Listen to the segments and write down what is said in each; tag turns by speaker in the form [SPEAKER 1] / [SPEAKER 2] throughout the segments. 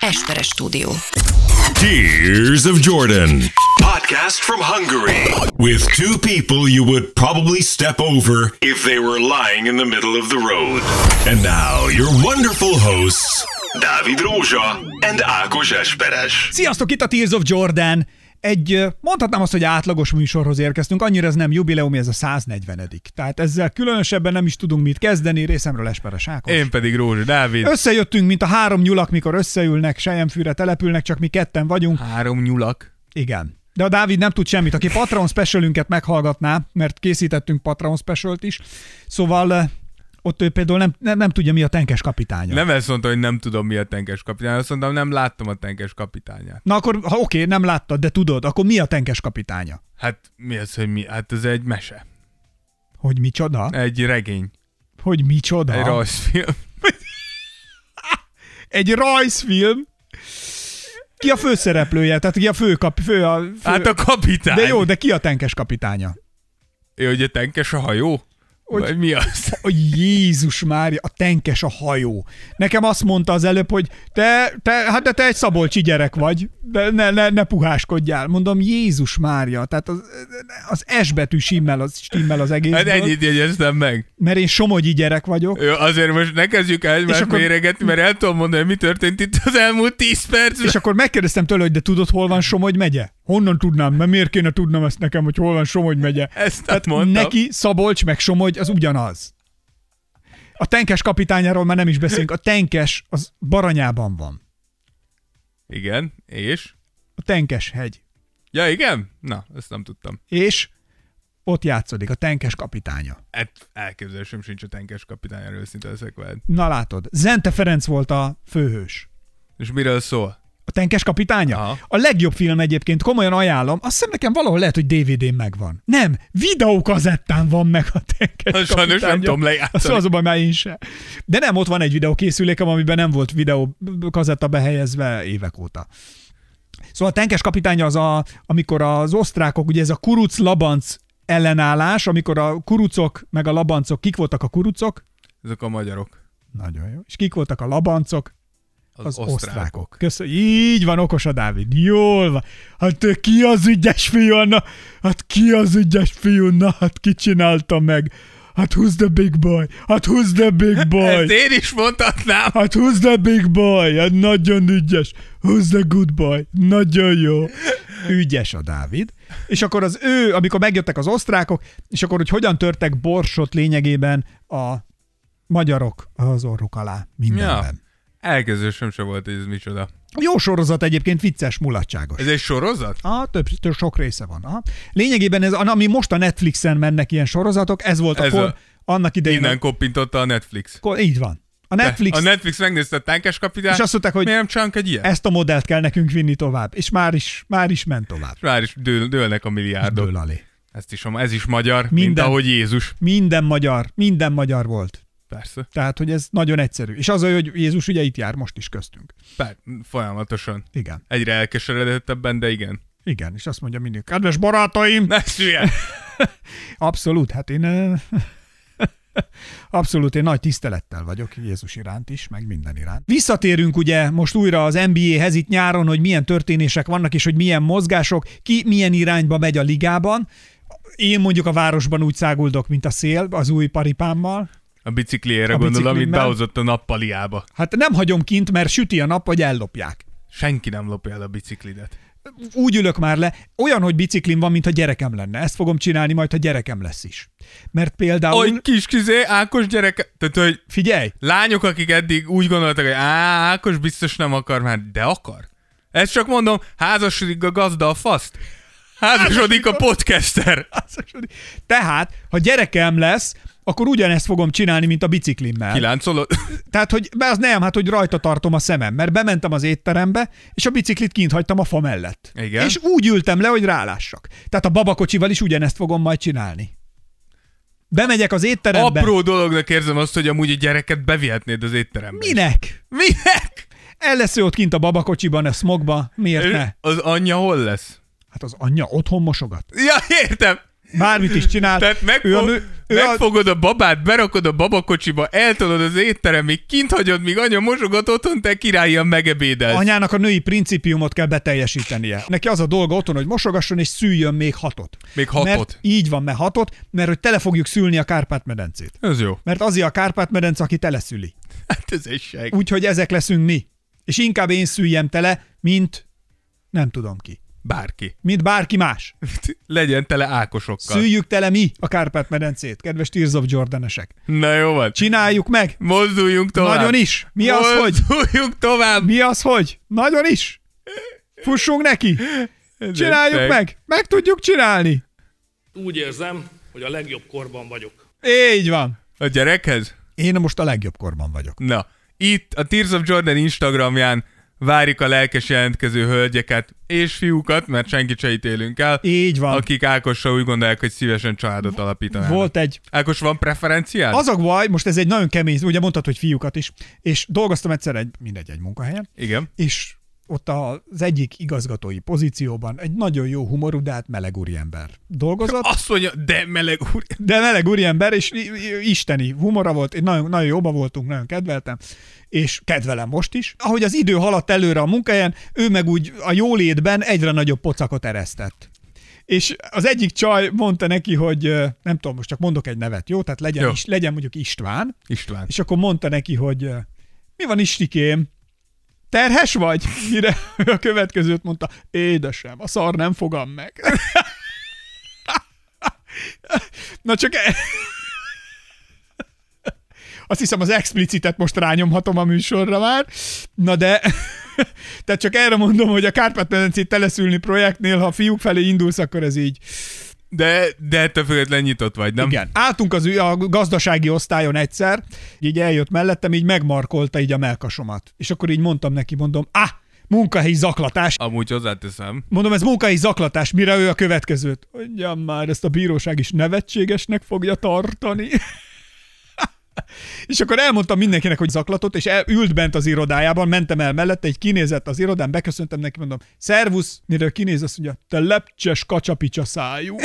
[SPEAKER 1] Esperes stúdió.
[SPEAKER 2] Tears of Jordan
[SPEAKER 3] Podcast from Hungary.
[SPEAKER 2] with two people you would probably step over.
[SPEAKER 3] If they were lying in the middle of the road.
[SPEAKER 2] And now, your wonderful hosts,
[SPEAKER 3] Dávid Rózsa and Ákos Esperes.
[SPEAKER 4] Sziasztok, itt a Tears of Jordan. Egy, ö, mondhatnám azt, hogy átlagos műsorhoz érkeztünk, annyira ez nem jubileumi, ez a 140 Tehát ezzel különösebben nem is tudunk mit kezdeni, részemről Esperes Ákos.
[SPEAKER 5] Én pedig Rózsa Dávid.
[SPEAKER 4] Összejöttünk, mint a három nyulak, mikor összeülnek, sejemfűre települnek, csak mi ketten vagyunk.
[SPEAKER 5] Három nyulak.
[SPEAKER 4] Igen. De a Dávid nem tud semmit. Aki Patreon specialünket meghallgatná, mert készítettünk Patreon specialt is, szóval ö, ott ő például nem, nem, nem tudja, mi a tenkes kapitánya.
[SPEAKER 5] Nem ezt mondta, hogy nem tudom mi a tenkes kapitány, azt mondtam, nem láttam a tenkes kapitányát.
[SPEAKER 4] Na akkor, ha oké, nem láttad, de tudod, akkor mi a tenkes kapitánya?
[SPEAKER 5] Hát mi az, hogy mi? Hát ez egy mese.
[SPEAKER 4] Hogy micsoda?
[SPEAKER 5] Egy regény.
[SPEAKER 4] Hogy micsoda?
[SPEAKER 5] Egy rajzfilm.
[SPEAKER 4] egy rajzfilm. Ki a főszereplője? Tehát ki a fő, kap, fő, a, fő
[SPEAKER 5] Hát a kapitány.
[SPEAKER 4] De jó, de ki a tenkes kapitánya?
[SPEAKER 5] Ő, hogy a tenkes a hajó? Hogy... Vagy mi az?
[SPEAKER 4] A Jézus Mária, a tenkes a hajó. Nekem azt mondta az előbb, hogy te, te hát de te egy szabolcsi gyerek vagy, de ne, ne, ne puháskodjál. Mondom, Jézus Mária, tehát az, az S betű simmel, az, stimmel az egész.
[SPEAKER 5] Hát ennyit jegyeztem meg.
[SPEAKER 4] Mert én somogyi gyerek vagyok.
[SPEAKER 5] Jó, azért most ne kezdjük el egymást
[SPEAKER 4] akkor-
[SPEAKER 5] akkor... méregetni, mert el tudom mondani, mi történt itt az elmúlt 10 percben.
[SPEAKER 4] És akkor megkérdeztem tőle, hogy de tudod, hol van Somogy megye? Honnan tudnám? Mert miért kéne tudnom ezt nekem, hogy hol van Somogy megye?
[SPEAKER 5] Ezt nem mondtam.
[SPEAKER 4] Neki Szabolcs meg Somogy az ugyanaz. A tenkes kapitányáról már nem is beszélünk. A tenkes az Baranyában van.
[SPEAKER 5] Igen, és?
[SPEAKER 4] A tenkes hegy.
[SPEAKER 5] Ja, igen? Na, ezt nem tudtam.
[SPEAKER 4] És ott játszódik a tenkes kapitánya.
[SPEAKER 5] Hát elképzelésem sincs a tenkes kapitányról, őszinte leszek veled.
[SPEAKER 4] Na látod, Zente Ferenc volt a főhős.
[SPEAKER 5] És miről szól?
[SPEAKER 4] A tenkes kapitánya?
[SPEAKER 5] Aha.
[SPEAKER 4] A legjobb film egyébként, komolyan ajánlom. Azt hiszem nekem valahol lehet, hogy DVD-n megvan. Nem, videókazettán van meg a tenkes
[SPEAKER 5] Azt sajnos nem
[SPEAKER 4] kapitánya.
[SPEAKER 5] tudom lejátszani.
[SPEAKER 4] Azt az a baj, már én se. De nem, ott van egy videókészülékem, amiben nem volt videókazetta behelyezve évek óta. Szóval a tenkes kapitánya az, a, amikor az osztrákok, ugye ez a kuruc-labanc ellenállás, amikor a kurucok meg a labancok, kik voltak a kurucok?
[SPEAKER 5] Ezek a magyarok.
[SPEAKER 4] Nagyon jó. És kik voltak a labancok?
[SPEAKER 5] Az,
[SPEAKER 4] az
[SPEAKER 5] osztrákok.
[SPEAKER 4] osztrákok. osztrákok. Köszönöm. Így van, okos a Dávid. Jól van. Hát ő ki az ügyes fiú, na? Hát ki az ügyes fiú, na? Hát ki csinálta meg? Hát who's the big boy? Hát who's the big boy?
[SPEAKER 5] Ezt én is mondhatnám.
[SPEAKER 4] Hát who's the big boy? Hát nagyon ügyes. Who's the good boy? Nagyon jó. Ügyes a Dávid. És akkor az ő, amikor megjöttek az osztrákok, és akkor hogy hogyan törtek borsot lényegében a magyarok az orruk alá mindenben.
[SPEAKER 5] Ja. Elkezdősöm se volt, hogy ez micsoda.
[SPEAKER 4] Jó sorozat egyébként, vicces, mulatságos.
[SPEAKER 5] Ez egy sorozat?
[SPEAKER 4] A több, több sok része van. Aha. Lényegében ez, ami most a Netflixen mennek ilyen sorozatok, ez volt
[SPEAKER 5] Ez
[SPEAKER 4] akkor,
[SPEAKER 5] a-
[SPEAKER 4] annak idején.
[SPEAKER 5] Innen koppintotta a Netflix.
[SPEAKER 4] Akkor, így van. A Netflix,
[SPEAKER 5] A Netflix megnézte a tánkás kapitányt,
[SPEAKER 4] És azt mondták, hogy- E-
[SPEAKER 5] miért nem csinálunk egy ilyen?
[SPEAKER 4] ezt a modellt kell nekünk vinni tovább, és már is, már is ment tovább.
[SPEAKER 5] Már is dől, dőlnek a milliárdok.
[SPEAKER 4] Dől alé.
[SPEAKER 5] Ezt is, ez is magyar, mint
[SPEAKER 4] Minden.
[SPEAKER 5] ahogy Jézus.
[SPEAKER 4] Minden magyar, minden magyar volt.
[SPEAKER 5] Persze.
[SPEAKER 4] Tehát, hogy ez nagyon egyszerű. És az, hogy Jézus ugye itt jár most is köztünk.
[SPEAKER 5] Per, folyamatosan.
[SPEAKER 4] Igen,
[SPEAKER 5] Egyre elkeseredettebben, de igen.
[SPEAKER 4] igen. És azt mondja mindig, kedves barátaim,
[SPEAKER 5] Ne szüljen!
[SPEAKER 4] Abszolút, hát én... ö, Abszolút, én nagy tisztelettel vagyok Jézus iránt is, meg minden iránt. Visszatérünk ugye most újra az NBA-hez itt nyáron, hogy milyen történések vannak, és hogy milyen mozgások, ki milyen irányba megy a ligában. Én mondjuk a városban úgy száguldok, mint a szél az új paripámmal.
[SPEAKER 5] A bicikliére
[SPEAKER 4] A
[SPEAKER 5] gondolom, amit
[SPEAKER 4] biciklimmel.
[SPEAKER 5] behozott a nappaliába.
[SPEAKER 4] Hát nem hagyom kint, mert süti a nap, vagy ellopják.
[SPEAKER 5] Senki nem lopja el a biciklidet.
[SPEAKER 4] úgy ülök már le, olyan, hogy biciklim van, mintha gyerekem lenne. Ezt fogom csinálni majd, ha gyerekem lesz is. Mert például...
[SPEAKER 5] Oly kis kizé, Ákos gyerek, tehát hogy
[SPEAKER 4] Figyelj!
[SPEAKER 5] Lányok, akik eddig úgy gondoltak, hogy á, Ákos biztos nem akar már, de akar. Ezt csak mondom, házasodik a gazda a faszt. Házasodik a podcaster.
[SPEAKER 4] Hát- Házasodik. Tehát, ha gyerekem lesz, akkor ugyanezt fogom csinálni, mint a biciklimmel.
[SPEAKER 5] Kiláncolod?
[SPEAKER 4] Tehát, hogy be az nem, hát, hogy rajta tartom a szemem, mert bementem az étterembe, és a biciklit kint hagytam a fa mellett.
[SPEAKER 5] Igen.
[SPEAKER 4] És úgy ültem le, hogy rálássak. Tehát a babakocsival is ugyanezt fogom majd csinálni. Bemegyek az étterembe.
[SPEAKER 5] Apró dolognak érzem azt, hogy amúgy a gyereket bevihetnéd az étterembe.
[SPEAKER 4] Minek?
[SPEAKER 5] Minek?
[SPEAKER 4] El lesz ő ott kint a babakocsiban, a smogba, miért Hát ne?
[SPEAKER 5] Az anyja hol lesz?
[SPEAKER 4] Hát az anyja otthon mosogat.
[SPEAKER 5] Ja, értem.
[SPEAKER 4] Bármit is csinál.
[SPEAKER 5] Tehát
[SPEAKER 4] Hát ő a,
[SPEAKER 5] megfog,
[SPEAKER 4] nő- ő a,
[SPEAKER 5] megfogod a babát, berakod a babakocsiba, eltolod az étteremig, kint hagyod, míg anya mosogat otthon, te királyan megebédelsz. Anya...
[SPEAKER 4] anyának a női principiumot kell beteljesítenie. Neki az a dolga otthon, hogy mosogasson és szüljön még hatot.
[SPEAKER 5] Még hatot.
[SPEAKER 4] Mert így van, mert hatot, mert hogy tele fogjuk szülni a Kárpát-medencét.
[SPEAKER 5] Ez jó.
[SPEAKER 4] Mert azért a Kárpát-medence, aki teleszüli.
[SPEAKER 5] Hát ez egy seg.
[SPEAKER 4] Úgyhogy ezek leszünk mi. És inkább én szüljem tele, mint nem tudom ki.
[SPEAKER 5] Bárki.
[SPEAKER 4] Mint bárki más.
[SPEAKER 5] Legyen tele ákosokkal.
[SPEAKER 4] Szüljük tele mi a Kárpát-medencét, kedves Tears of Jordanesek.
[SPEAKER 5] Na jó van.
[SPEAKER 4] Csináljuk meg!
[SPEAKER 5] Mozduljunk tovább.
[SPEAKER 4] Nagyon is. Mi az, hogy?
[SPEAKER 5] Mozduljunk tovább.
[SPEAKER 4] Mi az, hogy? Nagyon is! Fussunk neki! Csináljuk
[SPEAKER 5] egy
[SPEAKER 4] meg! Meg tudjuk csinálni!
[SPEAKER 1] Úgy érzem, hogy a legjobb korban vagyok.
[SPEAKER 4] Így van.
[SPEAKER 5] A gyerekhez?
[SPEAKER 4] Én most a legjobb korban vagyok.
[SPEAKER 5] Na, itt a Tears of Jordan Instagramján várjuk a lelkes jelentkező hölgyeket és fiúkat, mert senkit se ítélünk el,
[SPEAKER 4] Így van.
[SPEAKER 5] akik Ákosra úgy gondolják, hogy szívesen családot alapítanának.
[SPEAKER 4] Volt egy
[SPEAKER 5] Ákos, van preferenciád?
[SPEAKER 4] az a baj, most ez egy nagyon kemény, ugye mondtad, hogy fiúkat is, és dolgoztam egyszer egy, mindegy, egy munkahelyen,
[SPEAKER 5] Igen.
[SPEAKER 4] és ott az egyik igazgatói pozícióban egy nagyon jó humorú, de hát meleg úriember dolgozott.
[SPEAKER 5] Azt mondja, de meleg úr.
[SPEAKER 4] De meleg úriember, és i- i- isteni humora volt, én nagyon, nagyon jóba voltunk, nagyon kedveltem, és kedvelem most is. Ahogy az idő haladt előre a munkáján, ő meg úgy a jólétben egyre nagyobb pocakot eresztett. És az egyik csaj mondta neki, hogy ö, nem tudom, most csak mondok egy nevet, jó? Tehát legyen,
[SPEAKER 5] Jó.
[SPEAKER 4] is, legyen mondjuk István,
[SPEAKER 5] István.
[SPEAKER 4] és akkor mondta neki, hogy ö, mi van Istikém? Terhes vagy? Mire ő a következőt mondta, édesem, a szar nem fogam meg. Na csak e- azt hiszem az explicitet most rányomhatom a műsorra már. Na de, tehát csak erre mondom, hogy a Kárpát-medencét teleszülni projektnél, ha fiúk felé indulsz, akkor ez így.
[SPEAKER 5] De, de ettől függetlenül nyitott vagy, nem?
[SPEAKER 4] Igen. Álltunk az, ő- a gazdasági osztályon egyszer, így eljött mellettem, így megmarkolta így a melkasomat. És akkor így mondtam neki, mondom, ah, munkahelyi zaklatás.
[SPEAKER 5] Amúgy hozzáteszem.
[SPEAKER 4] Mondom, ez munkahelyi zaklatás, mire ő a következőt? Mondjam már, ezt a bíróság is nevetségesnek fogja tartani. És akkor elmondtam mindenkinek, hogy zaklatott, és el, ült bent az irodájában, mentem el mellette, egy kinézett az irodán, beköszöntem neki, mondom, szervusz, mire ő kinéz, azt mondja, te lepcses kacsapicsa szájú.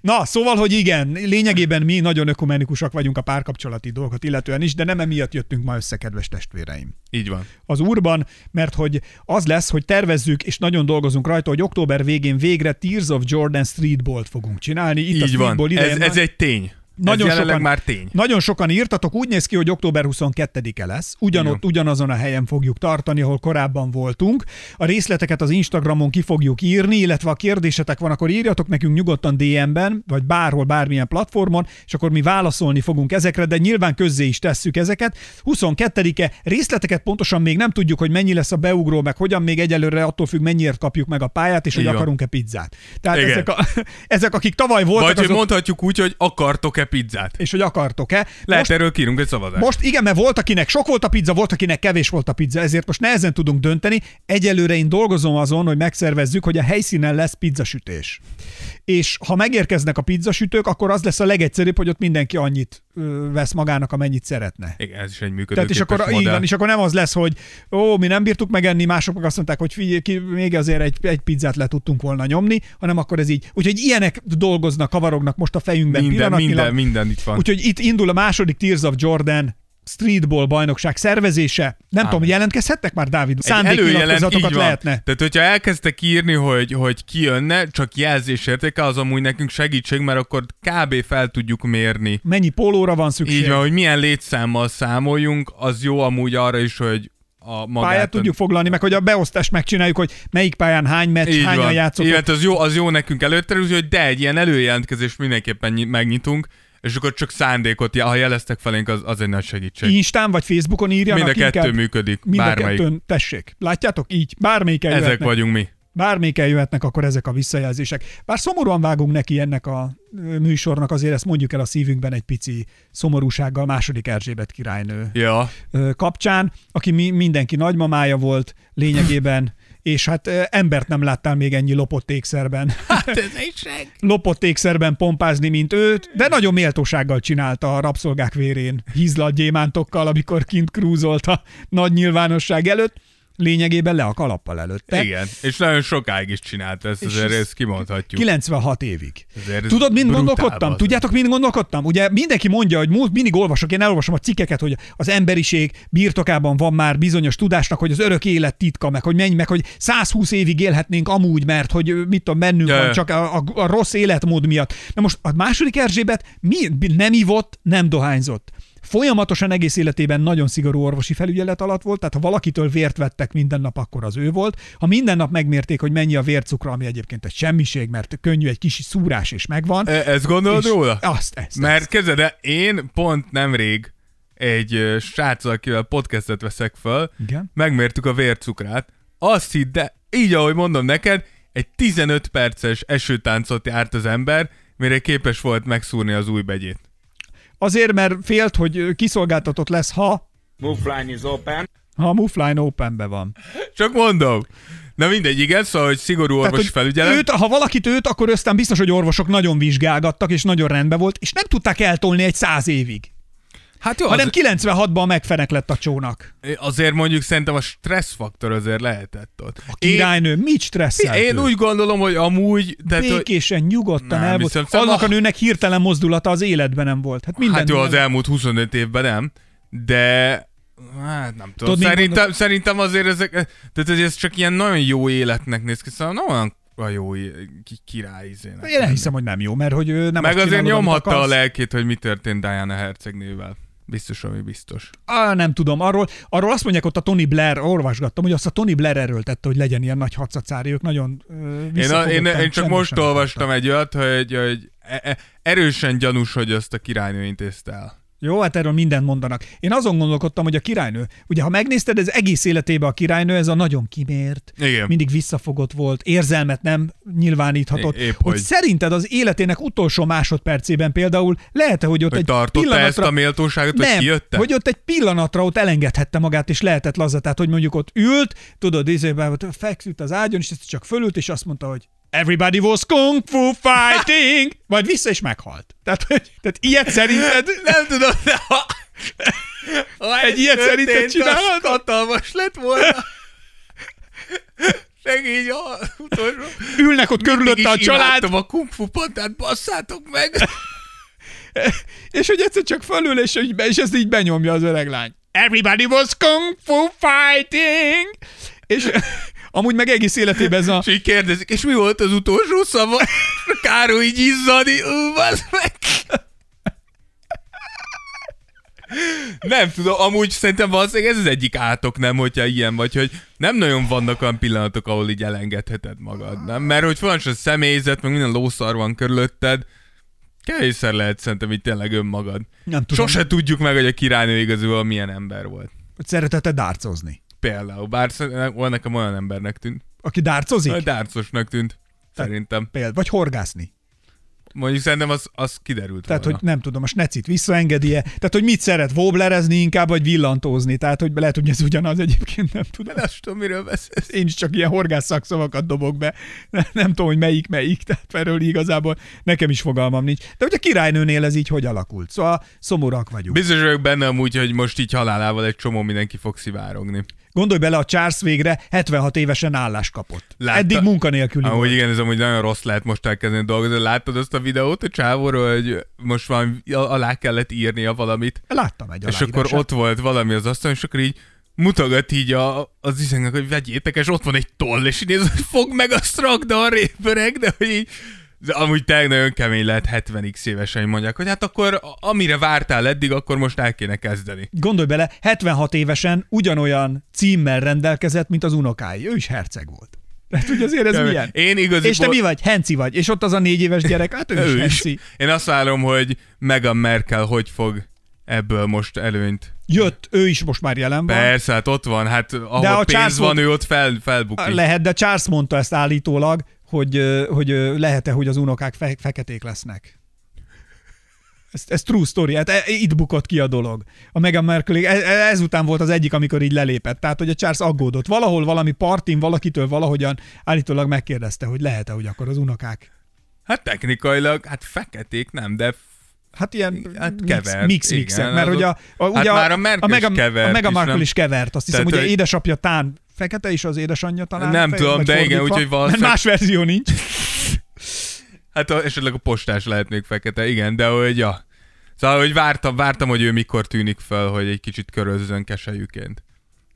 [SPEAKER 4] Na, szóval, hogy igen, lényegében mi nagyon ökumenikusak vagyunk a párkapcsolati dolgokat illetően is, de nem emiatt jöttünk ma össze, kedves testvéreim
[SPEAKER 5] Így van.
[SPEAKER 4] az úrban, mert hogy az lesz, hogy tervezzük, és nagyon dolgozunk rajta, hogy október végén végre Tears of Jordan streetballt fogunk csinálni. Itt a
[SPEAKER 5] Így van.
[SPEAKER 4] streetball
[SPEAKER 5] Ez,
[SPEAKER 4] idején
[SPEAKER 5] ez
[SPEAKER 4] már-
[SPEAKER 5] egy tény.
[SPEAKER 4] nagyon
[SPEAKER 5] ez jelenleg
[SPEAKER 4] sokan,
[SPEAKER 5] már tény.
[SPEAKER 4] Nagyon sokan írtatok, úgy néz ki, hogy október 22-e lesz. Ugyanott, ugyanazon a helyen fogjuk tartani, ahol korábban voltunk. A részleteket az Instagramon ki fogjuk írni, illetve ha kérdésetek van, akkor írjatok nekünk nyugodtan DM-ben, vagy bárhol, bármilyen platformon, és akkor mi válaszolni fogunk ezekre, de nyilván közzé is tesszük ezeket. 22-e részleteket pontosan még nem tudjuk, hogy mennyi lesz a beugró, meg hogyan még egyelőre attól függ, mennyiért kapjuk meg a pályát, és hogy
[SPEAKER 5] Így van.
[SPEAKER 4] akarunk-e pizzát. Tehát
[SPEAKER 5] Igen.
[SPEAKER 4] ezek, a, ezek, akik tavaly voltak,
[SPEAKER 5] Vagy hogy
[SPEAKER 4] azok,
[SPEAKER 5] mondhatjuk úgy, hogy akartok-e pizzát.
[SPEAKER 4] és hogy akartok-e.
[SPEAKER 5] Lehet
[SPEAKER 4] Most-
[SPEAKER 5] erről kírunk egy szavazást.
[SPEAKER 4] most igen, mert volt, akinek sok volt a pizza, volt, akinek kevés volt a pizza, ezért most nehezen tudunk dönteni. Egyelőre én dolgozom azon, hogy megszervezzük, hogy a helyszínen lesz pizzasütés. És ha megérkeznek a pizzasütők, akkor az lesz a legegyszerűbb, hogy ott mindenki annyit ö, vesz magának, amennyit szeretne.
[SPEAKER 5] Igen, ez is egy működő
[SPEAKER 4] Tehát és akkor,
[SPEAKER 5] modell.
[SPEAKER 4] így van, és akkor nem az lesz, hogy ó, mi nem bírtuk megenni, mások meg azt mondták, hogy figyelj, ki, még azért egy, egy pizzát le tudtunk volna nyomni, hanem akkor ez így. Úgyhogy ilyenek dolgoznak, kavarognak most a fejünkben
[SPEAKER 5] minden,
[SPEAKER 4] pillanatnyilag.
[SPEAKER 5] minden, minden itt van.
[SPEAKER 4] Úgyhogy itt indul a második Tears of Jordan streetball bajnokság szervezése. Nem Ámen. tudom, jelentkezhettek már, Dávid? Szándéknyilatkozatokat
[SPEAKER 5] így van.
[SPEAKER 4] lehetne.
[SPEAKER 5] Tehát, hogyha elkezdtek írni, hogy, hogy ki jönne, csak jelzés értéke, az amúgy nekünk segítség, mert akkor kb. fel tudjuk mérni.
[SPEAKER 4] Mennyi pólóra van szükség?
[SPEAKER 5] Így van, hogy milyen létszámmal számoljunk, az jó amúgy arra is, hogy a magát...
[SPEAKER 4] Pályát tudjuk foglalni, meg hogy a beosztást megcsináljuk, hogy melyik pályán hány meccs,
[SPEAKER 5] így
[SPEAKER 4] hányan
[SPEAKER 5] van.
[SPEAKER 4] játszottak.
[SPEAKER 5] Igen, az jó, az jó nekünk előtte, úgyhogy de egy ilyen előjelentkezést mindenképpen ny- megnyitunk, és akkor csak szándékot, ja, ha jeleztek felénk, az, az egy nagy segítség.
[SPEAKER 4] Instán vagy Facebookon írjanak
[SPEAKER 5] Mind a kettő
[SPEAKER 4] inkább.
[SPEAKER 5] működik,
[SPEAKER 4] Mind a
[SPEAKER 5] bármelyik.
[SPEAKER 4] kettőn, tessék. Látjátok? Így. Bármelyik eljöhetnek.
[SPEAKER 5] Ezek vagyunk mi.
[SPEAKER 4] Bármelyik eljöhetnek, akkor ezek a visszajelzések. Bár szomorúan vágunk neki ennek a ö, műsornak, azért ezt mondjuk el a szívünkben egy pici szomorúsággal második Erzsébet királynő
[SPEAKER 5] Ja.
[SPEAKER 4] ö, kapcsán, aki mi, mindenki nagymamája volt lényegében, és hát ö, embert nem láttál még ennyi lopott ékszerben.
[SPEAKER 5] Hát,
[SPEAKER 4] lopott ékszerben pompázni, mint őt, de nagyon méltósággal csinálta a rabszolgák vérén hízlalt gyémántokkal, amikor kint krúzolt a nagy nyilvánosság előtt. lényegében le a kalappal előtte.
[SPEAKER 5] Igen, és nagyon sokáig is csinált ezt,
[SPEAKER 4] És
[SPEAKER 5] azért
[SPEAKER 4] ez-
[SPEAKER 5] ezt kimondhatjuk.
[SPEAKER 4] 96 évig.
[SPEAKER 5] Azért ez
[SPEAKER 4] Tudod, mind
[SPEAKER 5] brutál
[SPEAKER 4] gondolkodtam?
[SPEAKER 5] bazd.
[SPEAKER 4] Tudjátok, mind gondolkodtam? Ugye mindenki mondja, hogy múlt, mindig olvasok, én elolvasom a cikkeket, hogy az emberiség birtokában van már bizonyos tudásnak, hogy az örök élet titka, meg hogy menj, meg hogy 120 évig élhetnénk amúgy, mert hogy ö, mit tudom, bennünk
[SPEAKER 5] Ja,
[SPEAKER 4] van
[SPEAKER 5] ja.
[SPEAKER 4] csak a, a, a rossz életmód miatt. Na most a második Erzsébet mi, nem ivott, nem dohányzott. Folyamatosan egész életében nagyon szigorú orvosi felügyelet alatt volt, tehát ha valakitől vért vettek minden nap, akkor az ő volt. Ha minden nap megmérték, hogy mennyi a vércukra, ami egyébként egy semmiség, mert könnyű egy kis szúrás és megvan.
[SPEAKER 5] E- Ezt gondolod
[SPEAKER 4] és
[SPEAKER 5] róla?
[SPEAKER 4] Azt, ezt.
[SPEAKER 5] Mert
[SPEAKER 4] ezt.
[SPEAKER 5] kezded el, én pont nemrég egy ö, sráccal, akivel podcastet veszek föl,
[SPEAKER 4] Igen.
[SPEAKER 5] megmértük a vércukrát, azt hidd, el, így ahogy mondom neked, egy 15 perces esőtáncot járt az ember, mire képes volt megszúrni az új begyét.
[SPEAKER 4] Azért, mert félt, hogy ö, kiszolgáltatott lesz, ha,
[SPEAKER 6] Mufline is open.
[SPEAKER 4] ha a Mufline Openbe van.
[SPEAKER 5] Csak mondom. Na mindegy, igen, szóval, hogy szigorú
[SPEAKER 4] Tehát,
[SPEAKER 5] orvosi
[SPEAKER 4] hogy
[SPEAKER 5] felügyelet.
[SPEAKER 4] Őt, ha valakit őt, akkor aztán biztos, hogy orvosok nagyon vizsgálgattak, és nagyon rendben volt, és nem tudták eltolni egy száz évig.
[SPEAKER 5] Hát jó,
[SPEAKER 4] Hanem
[SPEAKER 5] az,
[SPEAKER 4] 96-ban megfenek lett a csónak.
[SPEAKER 5] azért mondjuk szerintem a stresszfaktor azért lehetett ott. A
[SPEAKER 4] Királynő, mit
[SPEAKER 5] én,
[SPEAKER 4] stresszelt
[SPEAKER 5] én
[SPEAKER 4] ő?
[SPEAKER 5] úgy gondolom, hogy amúgy... Tehát, hogy,
[SPEAKER 4] Békésen, nyugodtan
[SPEAKER 5] Nem
[SPEAKER 4] el volt.
[SPEAKER 5] hiszem,
[SPEAKER 4] Annak
[SPEAKER 5] szóval-
[SPEAKER 4] a nőnek hirtelen mozdulata az életben nem volt. Hát, minden
[SPEAKER 5] hát jó, az
[SPEAKER 4] minden-
[SPEAKER 5] elmúlt 25 évben nem, de... Hát nem tudom,
[SPEAKER 4] Tudod, mit
[SPEAKER 5] szerintem, szerintem azért ezek, tehát hogy ez csak ilyen nagyon jó életnek néz ki, szóval nem olyan a jó é- ki- király izének.
[SPEAKER 4] Én elhiszem, hogy nem jó, mert hogy ő nem
[SPEAKER 5] Meg
[SPEAKER 4] azt
[SPEAKER 5] azért
[SPEAKER 4] csinálod, amit
[SPEAKER 5] nyomhatta a
[SPEAKER 4] akarsz.
[SPEAKER 5] lelkét, hogy mi történt Diana hercegnővel. Biztos, ami biztos.
[SPEAKER 4] Á, nem tudom, arról, arról azt mondják ott a Tony Blair, olvasgattam, hogy azt a Tony Blair erőltette, hogy legyen ilyen nagy hatszacári, ők nagyon ö,
[SPEAKER 5] Én, a, én,
[SPEAKER 4] visszafogottan,
[SPEAKER 5] én csak most
[SPEAKER 4] csendesen
[SPEAKER 5] olvastam
[SPEAKER 4] akartak.
[SPEAKER 5] egy olyat, hogy, hogy e- e- erősen gyanús, hogy azt a királynő intézte el.
[SPEAKER 4] Jó, hát erről mindent mondanak. Én azon gondolkodtam, hogy a királynő, ugye ha megnézted, ez egész életében a királynő, ez a nagyon kimért,
[SPEAKER 5] Igen.
[SPEAKER 4] mindig visszafogott volt, érzelmet nem nyilváníthatott.
[SPEAKER 5] É- épp
[SPEAKER 4] hogy,
[SPEAKER 5] hogy.
[SPEAKER 4] szerinted az életének utolsó másodpercében például lehet hogy ott
[SPEAKER 5] Hogy
[SPEAKER 4] egy
[SPEAKER 5] tartotta
[SPEAKER 4] pillanatra...
[SPEAKER 5] ezt a méltóságot, hogy
[SPEAKER 4] nem,
[SPEAKER 5] kijött
[SPEAKER 4] hogy ott egy pillanatra ott elengedhette magát, és lehetett laza. Tehát, hogy mondjuk ott ült, tudod, izében ott feksült az ágyon, és ezt csak fölült, és azt mondta, hogy Everybody was kung fu fighting! Majd vissza is meghalt. Tehát, hogy, tehát ilyet szerinted...
[SPEAKER 5] Nem tudom, de ha... ha
[SPEAKER 4] Egy
[SPEAKER 5] ez
[SPEAKER 4] ilyet szerinted
[SPEAKER 5] történt, az
[SPEAKER 4] csinálod?
[SPEAKER 5] Hatalmas lett volna. Segíts a utolsó.
[SPEAKER 4] ülnek ott
[SPEAKER 5] Mindig
[SPEAKER 4] körülötte a
[SPEAKER 5] is
[SPEAKER 4] család,
[SPEAKER 5] imádtam a kung fu pandát, basszátok meg.
[SPEAKER 4] és hogy egyszer csak fölül, és, hogy be, és ezt így benyomja az öreg lány. Everybody was kung fu fighting! És amúgy meg egész életében ez a...
[SPEAKER 5] És így kérdezik, és mi volt az utolsó szava? Károly így izzani, ú, bazd meg. Nem tudom, amúgy szerintem valószínűleg ez az egyik átok, nem, hogyha ilyen vagy, hogy nem nagyon vannak olyan pillanatok, ahol így elengedheted magad, nem? Mert hogy fontos a személyzet, meg minden lószar van körülötted, kevésszer lehet szerintem így tényleg önmagad.
[SPEAKER 4] Nem tudom.
[SPEAKER 5] Sose tudjuk meg, hogy a királynő igazából milyen ember volt.
[SPEAKER 4] Hogy szeretete dárcozni.
[SPEAKER 5] Például, bár szerintem olyan nekem olyan embernek tűnt.
[SPEAKER 4] Aki dárcozik?
[SPEAKER 5] Olyan dárcosnak tűnt, szerintem.
[SPEAKER 4] Például, vagy horgászni.
[SPEAKER 5] Mondjuk szerintem az, az kiderült
[SPEAKER 4] Tehát,
[SPEAKER 5] volna.
[SPEAKER 4] hogy nem tudom, a snecit visszaengedi-e. Tehát, hogy mit szeret, woblerezni inkább, vagy villantózni. Tehát, hogy lehet, hogy ez ugyanaz egyébként, nem tudom.
[SPEAKER 5] Nem is tudom, miről beszélsz.
[SPEAKER 4] Én is csak ilyen horgásszakszavakat dobok be. Nem, nem tudom, hogy melyik melyik, tehát erről igazából nekem is fogalmam nincs. De hogy a királynőnél ez így hogy alakult? Szóval szomorúak vagyunk.
[SPEAKER 5] Biztos vagyok benne amúgy, hogy most így halálával egy csomó mindenki fog szivárogni.
[SPEAKER 4] Gondolj bele, a Charles végre 76 évesen állást kapott.
[SPEAKER 5] Látta-
[SPEAKER 4] Látta. Eddig munkanélküli
[SPEAKER 5] Amúgy
[SPEAKER 4] volt.
[SPEAKER 5] igen, ez amúgy nagyon rossz lehet most elkezdeni dolgozni. Láttad azt a videót a csávóról, hogy most van, alá kellett írnia valamit,
[SPEAKER 4] Láttam egy
[SPEAKER 5] és akkor ott volt valami az asztalon, és akkor így mutogat így a, az iszengnek, hogy vegyétek, és ott van egy toll, és így néz, hogy fog meg azt rakd a répöreg, de hogy így, de amúgy tényleg nagyon kemény lehet 70x évesen, hogy mondják, hogy hát akkor a- amire vártál eddig, akkor most el kéne kezdeni.
[SPEAKER 4] Gondolj bele, 76 évesen ugyanolyan címmel rendelkezett, mint az unokái. Ő is herceg volt. Tehát ugye azért ez
[SPEAKER 5] Kemény.
[SPEAKER 4] milyen?
[SPEAKER 5] Én igaziból-
[SPEAKER 4] És te mi vagy? Henci vagy. És ott az a négy éves gyerek, hát ő, ő is Henci.
[SPEAKER 5] Én azt várom, hogy Meghan Merkel hogy fog ebből most előnyt.
[SPEAKER 4] Jött, ő is most már jelen van.
[SPEAKER 5] Persze, hát ott van, hát ahol
[SPEAKER 4] De a
[SPEAKER 5] pénz
[SPEAKER 4] Charles
[SPEAKER 5] van,
[SPEAKER 4] Wood-
[SPEAKER 5] ő ott fel, felbukik.
[SPEAKER 4] Lehet, de Charles mondta ezt állítólag, hogy, ö, hogy ö, lehet-e, hogy az unokák fe- feketék lesznek. Ez, ez true story, hát e- itt bukott ki a dolog. A Meghan Markle, e- e- ezután volt az egyik, amikor így lelépett. Tehát, hogy a Charles aggódott. Valahol valami partin valakitől valahogyan állítólag megkérdezte, hogy lehet-e, hogy akkor az unokák.
[SPEAKER 5] Hát technikailag, hát feketék nem, de
[SPEAKER 4] Hát ilyen
[SPEAKER 5] Hát
[SPEAKER 4] hát
[SPEAKER 5] kevert,
[SPEAKER 4] kevert, mix,
[SPEAKER 5] igen,
[SPEAKER 4] mix, mixek, mert
[SPEAKER 5] az
[SPEAKER 4] hogy a,
[SPEAKER 5] ott-
[SPEAKER 4] a,
[SPEAKER 5] hát
[SPEAKER 4] ugye
[SPEAKER 5] már a Merkel
[SPEAKER 4] a
[SPEAKER 5] is
[SPEAKER 4] Meghan-
[SPEAKER 5] kevert
[SPEAKER 4] a Meghan
[SPEAKER 5] is,
[SPEAKER 4] Markle
[SPEAKER 5] nem?
[SPEAKER 4] is kevert, azt hiszem,
[SPEAKER 5] Tehát,
[SPEAKER 4] ugye
[SPEAKER 5] hogy-
[SPEAKER 4] édesapja tán fekete is az édesanyja talán?
[SPEAKER 5] Nem
[SPEAKER 4] Fej-
[SPEAKER 5] tudom,
[SPEAKER 4] vagy
[SPEAKER 5] de igen,
[SPEAKER 4] fordítva?
[SPEAKER 5] úgyhogy valószínűleg-
[SPEAKER 4] Mert más verzió nincs.
[SPEAKER 5] Hát a, esetleg a postás lehet még fekete, igen, de hogy ja. Szóval, hogy vártam, vártam, hogy ő mikor tűnik fel, hogy egy kicsit körözzön keselyűként.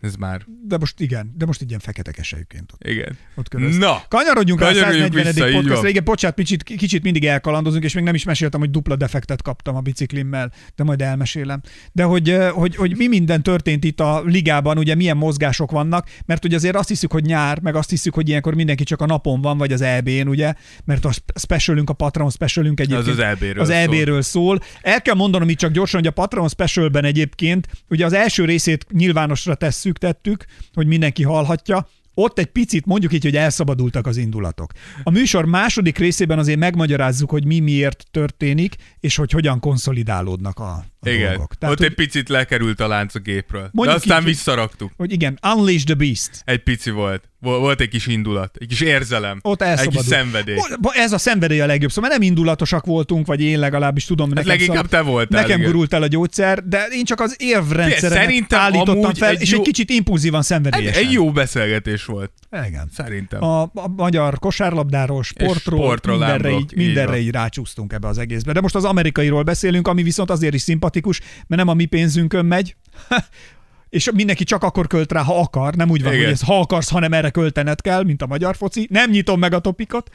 [SPEAKER 5] Ez már,
[SPEAKER 4] De most igen, de most így ilyen fekete keselyüként ott,
[SPEAKER 5] igen.
[SPEAKER 4] ott köröz.
[SPEAKER 5] Na,
[SPEAKER 4] Kanyarodjunk,
[SPEAKER 5] Kanyarodjunk
[SPEAKER 4] rá a 140.
[SPEAKER 5] vissza, így van.
[SPEAKER 4] podcastra. Igen, bocsánat, kicsit, kicsit mindig elkalandozunk, és még nem is meséltem, hogy dupla defektet kaptam a biciklimmel, de majd elmesélem. De hogy, eh, hogy, hogy mi minden történt itt a ligában, ugye milyen mozgások vannak, mert ugye azért azt hiszük, hogy nyár, meg azt hiszük, hogy ilyenkor mindenki csak a napon van, vagy az EB-n, ugye, mert a sp- specialünk, a Patreon specialünk egyébként.
[SPEAKER 5] az EB-ről
[SPEAKER 4] Az
[SPEAKER 5] szól.
[SPEAKER 4] EB-ről szól. El kell mondanom itt csak gyorsan, hogy a Patreon specialben egyébként, ugye az első részét nyilvánosra tesszük, tettük, hogy mindenki hallhatja, ott egy picit mondjuk így, hogy elszabadultak az indulatok. A műsor második részében azért megmagyarázzuk, hogy mi miért történik, és hogy hogyan konszolidálódnak a, a
[SPEAKER 5] igen.
[SPEAKER 4] dolgok.
[SPEAKER 5] Tehát,
[SPEAKER 4] Tehát,
[SPEAKER 5] Ott
[SPEAKER 4] hogy,
[SPEAKER 5] egy picit lekerült a lánc a gépről. De
[SPEAKER 4] Mondjuk
[SPEAKER 5] aztán
[SPEAKER 4] így, hogy-
[SPEAKER 5] visszaraktuk.
[SPEAKER 4] hogy igen, unleash the beast.
[SPEAKER 5] Egy pici volt. Vol- Volt egy kis indulat, egy kis érzelem,
[SPEAKER 4] Ott
[SPEAKER 5] egy
[SPEAKER 4] elszabadul.
[SPEAKER 5] kis szenvedély.
[SPEAKER 4] Bo- bo- Ez a szenvedély a legjobb szó, mert nem indulatosak voltunk, vagy én legalábbis tudom. Hát
[SPEAKER 5] leginkább te voltál,
[SPEAKER 4] Nekem
[SPEAKER 5] igen.
[SPEAKER 4] gurult el a gyógyszer, de én csak az érvrendszeremet
[SPEAKER 5] Szerintem
[SPEAKER 4] állítottam
[SPEAKER 5] amúgy
[SPEAKER 4] fel,
[SPEAKER 5] egy
[SPEAKER 4] és
[SPEAKER 5] jó-
[SPEAKER 4] egy kicsit impulzívan
[SPEAKER 5] Egy,
[SPEAKER 4] szenvedélyesen.
[SPEAKER 5] egy jó beszélgetés volt,
[SPEAKER 4] Igen.
[SPEAKER 5] szerintem.
[SPEAKER 4] A, a magyar kosárlabdáról, sportról,
[SPEAKER 5] sportról,
[SPEAKER 4] mindenre,
[SPEAKER 5] lámról,
[SPEAKER 4] így,
[SPEAKER 5] így
[SPEAKER 4] mindenre
[SPEAKER 5] van.
[SPEAKER 4] így rácsúsztunk ebbe az egészbe. De most az amerikairól beszélünk, ami viszont azért is szimpatikus, mert nem a mi pénzünkön megy, és mindenki csak akkor költ rá, ha akar. Nem úgy van,
[SPEAKER 5] Igen.
[SPEAKER 4] hogy ez ha akarsz, hanem erre költened kell, mint a magyar foci. Nem nyitom meg a topikot.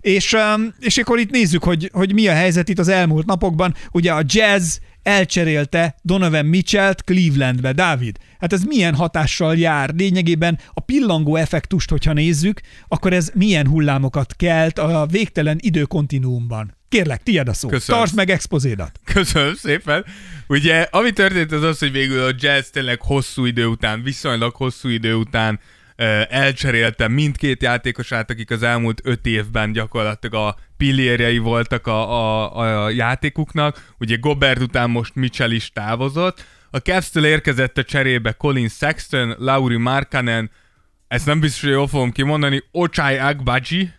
[SPEAKER 4] És, öm, és akkor itt nézzük, hogy, hogy mi a helyzet itt az elmúlt napokban. Ugye a jazz elcserélte Donovan Mitchell-t Clevelandbe. Dávid, hát ez milyen hatással jár? Lényegében a pillangó effektust, hogyha nézzük, akkor ez milyen hullámokat kelt a végtelen időkontinuumban. Kérlek, tiéd a szó.
[SPEAKER 5] Köszönöm.
[SPEAKER 4] Tartsd meg expozédat.
[SPEAKER 5] Köszönöm szépen. Ugye, ami történt az az, hogy végül a Jazz tényleg hosszú idő után, viszonylag hosszú idő után ö, elcserélte mindkét játékosát, akik az elmúlt öt évben gyakorlatilag a pillérjei voltak a, a, a játékuknak. Ugye Gobert után most Mitchell is távozott. A Cavs-től érkezett a cserébe Colin Sexton, Lauri Markkanen, ezt nem biztos, hogy jól fogom kimondani, Ochai Agbaji,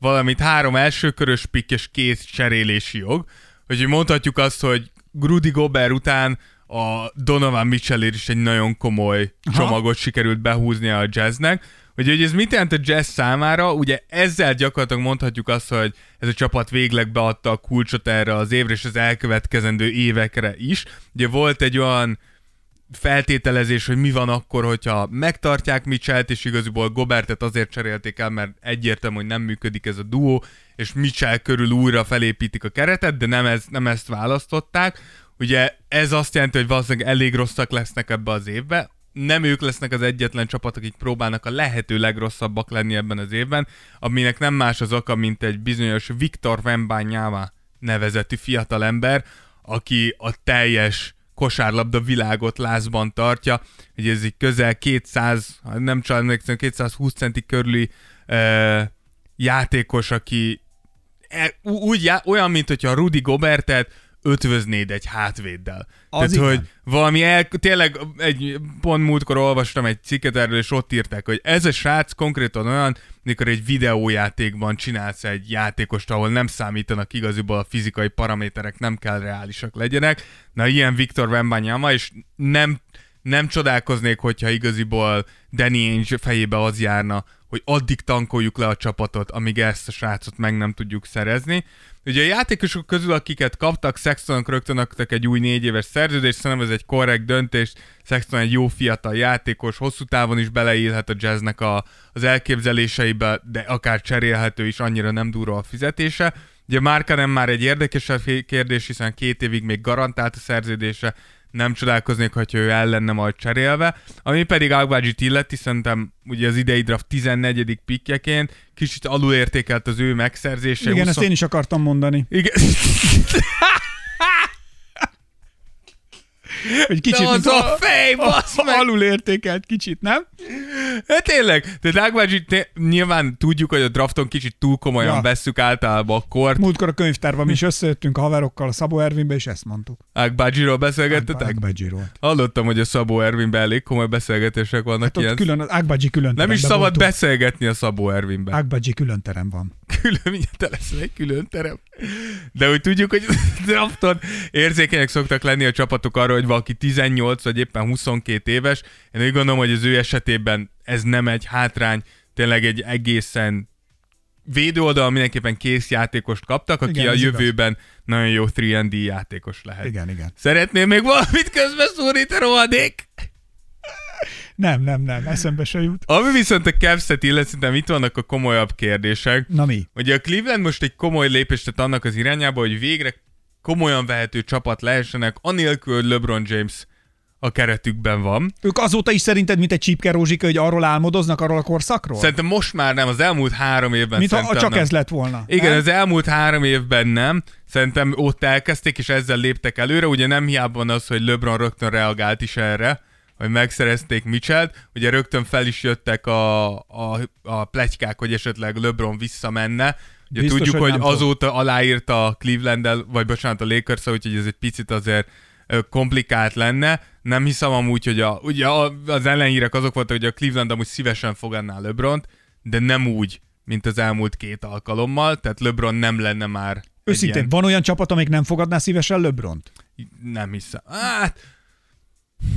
[SPEAKER 5] valamint három elsőkörös pikk és két cserélési jog. Hogy mondhatjuk azt, hogy Grudi Gobert után a Donovan mitchell is egy nagyon komoly csomagot sikerült behúznia a jazznek. Ugye, hogy ez mit jelent a jazz számára? Ugye ezzel gyakorlatilag mondhatjuk azt, hogy ez a csapat végleg beadta a kulcsot erre az évre és az elkövetkezendő évekre is. Ugye volt egy olyan feltételezés, hogy mi van akkor, hogyha megtartják Mitchell-t, és igaziból Gobertet azért cserélték el, mert egyértelmű, hogy nem működik ez a duó, és Mitchell körül újra felépítik a keretet, de nem, ez, nem ezt választották. Ugye ez azt jelenti, hogy valószínűleg elég rosszak lesznek ebbe az évbe, nem ők lesznek az egyetlen csapat, akik próbálnak a lehető legrosszabbak lenni ebben az évben, aminek nem más az oka, mint egy bizonyos Viktor Vembányává nevezetű fiatalember, aki a teljes kosárlabda világot lázban tartja, hogy ez egy közel 200, ha nem csak emlékszem, 220 centi körüli ö, játékos, aki e, ú- úgy já, olyan, mint hogyha Rudi Gobertet ötvöznéd egy hátvéddel.
[SPEAKER 4] Az
[SPEAKER 5] Az Tehát,
[SPEAKER 4] igen.
[SPEAKER 5] hogy valami el, tényleg egy pont múltkor olvastam egy cikket erről, és ott írták, hogy ez a srác konkrétan olyan, mikor egy videójátékban csinálsz egy játékost, ahol nem számítanak igaziból a fizikai paraméterek, nem kell reálisak legyenek. Na, ilyen Viktor Wembanyama, és nem, nem csodálkoznék, hogyha igaziból Danny Ainge fejébe az járna, hogy addig tankoljuk le a csapatot, amíg ezt a srácot meg nem tudjuk szerezni. Ugye a játékosok közül, akiket kaptak, Sextonok rögtön adtak egy új négy éves szerződést, szerintem ez egy korrekt döntés. Sexton egy jó fiatal játékos, hosszú távon is beleillhet a jazznek a, az elképzeléseibe, de akár cserélhető is, annyira nem durva a fizetése. Ugye Markanen már egy érdekesebb kérdés, hiszen két évig még garantált a szerződése, nem csodálkoznék, ha ő el lenne majd cserélve. Ami pedig Agbaji-t illeti, szerintem ugye az idei draft 14. pikkjeként kicsit alulértékelt az ő megszerzése.
[SPEAKER 4] Igen,
[SPEAKER 5] 20
[SPEAKER 4] ezt én is akartam mondani.
[SPEAKER 5] igen.
[SPEAKER 4] Hogy kicsit
[SPEAKER 5] De az
[SPEAKER 4] mint
[SPEAKER 5] a fej, basz meg!
[SPEAKER 4] alul értékelt kicsit, nem?
[SPEAKER 5] Hát tényleg, de Dagmajit né- nyilván tudjuk, hogy a drafton kicsit túl komolyan
[SPEAKER 4] Ja.
[SPEAKER 5] ja. vesszük általában a kort.
[SPEAKER 4] Múltkor a könyvtárban mi is összejöttünk a haverokkal a Szabó Ervinbe, és ezt mondtuk.
[SPEAKER 5] Ágbácsiról beszélgettetek?
[SPEAKER 4] Ágbácsiról.
[SPEAKER 5] Hallottam, hogy a Szabó Ervinben elég komoly beszélgetések vannak hát
[SPEAKER 4] Hát ott
[SPEAKER 5] ilyen.
[SPEAKER 4] külön, az Ágbácsi külön
[SPEAKER 5] Nem is
[SPEAKER 4] teremben
[SPEAKER 5] szabad
[SPEAKER 4] voltunk.
[SPEAKER 5] beszélgetni a Szabó Ervinben.
[SPEAKER 4] Ágbácsi külön terem van.
[SPEAKER 5] külön, mindjárt lesz egy külön terem. De úgy tudjuk, hogy a drafton érzékenyek szoktak lenni a csapatok arra, hogy valaki 18 vagy éppen 22 éves, én úgy gondolom, hogy az ő esetében ez nem egy hátrány, tényleg egy egészen védő oldal mindenképpen kész játékost kaptak, aki
[SPEAKER 4] Igen,
[SPEAKER 5] a
[SPEAKER 4] ez igaz.
[SPEAKER 5] jövőben nagyon jó 3D játékos lehet.
[SPEAKER 4] Igen, igen.
[SPEAKER 5] Szeretnél még valamit közbeszúrni, te rohadék?
[SPEAKER 4] Nem, nem, nem, eszembe se jut.
[SPEAKER 5] Ami viszont a Cavs-et illet, szerintem itt vannak a komolyabb kérdések.
[SPEAKER 4] Na mi?
[SPEAKER 5] Ugye a Cleveland most egy komoly lépést tett annak az irányába, hogy végre komolyan vehető csapat lehessenek, anélkül, hogy LeBron James a keretükben van.
[SPEAKER 4] Ők azóta is szerinted, mint egy csípke rózsika, hogy arról álmodoznak, arról a korszakról?
[SPEAKER 5] Szerintem most már nem, az elmúlt három évben
[SPEAKER 4] mint ha
[SPEAKER 5] szerintem
[SPEAKER 4] csak
[SPEAKER 5] nem.
[SPEAKER 4] ez lett volna.
[SPEAKER 5] Igen,
[SPEAKER 4] nem?
[SPEAKER 5] az elmúlt három évben nem. Szerintem ott elkezdték, és ezzel léptek előre. Ugye nem hiába van az, hogy LeBron rögtön reagált is erre, hogy megszerezték Mitchell-t. Ugye rögtön fel is jöttek a, a, a plegykák, hogy esetleg LeBron visszamenne. Ugye
[SPEAKER 4] Biztos,
[SPEAKER 5] tudjuk,
[SPEAKER 4] hogy
[SPEAKER 5] hogy,
[SPEAKER 4] nem fog.
[SPEAKER 5] azóta aláírta a cleveland vagy bocsánat, a lakers úgyhogy ez egy picit azért ö, komplikált lenne. Nem hiszem amúgy, hogy a, ugye a- az ellenhírek azok voltak, hogy a Cleveland amúgy szívesen fogadná LeBront, de nem úgy, mint az elmúlt két alkalommal, tehát LeBron nem lenne már egy
[SPEAKER 4] Őszintén,
[SPEAKER 5] ilyen-
[SPEAKER 4] van olyan csapat, amelyik nem fogadná szívesen Löbront?
[SPEAKER 5] Nem hiszem. Hát,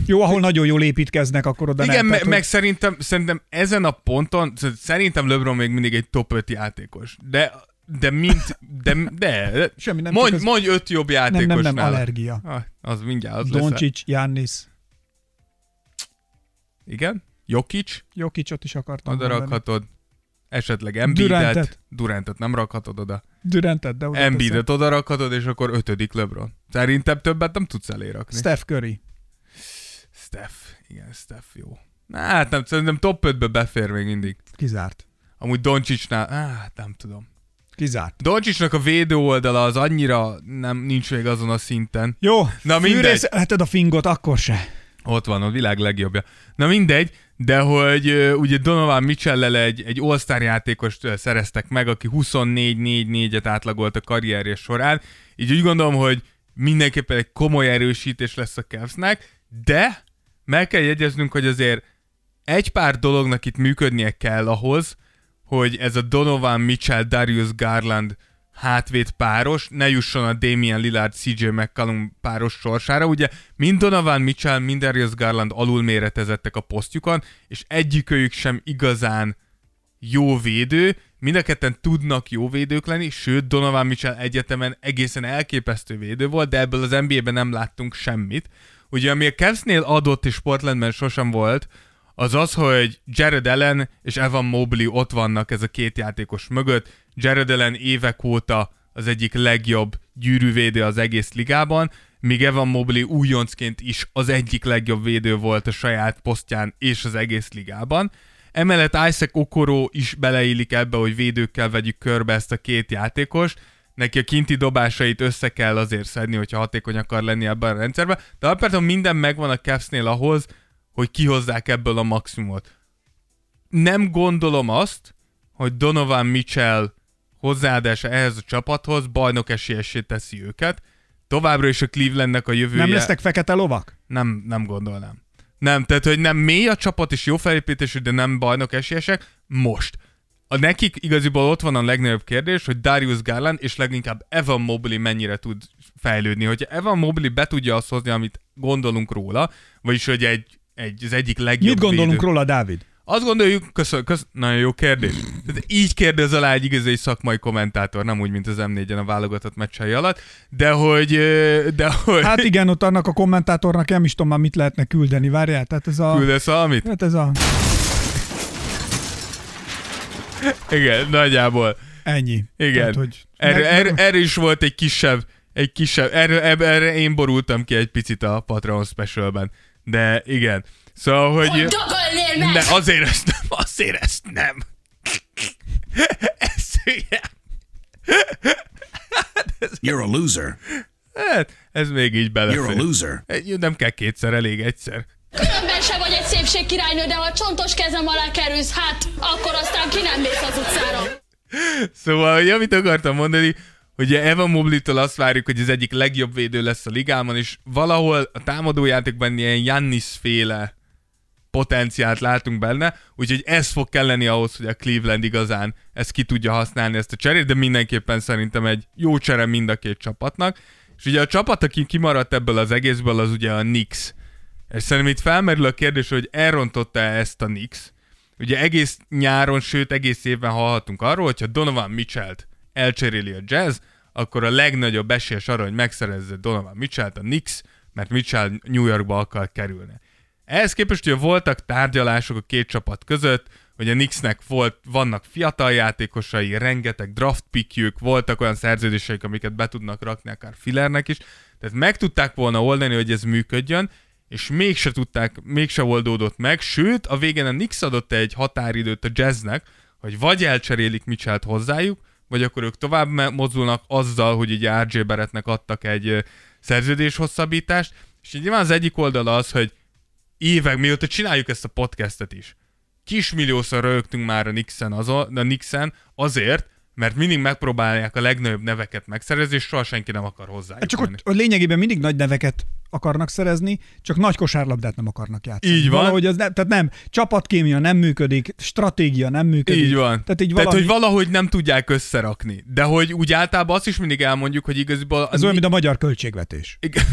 [SPEAKER 4] Jó, ahol nagyon jól építkeznek, akkor oda
[SPEAKER 5] igen,
[SPEAKER 4] nem.
[SPEAKER 5] me-
[SPEAKER 4] Tehát,
[SPEAKER 5] meg
[SPEAKER 4] hogy-
[SPEAKER 5] szerintem, szerintem ezen a ponton, sz- szerintem LeBron még mindig egy top 5 játékos, de de mint, de, de
[SPEAKER 4] Semmi, nem
[SPEAKER 5] mondj,
[SPEAKER 4] csak az-
[SPEAKER 5] mondj öt jobb
[SPEAKER 4] nem,
[SPEAKER 5] játékos
[SPEAKER 4] nem, nem,
[SPEAKER 5] nála.
[SPEAKER 4] allergia.
[SPEAKER 5] Ah, az mindjárt az lesz.
[SPEAKER 4] Doncsics, Jannis,
[SPEAKER 5] Igen? Jokic?
[SPEAKER 4] Jokicsot is akartam
[SPEAKER 5] Oda
[SPEAKER 4] mondani.
[SPEAKER 5] rakhatod. Esetleg Embiidet.
[SPEAKER 4] Durantet.
[SPEAKER 5] Durantet. nem rakhatod oda.
[SPEAKER 4] Durantet, de oda teszem.
[SPEAKER 5] Embiidet oda rakhatod, és akkor ötödik LeBron. Szerintem többet nem tudsz elérakni.
[SPEAKER 4] Steph Curry.
[SPEAKER 5] Steph. Igen, Steph jó. Na, Hát nem, szerintem top 5-be befér még mindig.
[SPEAKER 4] Kizárt.
[SPEAKER 5] Amúgy Doncsicsnál, á, hát nem tudom.
[SPEAKER 4] Kizárt.
[SPEAKER 5] Doncsicsnak a védő oldala az annyira nem, nincs még azon a szinten.
[SPEAKER 4] Jó,
[SPEAKER 5] Na, mindegy.
[SPEAKER 4] fűrészelheted a fingot, akkor se.
[SPEAKER 5] Ott van, a világ legjobbja. Na mindegy, de hogy ö, ugye Donovan mitchell egy, egy all játékost ö, szereztek meg, aki 24-4-4-et átlagolt a karrierje során, így úgy gondolom, hogy mindenképpen egy komoly erősítés lesz a Cavsnek, de meg kell jegyeznünk, hogy azért egy pár dolognak itt működnie kell ahhoz, hogy ez a Donovan Mitchell, Darius Garland hátvét páros ne jusson a Damian Lillard, CJ McCallum páros sorsára. Ugye mind Donovan Mitchell, mind Darius Garland alulméretezettek a posztjukon, és egyikőjük sem igazán jó védő, mind a ketten tudnak jó védők lenni, sőt Donovan Mitchell egyetemen egészen elképesztő védő volt, de ebből az NBA-ben nem láttunk semmit. Ugye ami a Cavsnél adott és Portlandben sosem volt, az az, hogy Jared Allen és Evan Mobley ott vannak ez a két játékos mögött. Jared Allen évek óta az egyik legjobb gyűrűvédő az egész ligában, míg Evan Mobley újoncként is az egyik legjobb védő volt a saját posztján és az egész ligában. Emellett Isaac Okoro is beleillik ebbe, hogy védőkkel vegyük körbe ezt a két játékost. Neki a kinti dobásait össze kell azért szedni, hogyha hatékony akar lenni ebben a rendszerben. De alapvetően minden megvan a Cavsnél ahhoz, hogy kihozzák ebből a maximumot. Nem gondolom azt, hogy Donovan Mitchell hozzáadása ehhez a csapathoz bajnok esélyessé teszi őket. Továbbra is a Clevelandnek a jövője.
[SPEAKER 4] Nem lesznek fekete lovak?
[SPEAKER 5] Nem, nem gondolnám. Nem, tehát hogy nem mély a csapat és jó felépítésű, de nem bajnok esélyesek most. A nekik igaziból ott van a legnagyobb kérdés, hogy Darius Garland és leginkább Evan Mobley mennyire tud fejlődni. Hogyha Evan Mobley be tudja azt hozni, amit gondolunk róla, vagyis hogy egy, egy az egyik legjobb
[SPEAKER 4] Mit gondolunk
[SPEAKER 5] védő.
[SPEAKER 4] róla, Dávid?
[SPEAKER 5] Azt gondoljuk, köszön, köszön, nagyon jó kérdés. Tehát így kérdez alá egy igazi szakmai kommentátor, nem úgy, mint az M4-en a válogatott meccsei alatt, de hogy... ö, De hogy
[SPEAKER 4] Hát igen, ott annak a kommentátornak nem is tudom már mit lehetne küldeni, várjál, tehát ez a...
[SPEAKER 5] küldesz valamit?
[SPEAKER 4] Hát ez a...
[SPEAKER 5] Igen, nagyjából.
[SPEAKER 4] Ennyi.
[SPEAKER 5] Igen.
[SPEAKER 4] Tehát, hogy
[SPEAKER 5] Erre,
[SPEAKER 4] meg-
[SPEAKER 5] erre, erre is volt egy kisebb, egy kisebb, erre, eb- erre én borultam ki egy picit a Patreon specialben. De igen. Szóval, hogy... Ne, azért ezt nem, azért ezt nem. Ez ilyen.
[SPEAKER 2] You're a loser.
[SPEAKER 5] Hát, ez még így
[SPEAKER 2] You're a
[SPEAKER 5] belefér.
[SPEAKER 2] loser.
[SPEAKER 5] Egy- Nem kell kétszer, elég egyszer.
[SPEAKER 6] Különben se vagy egy szépség királynő, de ha csontos kezem alá kerülsz, hát akkor aztán ki nem mész az utcára.
[SPEAKER 5] Szóval, hogy amit akartam mondani, hogy Evan Mobley-től azt várjuk, hogy az egyik legjobb védő lesz a ligában, és valahol a támadójátékban ilyen Jannis féle potenciált látunk benne, úgyhogy ez fog kelleni ahhoz, hogy a Cleveland igazán ezt ki tudja használni ezt a cserét, de mindenképpen szerintem egy jó csere mind a két csapatnak. És ugye a csapat, aki kimaradt ebből az egészből, az ugye a Nix. És szerintem itt felmerül a kérdés, hogy elrontotta -e ezt a Nix. Ugye egész nyáron, sőt egész évben hallhatunk arról, hogyha Donovan Mitchell-t elcseréli a jazz, akkor a legnagyobb esélyes arra, hogy megszerezze Donovan Mitchell-t a Nix, mert Mitchell New Yorkba akar kerülni. Ehhez képest ugye voltak tárgyalások a két csapat között, hogy a Knicksnek volt, vannak fiatal játékosai, rengeteg draft pickjük, voltak olyan szerződéseik, amiket be tudnak rakni akár fillernek is, tehát meg tudták volna oldani, hogy ez működjön, és mégse tudták, mégse oldódott meg, sőt, a végén a Knicks adott egy határidőt a jazznek, hogy vagy elcserélik Mitchellt hozzájuk, vagy akkor ők tovább me- mozdulnak azzal, hogy ugye RJ Barrettnek adtak egy ö, szerződés hosszabbítást, és így nyilván az egyik oldala az, hogy évek mióta csináljuk ezt a podcastet is. Kismilliószor rögtünk már a Nixen, azon, a Nixen azért, mert mindig megpróbálják a legnagyobb neveket megszerezni, és soha senki nem akar hozzájuk
[SPEAKER 4] Hát csak
[SPEAKER 5] menni.
[SPEAKER 4] ott, ott lényegében mindig nagy neveket akarnak szerezni, csak nagy kosárlabdát nem akarnak játszani.
[SPEAKER 5] Így van.
[SPEAKER 4] Valahogy az nem, tehát nem, csapatkémia nem működik, stratégia nem működik.
[SPEAKER 5] Így van.
[SPEAKER 4] Tehát így valami,
[SPEAKER 5] Tehát, hogy valahogy nem tudják összerakni. De hogy úgy általában azt is mindig elmondjuk, hogy igaziból...
[SPEAKER 4] ez olyan, mint a magyar költségvetés.
[SPEAKER 5] Igen.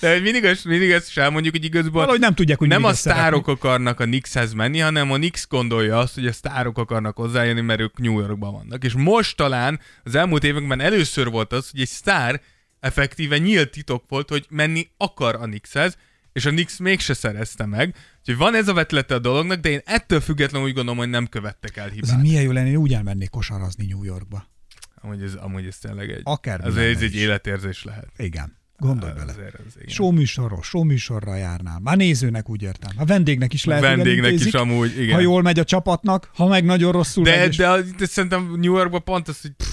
[SPEAKER 5] De hogy mindig, ezt- mindig ezt is elmondjuk, hogy igaziból
[SPEAKER 4] Valahogy nem tudják, hogy
[SPEAKER 5] nem
[SPEAKER 4] mindig
[SPEAKER 5] a
[SPEAKER 4] összerakni.
[SPEAKER 5] sztárok akarnak a Knickshez menni, hanem a Knicks gondolja azt, hogy a sztárok akarnak hozzájönni, mert ők New Yorkban vannak. És most talán az elmúlt években először volt az, hogy egy sztár effektíve nyílt titok volt, hogy menni akar a Knickshez, és a Knicks mégse szerezte meg. Úgyhogy van ez a vetlete a dolognak, de én ettől függetlenül úgy gondolom, hogy nem követtek el
[SPEAKER 4] Ez
[SPEAKER 5] hibát.
[SPEAKER 4] milyen jó lenne, én úgy elmennék kosarazni New Yorkba.
[SPEAKER 5] Amúgy ez, amúgy ez tényleg egy...
[SPEAKER 4] Akármi
[SPEAKER 5] ez, ez
[SPEAKER 4] lenne
[SPEAKER 5] egy
[SPEAKER 4] is.
[SPEAKER 5] életérzés lehet.
[SPEAKER 4] Igen. Gondolj bele.
[SPEAKER 5] Azért ez, igen.
[SPEAKER 4] Sóműsorról, sóműsorra járnám. Már nézőnek úgy értem. A vendégnek is lehet, hogy
[SPEAKER 5] Vendégnek is
[SPEAKER 4] elintézik,
[SPEAKER 5] amúgy, igen.
[SPEAKER 4] Ha jól megy a csapatnak, ha meg nagyon rosszul
[SPEAKER 5] De,
[SPEAKER 4] megy, és
[SPEAKER 5] de, az- de szerintem New Yorkban pont az, hogy pff,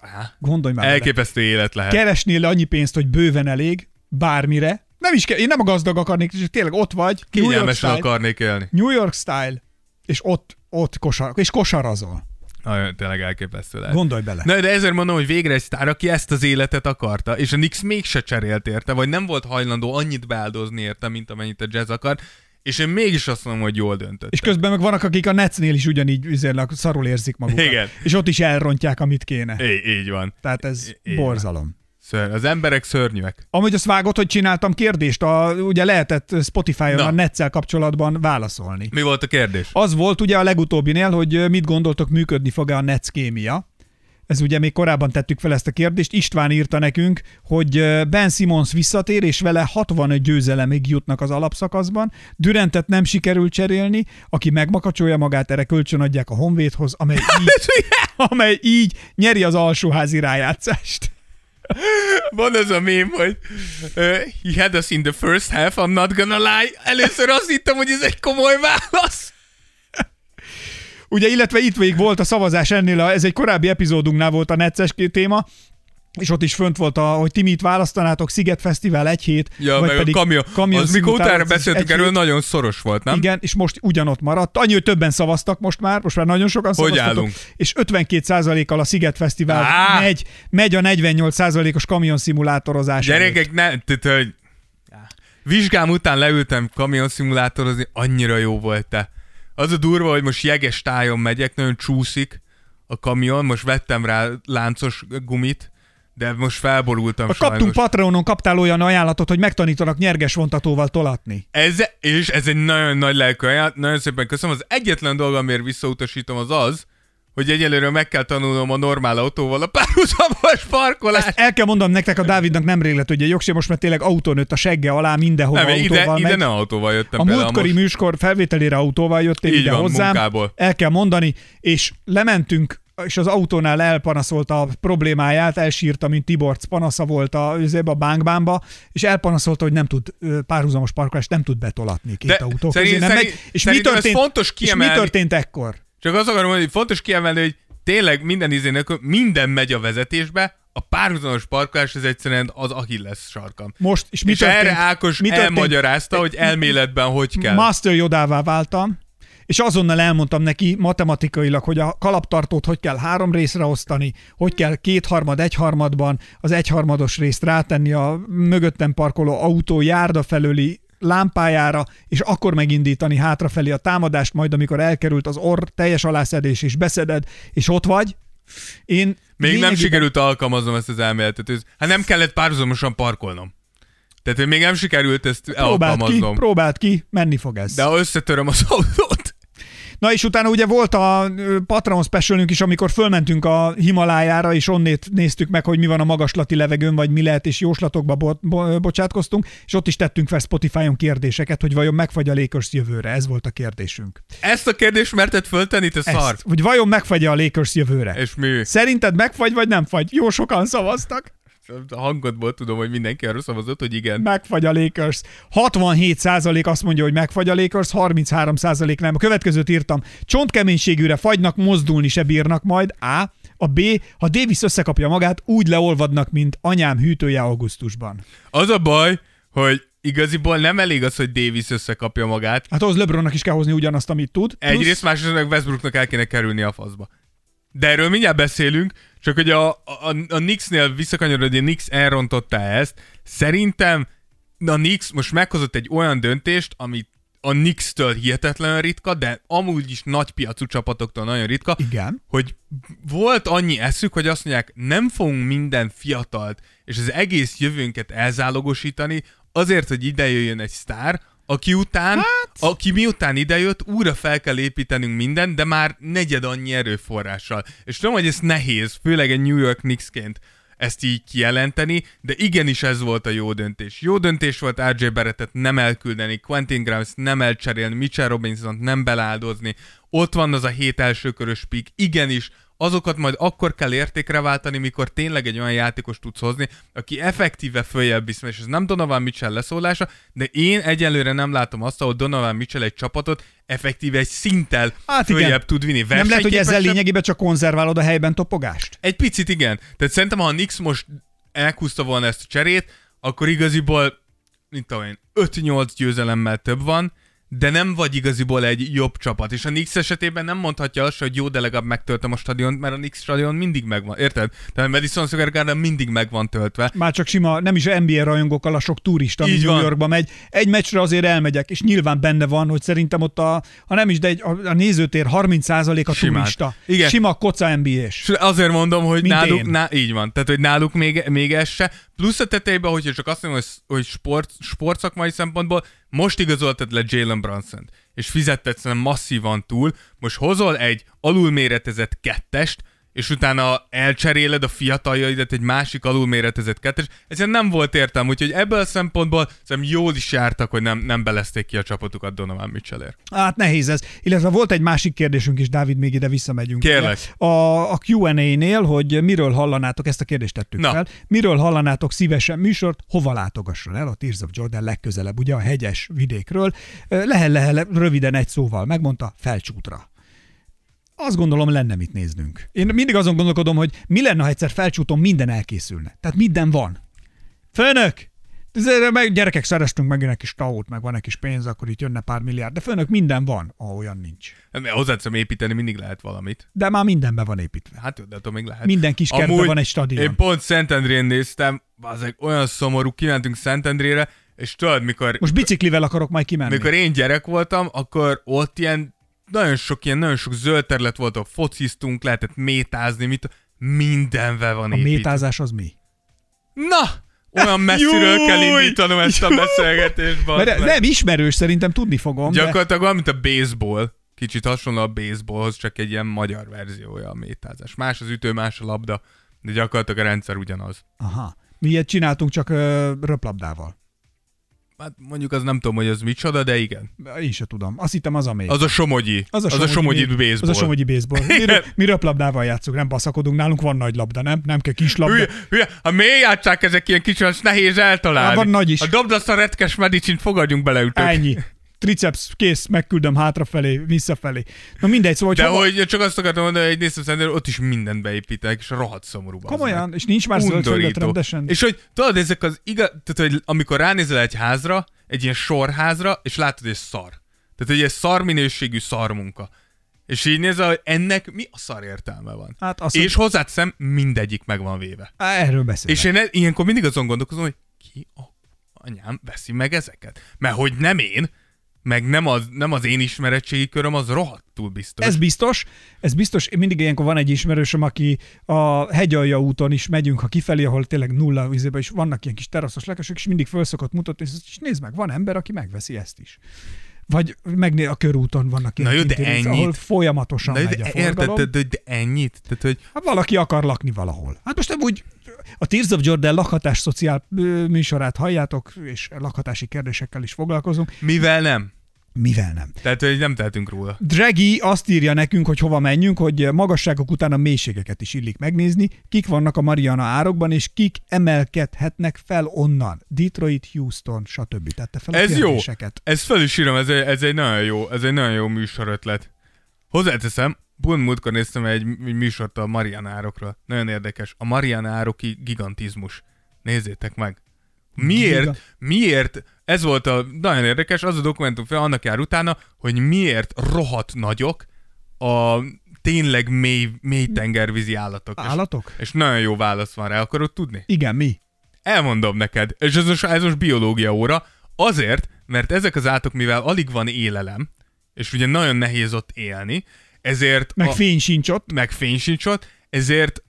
[SPEAKER 5] á,
[SPEAKER 4] gondolj már bele.
[SPEAKER 5] elképesztő élet lehet.
[SPEAKER 4] keresnél le annyi pénzt, hogy bőven elég, bármire. Nem is kell, én nem a gazdag akarnék, és tényleg ott vagy, New York
[SPEAKER 5] Kényelmesen
[SPEAKER 4] style,
[SPEAKER 5] akarnék élni.
[SPEAKER 4] New York style, és ott, ott kosar, és kosarazol.
[SPEAKER 5] Nagyon, tényleg elképesztő lehet.
[SPEAKER 4] Gondolj bele.
[SPEAKER 5] Na, de ezért mondom, hogy végre egy sztár, aki ezt az életet akarta, és a Nix mégse cserélt érte, vagy nem volt hajlandó annyit beáldozni érte, mint amennyit a jazz akar, és én mégis azt mondom, hogy jól döntött.
[SPEAKER 4] És közben meg vannak, akik a Netsnél is ugyanígy üzérlek, szarul érzik magukat.
[SPEAKER 5] Igen.
[SPEAKER 4] És ott is elrontják, amit kéne.
[SPEAKER 5] Így, így van.
[SPEAKER 4] Tehát ez
[SPEAKER 5] Igen.
[SPEAKER 4] borzalom.
[SPEAKER 5] Ször, az emberek szörnyűek.
[SPEAKER 4] Amúgy azt vágott, hogy csináltam kérdést, a, ugye lehetett Spotify-on
[SPEAKER 5] Na.
[SPEAKER 4] a Netszel kapcsolatban válaszolni.
[SPEAKER 5] Mi volt a kérdés?
[SPEAKER 4] Az volt ugye a legutóbbinél, hogy ö, mit gondoltok, működni fog-e a Netsz kémia. Ez ugye még korábban tettük fel ezt a kérdést. István írta nekünk, hogy ö, Ben Simmons visszatér, és vele 65 győzelemig jutnak az alapszakaszban. Dürentet nem sikerül cserélni, aki megmakacsolja magát, erre kölcsön adják a Honvédhoz, amely így, amely így nyeri az alsóházi rájátszást.
[SPEAKER 5] Van ez a mém, hogy uh, he had us in the first half, I'm not gonna lie. Először azt hittem, hogy ez egy komoly válasz.
[SPEAKER 4] Ugye, illetve itt még volt a szavazás ennél, a, ez egy korábbi epizódunknál volt a necces téma, és ott is fönt volt, a, hogy ti mit választanátok, Sziget Fesztivál egy hét,
[SPEAKER 5] Ja,
[SPEAKER 4] vagy
[SPEAKER 5] meg
[SPEAKER 4] pedig
[SPEAKER 5] a kamion.
[SPEAKER 4] kamion
[SPEAKER 5] az mikor utána
[SPEAKER 4] szimultánc is
[SPEAKER 5] beszéltünk
[SPEAKER 4] egy
[SPEAKER 5] erről,
[SPEAKER 4] hét.
[SPEAKER 5] nagyon szoros volt, nem?
[SPEAKER 4] Igen, és most ugyanott maradt. Annyi, hogy többen szavaztak most már, most már nagyon sokan
[SPEAKER 5] Hogy
[SPEAKER 4] szavaztatok.
[SPEAKER 5] állunk?
[SPEAKER 4] És 52%-kal a Sziget Fesztivál
[SPEAKER 5] Á!
[SPEAKER 4] megy, megy a 48%-os kamion szimulátorozás. előtt.
[SPEAKER 5] Gyerekek, ne, tehát, hogy vizsgám után leültem kamionszimulátorozani, annyira jó volt te. Az a durva, hogy most jeges tájon megyek, nagyon csúszik a kamion, most vettem rá láncos gumit, de most felborultam
[SPEAKER 4] A
[SPEAKER 5] sajnos.
[SPEAKER 4] kaptunk Patreonon, kaptál olyan ajánlatot, hogy megtanítanak nyerges vontatóval tolatni.
[SPEAKER 5] Ez, és ez egy nagyon nagy lelkű ajánlat, nagyon szépen köszönöm. Az egyetlen dolog, amiért visszautasítom, az az, hogy egyelőre meg kell tanulnom a normál autóval a párhuzamos parkolást.
[SPEAKER 4] Hát, El kell mondanom nektek, a Dávidnak nem lett, hogy a jogsi most már tényleg autón nőtt a segge alá, mindenhol
[SPEAKER 5] Nem, ide,
[SPEAKER 4] autóval
[SPEAKER 5] ide
[SPEAKER 4] megy.
[SPEAKER 5] nem autóval jöttem
[SPEAKER 4] a
[SPEAKER 5] például
[SPEAKER 4] múltkori
[SPEAKER 5] most.
[SPEAKER 4] műsor felvételére autóval jöttél
[SPEAKER 5] Így
[SPEAKER 4] ide
[SPEAKER 5] van,
[SPEAKER 4] hozzám,
[SPEAKER 5] munkából.
[SPEAKER 4] el kell mondani, és lementünk, és az autónál elpanaszolta a problémáját, elsírta, mint Tiborc panasza volt a, üzébe, a bánkbánba, és elpanaszolta, hogy nem tud ö, párhuzamos parkolást, nem tud betolatni két
[SPEAKER 5] De
[SPEAKER 4] autó
[SPEAKER 5] szerint-
[SPEAKER 4] közé, nem
[SPEAKER 5] szerint-
[SPEAKER 4] megy. És mi,
[SPEAKER 5] szerintem ez
[SPEAKER 4] történt,
[SPEAKER 5] fontos
[SPEAKER 4] és mi
[SPEAKER 5] kiemelni.
[SPEAKER 4] történt ekkor?
[SPEAKER 5] Csak azt akarom mondani, hogy fontos kiemelni, hogy tényleg minden izének, minden megy a vezetésbe, a párhuzamos parkolás ez egyszerűen az Achilles sarkam.
[SPEAKER 4] Most, és mi
[SPEAKER 5] és
[SPEAKER 4] történt?
[SPEAKER 5] erre Ákos
[SPEAKER 4] mi történt?
[SPEAKER 5] elmagyarázta, hogy elméletben hogy kell.
[SPEAKER 4] Master Jodává váltam, és azonnal elmondtam neki matematikailag, hogy a kalaptartót hogy kell három részre osztani, hogy kell kétharmad, egyharmadban az egyharmados részt rátenni a mögöttem parkoló autó járda felőli lámpájára, és akkor megindítani hátrafelé a támadást, majd amikor elkerült az orr teljes alászedés, és beszeded, és ott vagy, Én
[SPEAKER 5] Még nem
[SPEAKER 4] lényegében-
[SPEAKER 5] sikerült alkalmaznom ezt az elméletet. Ez- Hát nem kellett párhuzamosan parkolnom. Tehát hogy még nem sikerült ezt
[SPEAKER 4] Próbáld ki,
[SPEAKER 5] alkalmaznom.
[SPEAKER 4] próbáld ki, menni fog ez.
[SPEAKER 5] De ha összetöröm az autót,
[SPEAKER 4] Na és utána ugye volt a ö, Patreon specialünk is, amikor fölmentünk a Himalájára, és onnét néztük meg, hogy mi van a magaslati levegőn, vagy mi lehet, és jóslatokba bo- bo- bocsátkoztunk, és ott is tettünk fel Spotify-on kérdéseket, hogy vajon megfagy a Lakers jövőre. Ez volt a kérdésünk.
[SPEAKER 5] ezt a kérdést merted föltenni, te szar.
[SPEAKER 4] Ezt, hogy vajon megfagy a Lakers jövőre?
[SPEAKER 5] És mi?
[SPEAKER 4] Szerinted megfagy, vagy nem fagy? Jó sokan szavaztak.
[SPEAKER 5] A hangodból tudom, hogy mindenki arra szavazott, hogy igen.
[SPEAKER 4] Megfagy a Lakers. 67% azt mondja, hogy megfagy a Lakers, 33% nem. A következőt írtam. Csontkeménységűre fagynak, mozdulni se bírnak majd. A. A B. Ha Davis összekapja magát, úgy leolvadnak, mint anyám hűtője augusztusban.
[SPEAKER 5] Az a baj, hogy igaziból nem elég az, hogy Davis összekapja magát.
[SPEAKER 4] Hát ahhoz LeBronnak is kell hozni ugyanazt, amit tud. Plusz-
[SPEAKER 5] Egyrészt, másrészt meg Westbrooknak el kéne kerülni a faszba. De erről mindjárt beszélünk, csak hogy a, a, a Knicksnél visszakanyarodni, a Knicks elrontotta ezt. Szerintem a Knicks most meghozott egy olyan döntést, amit a Knicks-től hihetetlen ritka, de amúgy is nagy piacú csapatoktól nagyon ritka,
[SPEAKER 4] Igen.
[SPEAKER 5] hogy volt annyi eszük, hogy azt mondják, nem fogunk minden fiatalt és az egész jövőnket elzálogosítani, azért, hogy ide jöjjön egy sztár, aki után, hát... aki miután idejött, újra fel kell építenünk mindent, de már negyed annyi erőforrással. És tudom, hogy ez nehéz, főleg egy New York Knicksként ezt így kijelenteni, de igenis ez volt a jó döntés. Jó döntés volt RJ Barrettet nem elküldeni, Quentin Grimes nem elcserélni, Mitchell robinson nem beláldozni, ott van az a hét első körös pik, igenis, azokat majd akkor kell értékre váltani, mikor tényleg egy olyan játékos tudsz hozni, aki effektíve följebb visz, és ez nem Donovan Mitchell leszólása, de én egyelőre nem látom azt, ahol Donovan Mitchell egy csapatot effektíve egy szinttel
[SPEAKER 4] Hát igen.
[SPEAKER 5] följebb tud vinni.
[SPEAKER 4] Nem lehet, hogy ezzel
[SPEAKER 5] Versenyképesebb-
[SPEAKER 4] lényegében csak konzerválod a helyben topogást?
[SPEAKER 5] egy picit igen. Tehát szerintem, ha a Nix most elkúszta volna ezt a cserét, akkor igaziból, mint tudom én, 5-8 győzelemmel több van, de nem vagy igaziból egy jobb csapat. És a Nix esetében nem mondhatja azt, se, hogy jó, de legalább megtöltöm a stadiont, mert a Nix stadion mindig megvan. Érted? Tehát a Madison Square Garden mindig megvan töltve.
[SPEAKER 4] Már csak sima, nem is NBA rajongókkal, a sok turista, ami
[SPEAKER 5] Így
[SPEAKER 4] New
[SPEAKER 5] van.
[SPEAKER 4] Yorkba megy. Egy meccsre azért elmegyek, és nyilván benne van, hogy szerintem ott a, ha nem is, de egy, a, a nézőtér 30%-a
[SPEAKER 5] Simán.
[SPEAKER 4] turista.
[SPEAKER 5] Igen.
[SPEAKER 4] Sima koca NBA-s.
[SPEAKER 5] És azért mondom, hogy
[SPEAKER 4] Mint
[SPEAKER 5] náluk,
[SPEAKER 4] én.
[SPEAKER 5] ná, így van, tehát hogy náluk még, még ez se. Plusz a tetejében, hogyha csak azt mondom, hogy, hogy sport, sportszakmai szempontból, most igazoltad le Jalen brunson és fizetted szerintem masszívan túl, most hozol egy alulméretezett kettest, és utána elcseréled a fiataljaidat egy másik alulméretezett kettes. Ezen nem volt értem, úgyhogy ebből a szempontból szerintem jól is jártak, hogy nem, nem belezték ki a csapatukat Donovan Mitchellért.
[SPEAKER 4] Hát nehéz ez. Illetve volt egy másik kérdésünk is, Dávid, még ide visszamegyünk.
[SPEAKER 5] Kérlek.
[SPEAKER 4] A, a Q&A-nél, hogy miről hallanátok, ezt a kérdést tettük
[SPEAKER 5] Na.
[SPEAKER 4] fel, miről hallanátok szívesen műsort, hova látogasson el a Tears of Jordan legközelebb, ugye a hegyes vidékről. Lehel, lehel, röviden egy szóval megmondta, felcsútra. Azt gondolom, lenne mit néznünk. Én mindig azon gondolkodom, hogy mi lenne, ha egyszer felcsúton minden elkészülne. Tehát minden van. Főnök! Ez- Meg gyerekek, szereztünk meg egy kis taót, meg van egy kis pénz, akkor itt jönne pár milliárd. De főnök, minden van, ha olyan nincs.
[SPEAKER 5] Mert Hozzá tudom építeni, mindig lehet valamit.
[SPEAKER 4] De már mindenbe van építve.
[SPEAKER 5] Hát jó, de attól még lehet.
[SPEAKER 4] Minden kis kertben van egy stadion.
[SPEAKER 5] Én pont Szentendrén néztem, azek olyan szomorú, kimentünk Szentendrére, és tudod, mikor,
[SPEAKER 4] Most biciklivel akarok majd kimenni.
[SPEAKER 5] mikor én gyerek voltam, akkor ott ilyen nagyon sok ilyen, nagyon sok zöld terület volt, ahol fociztunk, lehetett métázni, mit, mindenvel van
[SPEAKER 4] a
[SPEAKER 5] építve.
[SPEAKER 4] métázás az mi?
[SPEAKER 5] Na! Olyan messziről
[SPEAKER 4] Júj!
[SPEAKER 5] kell indítanom ezt a
[SPEAKER 4] Júj!
[SPEAKER 5] beszélgetést, bazd
[SPEAKER 4] Mert
[SPEAKER 5] meg.
[SPEAKER 4] nem ismerős, szerintem tudni fogom. De...
[SPEAKER 5] Gyakorlatilag olyan, mint a baseball. Kicsit hasonló a baseballhoz, csak egy ilyen magyar verziója a métázás. Más az ütő, más a labda, de gyakorlatilag a rendszer ugyanaz.
[SPEAKER 4] Aha. Mi ilyet csináltunk csak ö, röplabdával.
[SPEAKER 5] Hát mondjuk az nem tudom, hogy az micsoda, de igen.
[SPEAKER 4] Én se tudom. Azt hittem az a még.
[SPEAKER 5] Az a somogyi. az a somogyi baseball.
[SPEAKER 4] Az a somogyi baseball. Mi,
[SPEAKER 5] Igen.
[SPEAKER 4] rö- mi röplabdával játszunk, nem baszakodunk, nálunk van nagy labda, nem? Nem kell kis labda.
[SPEAKER 5] Hülye, hülye, ha mély játszák ezek ilyen kicsit, azt nehéz eltalálni.
[SPEAKER 4] Á, van nagy is.
[SPEAKER 5] A dobd azt a retkes medicint, fogadjunk bele ütök.
[SPEAKER 4] Ennyi. Triceps, kész, megküldöm hátrafelé, visszafelé. Na mindegy, szóval, hogy
[SPEAKER 5] De
[SPEAKER 4] hova-
[SPEAKER 5] hogy csak azt akartam mondani, hogy néztem szerintem, ott is mindent beépítenek, és rohadt szomorú. bazd
[SPEAKER 4] Komolyan,
[SPEAKER 5] meg.
[SPEAKER 4] és nincs már zöld felület
[SPEAKER 5] Undorító.
[SPEAKER 4] rendesen.
[SPEAKER 5] És hogy tudod, ezek az igaz, tehát hogy amikor ránézel egy házra, egy ilyen sorházra, és látod, hogy szar. Tehát, hogy ez szar minőségű szarmunka. És így nézel, hogy ennek mi a szar értelme van.
[SPEAKER 4] Hát azt,
[SPEAKER 5] és hozzáteszem, mindegyik meg van véve.
[SPEAKER 4] Á, erről beszélek.
[SPEAKER 5] És én el- ilyenkor mindig azon gondolkozom, hogy ki a anyám veszi meg ezeket? Mert hogy nem én, meg nem az, nem az én ismeretségi köröm, az rohadtul biztos.
[SPEAKER 4] Ez biztos, ez biztos. Mindig ilyenkor van egy ismerősöm, aki a hegyalja úton is megyünk, ha kifelé, ahol tényleg nulla vizébe, és vannak ilyen kis teraszos lekesek, és mindig föl szokott mutatni, és azt mondja, "És nézd meg, van ember, aki megveszi ezt is. Vagy megné a körúton vannak ilyen
[SPEAKER 5] Na jó, de
[SPEAKER 4] kintérinc,
[SPEAKER 5] ennyit.
[SPEAKER 4] ahol folyamatosan
[SPEAKER 5] de,
[SPEAKER 4] megy
[SPEAKER 5] de
[SPEAKER 4] a
[SPEAKER 5] érted,
[SPEAKER 4] forgalom.
[SPEAKER 5] de, de, de ennyit? Tehát, hogy
[SPEAKER 4] Hát valaki akar lakni valahol. Hát most nem úgy, a Tears of Jordan lakhatás szociál ö, műsorát halljátok, és lakhatási kérdésekkel is foglalkozunk.
[SPEAKER 5] mivel nem?
[SPEAKER 4] Mivel nem?
[SPEAKER 5] Tehát, hogy nem tehetünk róla.
[SPEAKER 4] Draghi azt írja nekünk, hogy hova menjünk, hogy magasságok után a mélységeket is illik megnézni, kik vannak a Mariana árokban, és kik emelkedhetnek fel onnan. Detroit, Houston, stb. Tette fel a
[SPEAKER 5] Ez jó.
[SPEAKER 4] kérdéseket.
[SPEAKER 5] Ez fel is írom, ez egy, ez egy nagyon jó, ez egy nagyon jó műsorötlet. Hozzáteszem, pont múltkor néztem egy m- műsort a Marianárokra. Nagyon érdekes. A Marianároki gigantizmus. Nézzétek meg.
[SPEAKER 4] Giga.
[SPEAKER 5] Miért, miért, ez volt a, nagyon érdekes, az a dokumentum fel, annak jár utána, hogy miért rohadt nagyok a tényleg mély, mély tengervízi állatok.
[SPEAKER 4] Állatok?
[SPEAKER 5] És, és nagyon jó válasz van rá, akarod tudni?
[SPEAKER 4] Igen, mi?
[SPEAKER 5] Elmondom neked, és ez most, ez most biológia óra, azért, mert ezek az állatok, mivel alig van élelem, és ugye nagyon nehéz ott élni, ezért
[SPEAKER 4] Meg fény sincs ott.
[SPEAKER 5] meg fény sincs ott, ezért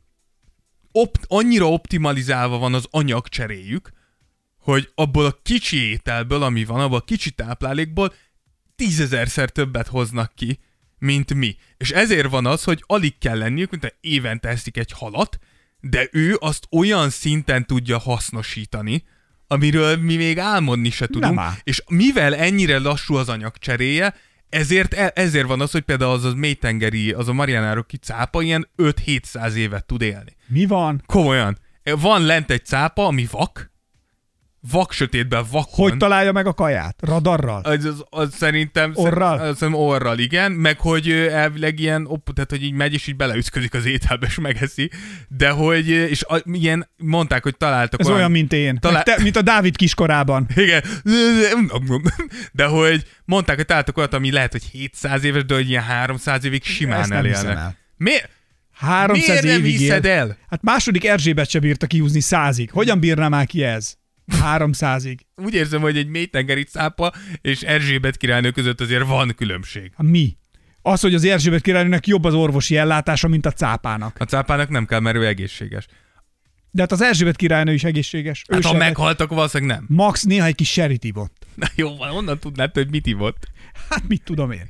[SPEAKER 5] opt, annyira optimalizálva van az anyagcseréjük, hogy abból a kicsi ételből, ami van, abból a kicsi táplálékból tízezerszer többet hoznak ki, mint mi. És ezért van az, hogy alig kell lenniük, mint ha évente eszik egy halat, de ő azt olyan szinten tudja hasznosítani, amiről mi még álmodni se tudunk.
[SPEAKER 4] áll.
[SPEAKER 5] és mivel ennyire lassú az anyagcseréje, ezért, e- ezért van az, hogy például az, az mélytengeri, az a marianároki cápa ilyen 5-700 évet tud élni.
[SPEAKER 4] Mi van?
[SPEAKER 5] Komolyan. Van lent egy cápa, ami vak, vak sötétben vakon.
[SPEAKER 4] Hogy találja meg a kaját? Radarral?
[SPEAKER 5] Az, az, az szerintem...
[SPEAKER 4] Orral?
[SPEAKER 5] Azt hiszem orral, igen. Meg hogy ö, elvileg ilyen, op, tehát hogy így megy, és így beleütközik az ételbe, és megeszi. De hogy, ö, és a, ilyen, mondták, hogy találtak
[SPEAKER 4] Ez olyan, mint én. Talál...
[SPEAKER 5] Talál-
[SPEAKER 4] Te, mint a Dávid kiskorában.
[SPEAKER 5] igen. De hogy mondták, hogy találtak olyat, ami lehet, hogy 700 éves, de hogy ilyen 300 évig simán
[SPEAKER 4] Ezt nem
[SPEAKER 5] elélnek.
[SPEAKER 4] hiszem el.
[SPEAKER 5] Miért?
[SPEAKER 4] 300
[SPEAKER 5] Miért nem
[SPEAKER 4] évig
[SPEAKER 5] hiszed
[SPEAKER 4] élt.
[SPEAKER 5] el?
[SPEAKER 4] Hát második Erzsébet se bírta kihúzni százig. Hogyan bírná már ki ez? 300-ig.
[SPEAKER 5] Úgy érzem, hogy egy mélytengeri cápa és Erzsébet királynő között azért van különbség.
[SPEAKER 4] Hát mi? Az, hogy az Erzsébet királynőnek jobb az orvosi ellátása, mint a cápának.
[SPEAKER 5] A cápának nem kell, mert ő egészséges.
[SPEAKER 4] De hát az Erzsébet királynő is egészséges. Ő
[SPEAKER 5] Hát ha
[SPEAKER 4] sem lett-
[SPEAKER 5] meghaltak, valószínűleg nem.
[SPEAKER 4] Max néha egy kis serit ivott.
[SPEAKER 5] Na jó, van, onnan tudnád, hogy mit ivott.
[SPEAKER 4] Hát mit tudom én.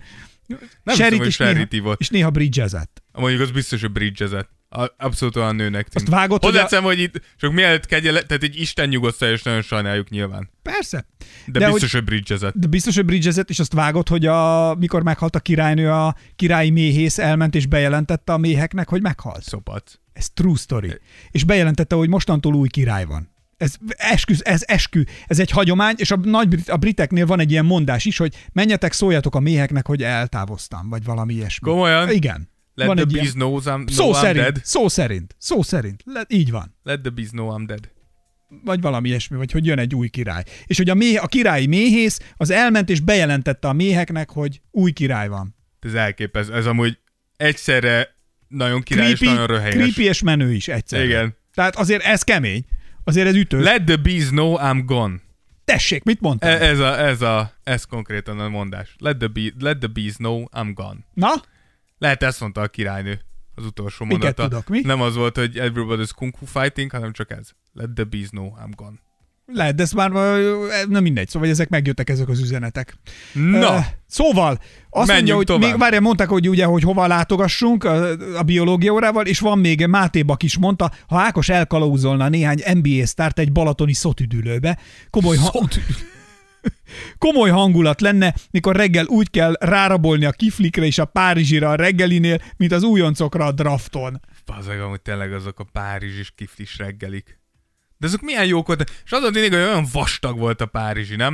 [SPEAKER 5] Nem
[SPEAKER 4] Sherryt
[SPEAKER 5] tudom, hogy
[SPEAKER 4] is
[SPEAKER 5] Sherryt
[SPEAKER 4] néha,
[SPEAKER 5] ivott.
[SPEAKER 4] És néha bridgezett.
[SPEAKER 5] Mondjuk az biztos, hogy bridgezett. A- Abszolút olyan nőnek tűnt.
[SPEAKER 4] Azt vágod,
[SPEAKER 5] hogy
[SPEAKER 4] hogy a-
[SPEAKER 5] a... hogy itt, csak mielőtt kegyele, tehát egy Isten nyugosztal, és nagyon sajnáljuk nyilván.
[SPEAKER 4] Persze.
[SPEAKER 5] De, de biztos, hogy, hogy bridgezett.
[SPEAKER 4] De biztos, hogy bridgezett, és azt vágott, hogy a, mikor meghalt a királynő, a királyi méhész elment és bejelentette a méheknek, hogy meghalt.
[SPEAKER 5] Szopat.
[SPEAKER 4] Ez true story. És bejelentette, hogy mostantól új király van. Ez eskü, ez eskü, ez egy hagyomány, és a, nagy, a briteknél van egy ilyen mondás is, hogy menjetek, szóljatok a méheknek, hogy eltávoztam, vagy valami ilyesmi.
[SPEAKER 5] Komolyan?
[SPEAKER 4] Igen.
[SPEAKER 5] Let
[SPEAKER 4] van
[SPEAKER 5] the
[SPEAKER 4] egy
[SPEAKER 5] bees
[SPEAKER 4] ilyen...
[SPEAKER 5] know I'm,
[SPEAKER 4] Szó
[SPEAKER 5] know I'm
[SPEAKER 4] szerint,
[SPEAKER 5] dead.
[SPEAKER 4] szó szerint, szó szerint, Le, így van.
[SPEAKER 5] Let the bees know I'm dead.
[SPEAKER 4] Vagy valami ilyesmi, vagy hogy jön egy új király. És hogy a, méh, a királyi méhész az elment és bejelentette a méheknek, hogy új király van.
[SPEAKER 5] Ez elképesztő. Ez amúgy egyszerre nagyon király és nagyon röhelyes.
[SPEAKER 4] creepy és menő is egyszer.
[SPEAKER 5] Igen.
[SPEAKER 4] Tehát azért ez kemény, azért ez ütő.
[SPEAKER 5] Let the bees know I'm gone.
[SPEAKER 4] Tessék, mit mondtam?
[SPEAKER 5] E- ez, a, ez, a, ez konkrétan a mondás. Let the, be- let the bees know I'm gone.
[SPEAKER 4] Na?
[SPEAKER 5] Lehet ezt mondta a királynő az utolsó
[SPEAKER 4] Miket
[SPEAKER 5] mondata.
[SPEAKER 4] tudok, mi?
[SPEAKER 5] Nem az volt, hogy everybody's kung fu fighting, hanem csak ez. Let the bees know I'm gone.
[SPEAKER 4] Lehet, de ez már ö, nem mindegy, szóval ezek megjöttek ezek az üzenetek.
[SPEAKER 5] Na,
[SPEAKER 4] Ö, szóval, azt
[SPEAKER 5] Menjünk
[SPEAKER 4] mondja, hogy
[SPEAKER 5] tovább.
[SPEAKER 4] még várjál, mondták, hogy ugye, hogy hova látogassunk a, a biológia órával, és van még Máté Bak is mondta, ha Ákos elkalauzolna néhány NBA sztárt egy balatoni szotüdülőbe, komoly, ha-
[SPEAKER 5] Szóval-
[SPEAKER 4] komoly hangulat lenne, mikor reggel úgy kell rárabolni a kiflikre és a párizsira a reggelinél, mint az újoncokra a drafton.
[SPEAKER 5] bazeg, amúgy tényleg azok a Párizs és kiflis reggelik. De azok milyen jók voltak. És az a tényleg, hogy olyan vastag volt a Párizsi, nem?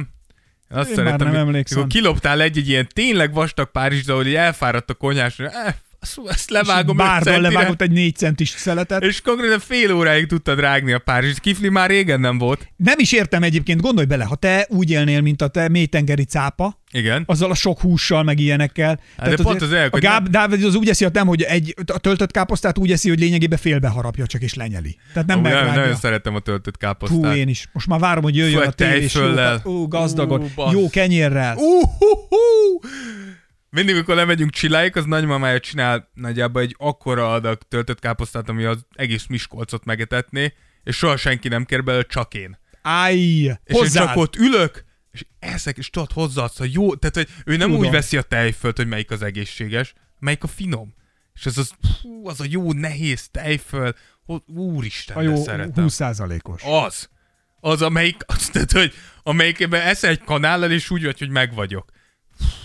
[SPEAKER 5] Én azt
[SPEAKER 4] Én már nem
[SPEAKER 5] mi-
[SPEAKER 4] emlékszem.
[SPEAKER 5] Mikor kiloptál egy-egy ilyen tényleg vastag Párizsda, hogy így elfáradt a konyhás, hogy eh, faszom, ezt levágom öt
[SPEAKER 4] bárban
[SPEAKER 5] centire.
[SPEAKER 4] levágott egy négy centis szeletet.
[SPEAKER 5] És konkrétan fél óráig tudtad rágni a Párizsit. Kifli már régen nem volt.
[SPEAKER 4] Nem is értem egyébként, gondolj bele, ha te úgy élnél, mint a te mélytengeri cápa,
[SPEAKER 5] Igen.
[SPEAKER 4] azzal a sok hússal, meg ilyenekkel. Tehát
[SPEAKER 5] Hát de pont
[SPEAKER 4] azért
[SPEAKER 5] az elk,
[SPEAKER 4] a
[SPEAKER 5] hogy
[SPEAKER 4] Gáb,
[SPEAKER 5] nem-
[SPEAKER 4] Dávid az úgy eszi, hogy nem, hogy egy, a töltött káposztát úgy eszi, hogy lényegében félbeharapja csak és lenyeli. Tehát nem
[SPEAKER 5] Amúgy nagyon,
[SPEAKER 4] megrágja.
[SPEAKER 5] nagyon szeretem a töltött káposztát.
[SPEAKER 4] Hú, én is. Most már várom, hogy jöjjön
[SPEAKER 5] Fú,
[SPEAKER 4] a tévés hát,
[SPEAKER 5] tejföllel.
[SPEAKER 4] jókat. Ó, gazdagon.
[SPEAKER 5] Ú, bassz.
[SPEAKER 4] Jó kenyérrel.
[SPEAKER 5] Uhuhu! Mindig, amikor lemegyünk csilláig, az nagymamája csinál nagyjából egy akkora adag töltött káposztát, ami az egész Miskolcot megetetné, és soha senki nem kér belőle, csak én.
[SPEAKER 4] Állj,
[SPEAKER 5] És én
[SPEAKER 4] hozzád.
[SPEAKER 5] csak ott ülök, és eszek, és tudod, hozzáadsz a jó, tehát hogy ő nem
[SPEAKER 4] Tudom.
[SPEAKER 5] Tudom. úgy veszi a tejfölt, hogy melyik az egészséges, melyik a finom. És ez az, hú, az a jó, nehéz tejföl, hol- úristen,
[SPEAKER 4] A
[SPEAKER 5] de
[SPEAKER 4] jó
[SPEAKER 5] szeretem.
[SPEAKER 4] 20%-os.
[SPEAKER 5] Az. Az, amelyik, azt tehát, hogy amelyikben eszel egy kanállal, és úgy vagy, hogy meg vagyok.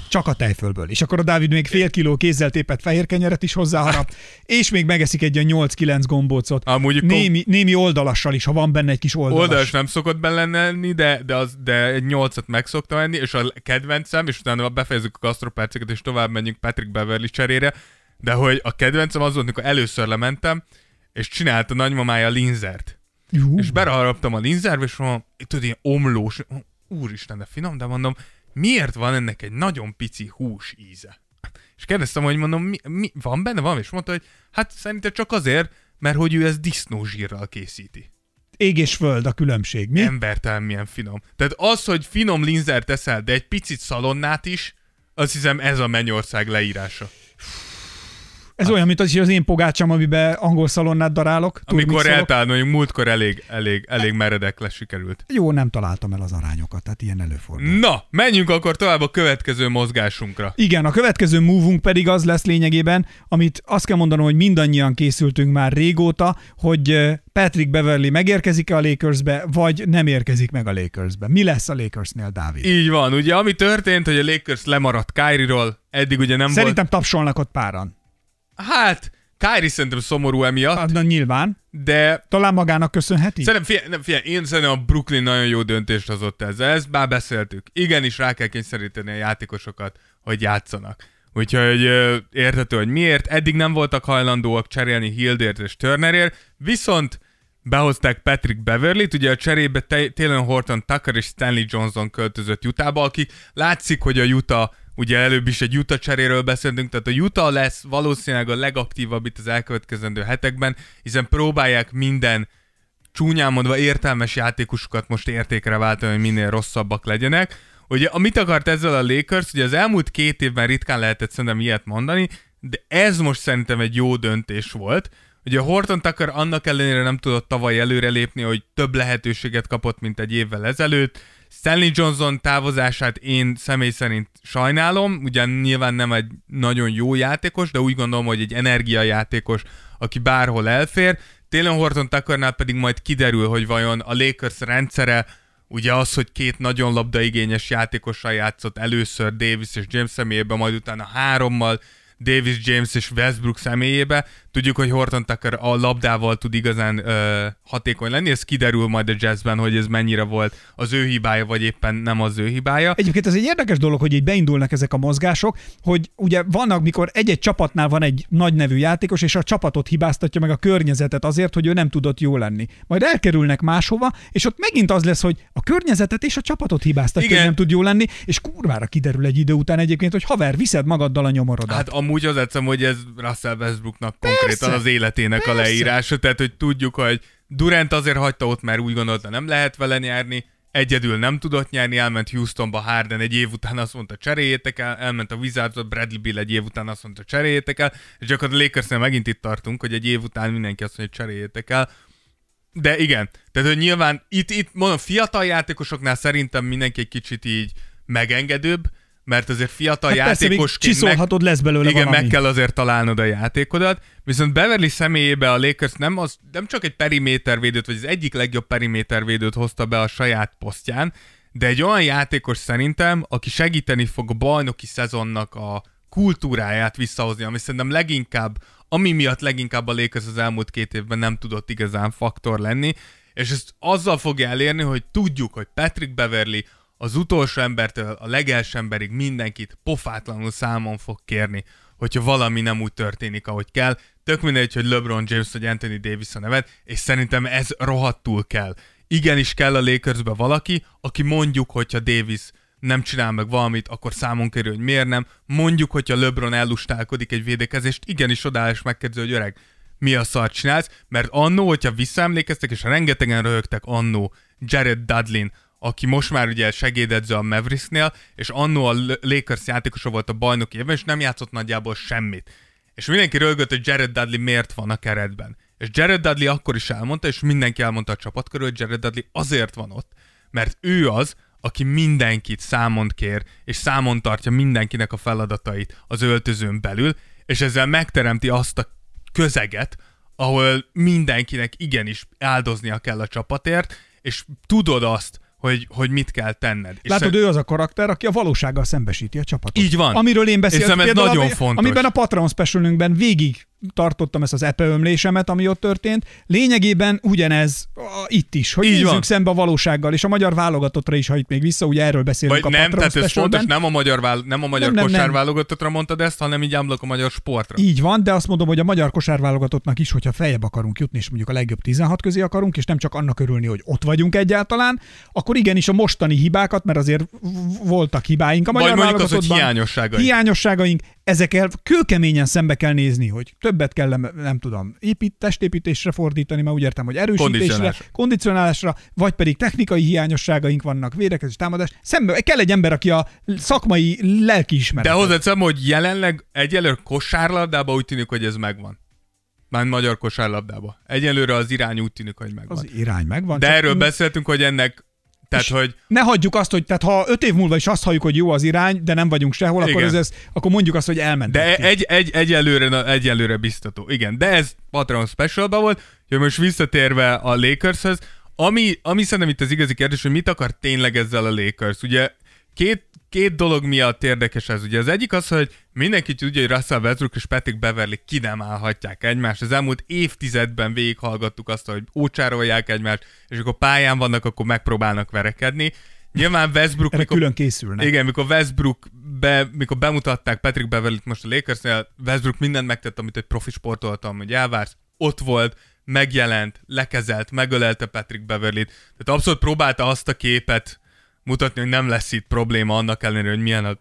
[SPEAKER 4] Csak a tejfölből. És akkor a Dávid még fél kiló kézzel tépett fehér kenyeret is
[SPEAKER 5] Hát.
[SPEAKER 4] hozzáharap, és még megeszik egy olyan 8-9 gombócot.
[SPEAKER 5] Amúgy kom-
[SPEAKER 4] némi, némi oldalassal is, ha van benne egy kis oldalas.
[SPEAKER 5] Oldalas nem szokott benne lenni, de, de, az, de egy nyolcat meg szoktam enni, és a kedvencem, és utána befejezzük a gasztroperceket, és tovább menjünk Patrick Beverly cserére, de hogy a kedvencem az volt, mikor először lementem, és csinálta nagymamája a linzert.
[SPEAKER 4] Jú,
[SPEAKER 5] És beraharaptam a linzerbe, és mondom, tudod, ilyen omlós, úristen, de finom, de mondom, miért van ennek egy nagyon pici hús íze? És kérdeztem, hogy mondom, mi, mi van benne valami? És mondta, hogy hát szerinte csak azért, mert hogy ő ezt disznózsírral készíti
[SPEAKER 4] ég és föld a különbség. Mi?
[SPEAKER 5] embertelen milyen finom. Tehát az, hogy finom linzert eszel, de egy picit szalonnát is, azt hiszem ez a Mennyország leírása.
[SPEAKER 4] Ez olyan, mint az, is az én pogácsam, amiben angol szalonnát darálok.
[SPEAKER 5] Amikor
[SPEAKER 4] turmixolok.
[SPEAKER 5] eltálom, hogy múltkor elég, elég, elég meredek le sikerült.
[SPEAKER 4] Jó, nem találtam el az arányokat, tehát ilyen előfordul.
[SPEAKER 5] Na, menjünk akkor tovább a következő mozgásunkra.
[SPEAKER 4] Igen, a következő move pedig az lesz lényegében, amit azt kell mondanom, hogy mindannyian készültünk már régóta, hogy ö, Patrick Beverly megérkezik a Lakersbe, vagy nem érkezik meg a Lakersbe. Mi lesz a Lakersnél, Dávid?
[SPEAKER 5] Így van, ugye ami történt, hogy a Lakers lemaradt Kyrie-ról, eddig ugye nem
[SPEAKER 4] Szerintem tapsolnak ott páran.
[SPEAKER 5] volt. Hát, Kyrie szerintem szomorú emiatt,
[SPEAKER 4] Na, nyilván.
[SPEAKER 5] de
[SPEAKER 4] Talán magának köszönheti?
[SPEAKER 5] Szerintem, figyelj, nem, figyelj, én szerintem a Brooklyn nagyon jó döntést hozott ezzel, ezt már beszéltük. Igenis rá kell kényszeríteni a játékosokat, hogy játszanak. Úgyhogy ö, érthető, hogy miért. Eddig nem voltak hajlandóak cserélni Hildért és Turnerért, viszont behozták Patrick Beverlyt, ugye a cserébe Te- Taylor Horton Tucker és Stanley Johnson költözött Utahba, akik látszik, hogy a Utah Ugye előbb is egy Utah cseréről beszéltünk, tehát a Utah lesz valószínűleg a legaktívabb itt az elkövetkezendő hetekben, hiszen próbálják minden csúnyán mondva értelmes játékosokat most értékre váltani, hogy minél rosszabbak legyenek. Ugye, amit akart ezzel a Lakers, ugye az elmúlt két évben ritkán lehetett szerintem ilyet mondani, de ez most szerintem egy jó döntés volt. Ugye a Horton Tucker annak ellenére nem tudott tavaly előrelépni, hogy több lehetőséget kapott, mint egy évvel ezelőtt. Stanley Johnson távozását én személy szerint sajnálom, ugyan nyilván nem egy nagyon jó játékos, de úgy gondolom, hogy egy energiajátékos, aki bárhol elfér. Télen Horton Tuckernál pedig majd kiderül, hogy vajon a Lakers rendszere, ugye az, hogy két nagyon labdaigényes játékossal játszott először Davis és James személyében, majd utána hárommal, Davis, James és Westbrook személyébe. Tudjuk, hogy Horton Tucker a labdával tud igazán ö, hatékony lenni, ez kiderül majd a jazzben, hogy ez mennyire volt az ő hibája, vagy éppen nem az ő hibája.
[SPEAKER 4] Egyébként ez egy érdekes dolog, hogy így beindulnak ezek a mozgások, hogy ugye vannak, mikor egy-egy csapatnál van egy nagy nevű játékos, és a csapatot hibáztatja meg a környezetet azért, hogy ő nem tudott jó lenni. Majd elkerülnek máshova, és ott megint az lesz, hogy a környezetet és a csapatot hibáztatja,
[SPEAKER 5] Igen.
[SPEAKER 4] hogy nem tud jó lenni, és kurvára kiderül egy idő után egyébként, hogy haver, viszed magaddal a nyomorodat.
[SPEAKER 5] Hát amúgy az egyszerűen, hogy ez Russell Westbrooknak konkrétan
[SPEAKER 4] Persze,
[SPEAKER 5] az életének
[SPEAKER 4] persze.
[SPEAKER 5] a leírása, tehát hogy tudjuk, hogy Durant azért hagyta ott, mert úgy gondolta nem lehet vele nyerni, egyedül nem tudott nyerni, elment Houstonba Harden egy év után azt mondta cseréljétek el, elment a Wizardsba Bradley Bill egy év után azt mondta cseréljétek el, és gyakorlatilag Lakersnél megint itt tartunk, hogy egy év után mindenki azt mondja cseréljétek el, de igen, tehát hogy nyilván itt, itt mondom, fiatal játékosoknál szerintem mindenki egy kicsit így megengedőbb, mert azért fiatal
[SPEAKER 4] Hát persze, még
[SPEAKER 5] játékosként
[SPEAKER 4] csiszolhatod, lesz belőle
[SPEAKER 5] Igen,
[SPEAKER 4] valami.
[SPEAKER 5] meg kell azért találnod a játékodat, viszont Beverly személyébe a Lakers nem, az, nem csak egy perimétervédőt, vagy az egyik legjobb perimétervédőt hozta be a saját posztján, de egy olyan játékos szerintem, aki segíteni fog a bajnoki szezonnak a kultúráját visszahozni, ami szerintem leginkább, ami miatt leginkább a Lakers az elmúlt két évben nem tudott igazán faktor lenni, és ezt azzal fogja elérni, hogy tudjuk, hogy Patrick Beverly az utolsó embertől a legelső emberig mindenkit pofátlanul számon fog kérni. hogyha valami nem úgy történik, ahogy kell. Tök mindegy, hogy LeBron James vagy Anthony Davis a neved, és szerintem ez rohadtul kell. Igenis kell a Lakersbe valaki, aki mondjuk, hogyha Davis nem csinál meg valamit, akkor számon kerül, hogy miért nem. Mondjuk, hogyha LeBron ellustálkodik egy védekezést, igenis odáll és megkérdezi, hogy öreg, mi a szart csinálsz, mert annó, hogyha visszaemlékeztek, és rengetegen röhögtek annó Jared Dudlin, aki most már ugye segédedző a Mavericksnél, és annó a L- Lakers játékosa volt a bajnoki évben, és nem játszott nagyjából semmit. És mindenki röhögött, hogy Jared Dudley miért van a keretben. És Jared Dudley akkor is elmondta, és mindenki elmondta a csapat körül, hogy Jared Dudley azért van ott, mert ő az, aki mindenkit számon kér, és számon tartja mindenkinek a feladatait az öltözőn belül, és ezzel megteremti azt a közeget, ahol mindenkinek igenis áldoznia kell a csapatért, és tudod azt, hogy, hogy mit kell tenned. És
[SPEAKER 4] Látod,
[SPEAKER 5] szer-
[SPEAKER 4] ő az a karakter, aki a valósággal szembesíti a csapatot.
[SPEAKER 5] Így van.
[SPEAKER 4] Amiről én
[SPEAKER 5] És
[SPEAKER 4] beszéltem.
[SPEAKER 5] szerintem ez nagyon fontos.
[SPEAKER 4] Amiben a Patreon specialünkben végig tartottam ezt az epe ömlésemet, ami ott történt. Lényegében ugyanez a, itt is, hogy
[SPEAKER 5] Így
[SPEAKER 4] Így nézzük
[SPEAKER 5] van.
[SPEAKER 4] szembe a valósággal, és a magyar válogatottra is, ha itt még vissza, ugye erről beszélünk
[SPEAKER 5] Vagy
[SPEAKER 4] a
[SPEAKER 5] nem,
[SPEAKER 4] Patreon
[SPEAKER 5] tehát ez
[SPEAKER 4] specialben.
[SPEAKER 5] fontos, nem a magyar, válo- nem a magyar
[SPEAKER 4] Nem, nem,
[SPEAKER 5] nem,
[SPEAKER 4] nem.
[SPEAKER 5] kosárválogatottra mondtad ezt, hanem így ámblok a magyar sportra.
[SPEAKER 4] Így van, de azt mondom, hogy a magyar kosárválogatottnak is, hogyha feljebb akarunk jutni, és mondjuk a legjobb 16 közé akarunk, és nem csak annak örülni, hogy ott vagyunk egyáltalán, akkor igenis a mostani hibákat, mert azért v- voltak hibáink a
[SPEAKER 5] Vagy
[SPEAKER 4] magyar
[SPEAKER 5] mondjuk az, hogy
[SPEAKER 4] válogatottban.
[SPEAKER 5] hiányosságaink.
[SPEAKER 4] Hiányosságaink, ezekkel kőkeményen szembe kell nézni, hogy többet kell, nem, nem tudom, épít, testépítésre fordítani, mert úgy értem, hogy erősítésre,
[SPEAKER 5] Kondicionálásra.
[SPEAKER 4] kondicionálásra, vagy pedig technikai hiányosságaink vannak, védekezés, támadás. Szembe kell egy ember, aki a szakmai
[SPEAKER 5] De
[SPEAKER 4] lelkiismeret.
[SPEAKER 5] hozzáteszem, hogy jelenleg egyelőre kosárlabdában úgy tűnik, hogy ez megvan. Már magyar kosárlabdában. Egyelőre az irány úgy tűnik, hogy megvan.
[SPEAKER 4] Az Hát- irány megvan.
[SPEAKER 5] De
[SPEAKER 4] csak
[SPEAKER 5] erről
[SPEAKER 4] mi-
[SPEAKER 5] beszéltünk, hogy ennek, tehát hogy
[SPEAKER 4] ne hagyjuk azt, hogy tehát ha öt év múlva is azt halljuk, hogy jó az irány, de nem vagyunk sehol, akkor,
[SPEAKER 5] Igen.
[SPEAKER 4] ez, ez, akkor mondjuk azt, hogy elment.
[SPEAKER 5] de egy, egy, egyelőre, na, egyelőre biztató. Igen, de ez Patreon specialban volt, hogy most visszatérve a Lakershez, ami, ami szerintem itt az igazi kérdés, hogy mit akar tényleg ezzel a Lakers. Ugye két, két dolog miatt érdekes ez. Ugye az egyik az, hogy mindenki tudja, hogy Russell Westbrook és Patrick Beverly ki nem állhatják egymást. Az elmúlt évtizedben végighallgattuk azt, hogy ócsárolják egymást, és akkor pályán vannak, akkor megpróbálnak verekedni. Nyilván Westbrook...
[SPEAKER 4] Erre
[SPEAKER 5] mikor-
[SPEAKER 4] külön készülnek.
[SPEAKER 5] igen, mikor Westbrook be, mikor bemutatták Patrick beverly most a Lakersnél, Westbrook mindent megtett, amit egy profi sportoltam, hogy elvársz, ott volt, megjelent, lekezelt, megölelte Patrick beverly Tehát abszolút próbálta azt a képet mutatni, hogy nem lesz itt probléma annak ellenére, hogy milyen az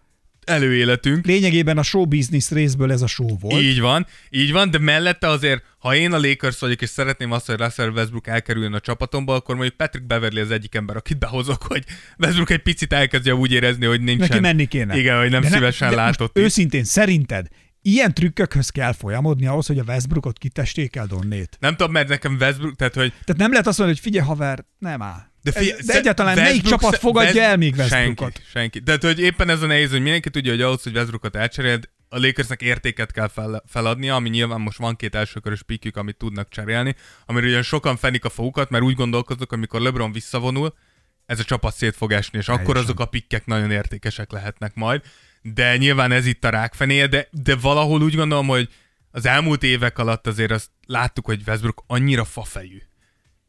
[SPEAKER 5] előéletünk.
[SPEAKER 4] Lényegében a show business részből ez a show volt.
[SPEAKER 5] Így van, így van, de mellette azért, ha én a Lakers vagyok, és szeretném azt, hogy Russell Westbrook elkerüljön a csapatomba, akkor mondjuk Patrick Beverly az egyik ember, akit behozok, hogy Westbrook egy picit elkezdje úgy érezni, hogy nincsen.
[SPEAKER 4] Neki menni kéne.
[SPEAKER 5] Igen, hogy nem
[SPEAKER 4] De
[SPEAKER 5] de
[SPEAKER 4] ne-
[SPEAKER 5] szívesen
[SPEAKER 4] de
[SPEAKER 5] ne,
[SPEAKER 4] most
[SPEAKER 5] látott. itt.
[SPEAKER 4] Őszintén, szerinted ilyen trükkökhöz kell folyamodni ahhoz, hogy a Westbrookot kitesték el Donnét?
[SPEAKER 5] Nem tudom, mert nekem Westbrook, tehát hogy...
[SPEAKER 4] Tehát nem lehet azt mondani, hogy figyelj haver, nem áll. De,
[SPEAKER 5] fi-
[SPEAKER 4] de
[SPEAKER 5] sze-
[SPEAKER 4] egyáltalán melyik
[SPEAKER 5] Westbrook
[SPEAKER 4] csapat
[SPEAKER 5] sze-
[SPEAKER 4] fogadja
[SPEAKER 5] West-
[SPEAKER 4] el még Westbrookot?
[SPEAKER 5] Senki, senki. Tehát, hogy éppen ez a nehéz, hogy mindenki tudja, hogy ahhoz, hogy Westbrookot elcseréld, a Lakersnek értéket kell fel, feladnia, ami nyilván most van két elsőkörös pikjük, amit tudnak cserélni, amiről ugyan sokan fenik a fogukat, mert úgy gondolkoznak, amikor LeBron visszavonul, ez a csapat szét fog esni, és akkor azok a pikkek nagyon értékesek lehetnek majd. De nyilván ez itt a rákfenéje, de, de valahol úgy gondolom, hogy az elmúlt évek alatt azért azt láttuk, hogy Westbrook annyira fafejű.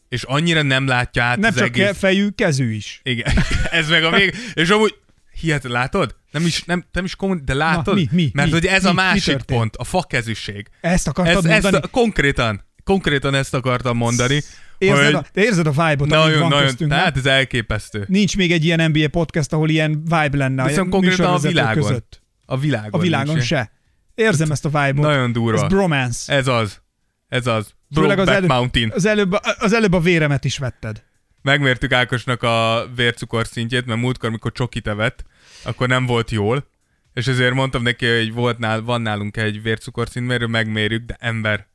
[SPEAKER 5] És annyira nem látja át
[SPEAKER 4] Nem
[SPEAKER 5] Hát az
[SPEAKER 4] csak
[SPEAKER 5] egész...
[SPEAKER 4] egész... fejű, kezű is.
[SPEAKER 5] Igen, ez meg a még. És amúgy, hihet, látod? Nem is, nem, nem is kommun, de látod?
[SPEAKER 4] mi, mi,
[SPEAKER 5] Mert
[SPEAKER 4] mi,
[SPEAKER 5] hogy ez a
[SPEAKER 4] mi, mi
[SPEAKER 5] másik
[SPEAKER 4] történt?
[SPEAKER 5] pont, a fakezűség.
[SPEAKER 4] Ezt akartad
[SPEAKER 5] ezt,
[SPEAKER 4] mondani?
[SPEAKER 5] Ezt, konkrétan, konkrétan ezt akartam mondani.
[SPEAKER 4] Érzed,
[SPEAKER 5] hogy
[SPEAKER 4] a, de érzed a vibe-ot, ami
[SPEAKER 5] nagyon, hát
[SPEAKER 4] van
[SPEAKER 5] nagyon,
[SPEAKER 4] köztünk, nem?
[SPEAKER 5] tehát ez elképesztő.
[SPEAKER 4] Nincs még egy ilyen NBA podcast, ahol ilyen vibe lenne
[SPEAKER 5] Viszont konkrétan a
[SPEAKER 4] műsorvezetők
[SPEAKER 5] világon.
[SPEAKER 4] között.
[SPEAKER 5] A világon.
[SPEAKER 4] A világon
[SPEAKER 5] nincs.
[SPEAKER 4] se. Érzem ezt a vibe-ot.
[SPEAKER 5] Nagyon durva.
[SPEAKER 4] Ez bromance.
[SPEAKER 5] Ez az. Ez az.
[SPEAKER 4] Főleg az,
[SPEAKER 5] Brokeback Mountain.
[SPEAKER 4] az, előbb, az előbb a véremet is vetted.
[SPEAKER 5] Megmértük Ákosnak a vércukor szintjét, mert múltkor, mikor csokit evett, akkor nem volt jól, és ezért mondtam neki, hogy volt nál, van nálunk egy vércukorszintmérő, megmérjük, de ember,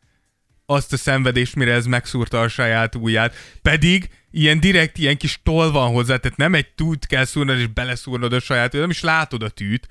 [SPEAKER 5] azt a szenvedést, mire ez megszúrta a saját ujját. Pedig ilyen direkt, ilyen kis toll van hozzá, tehát nem egy tűt kell szúrnod, és beleszúrnod a saját ujját, nem is látod a tűt.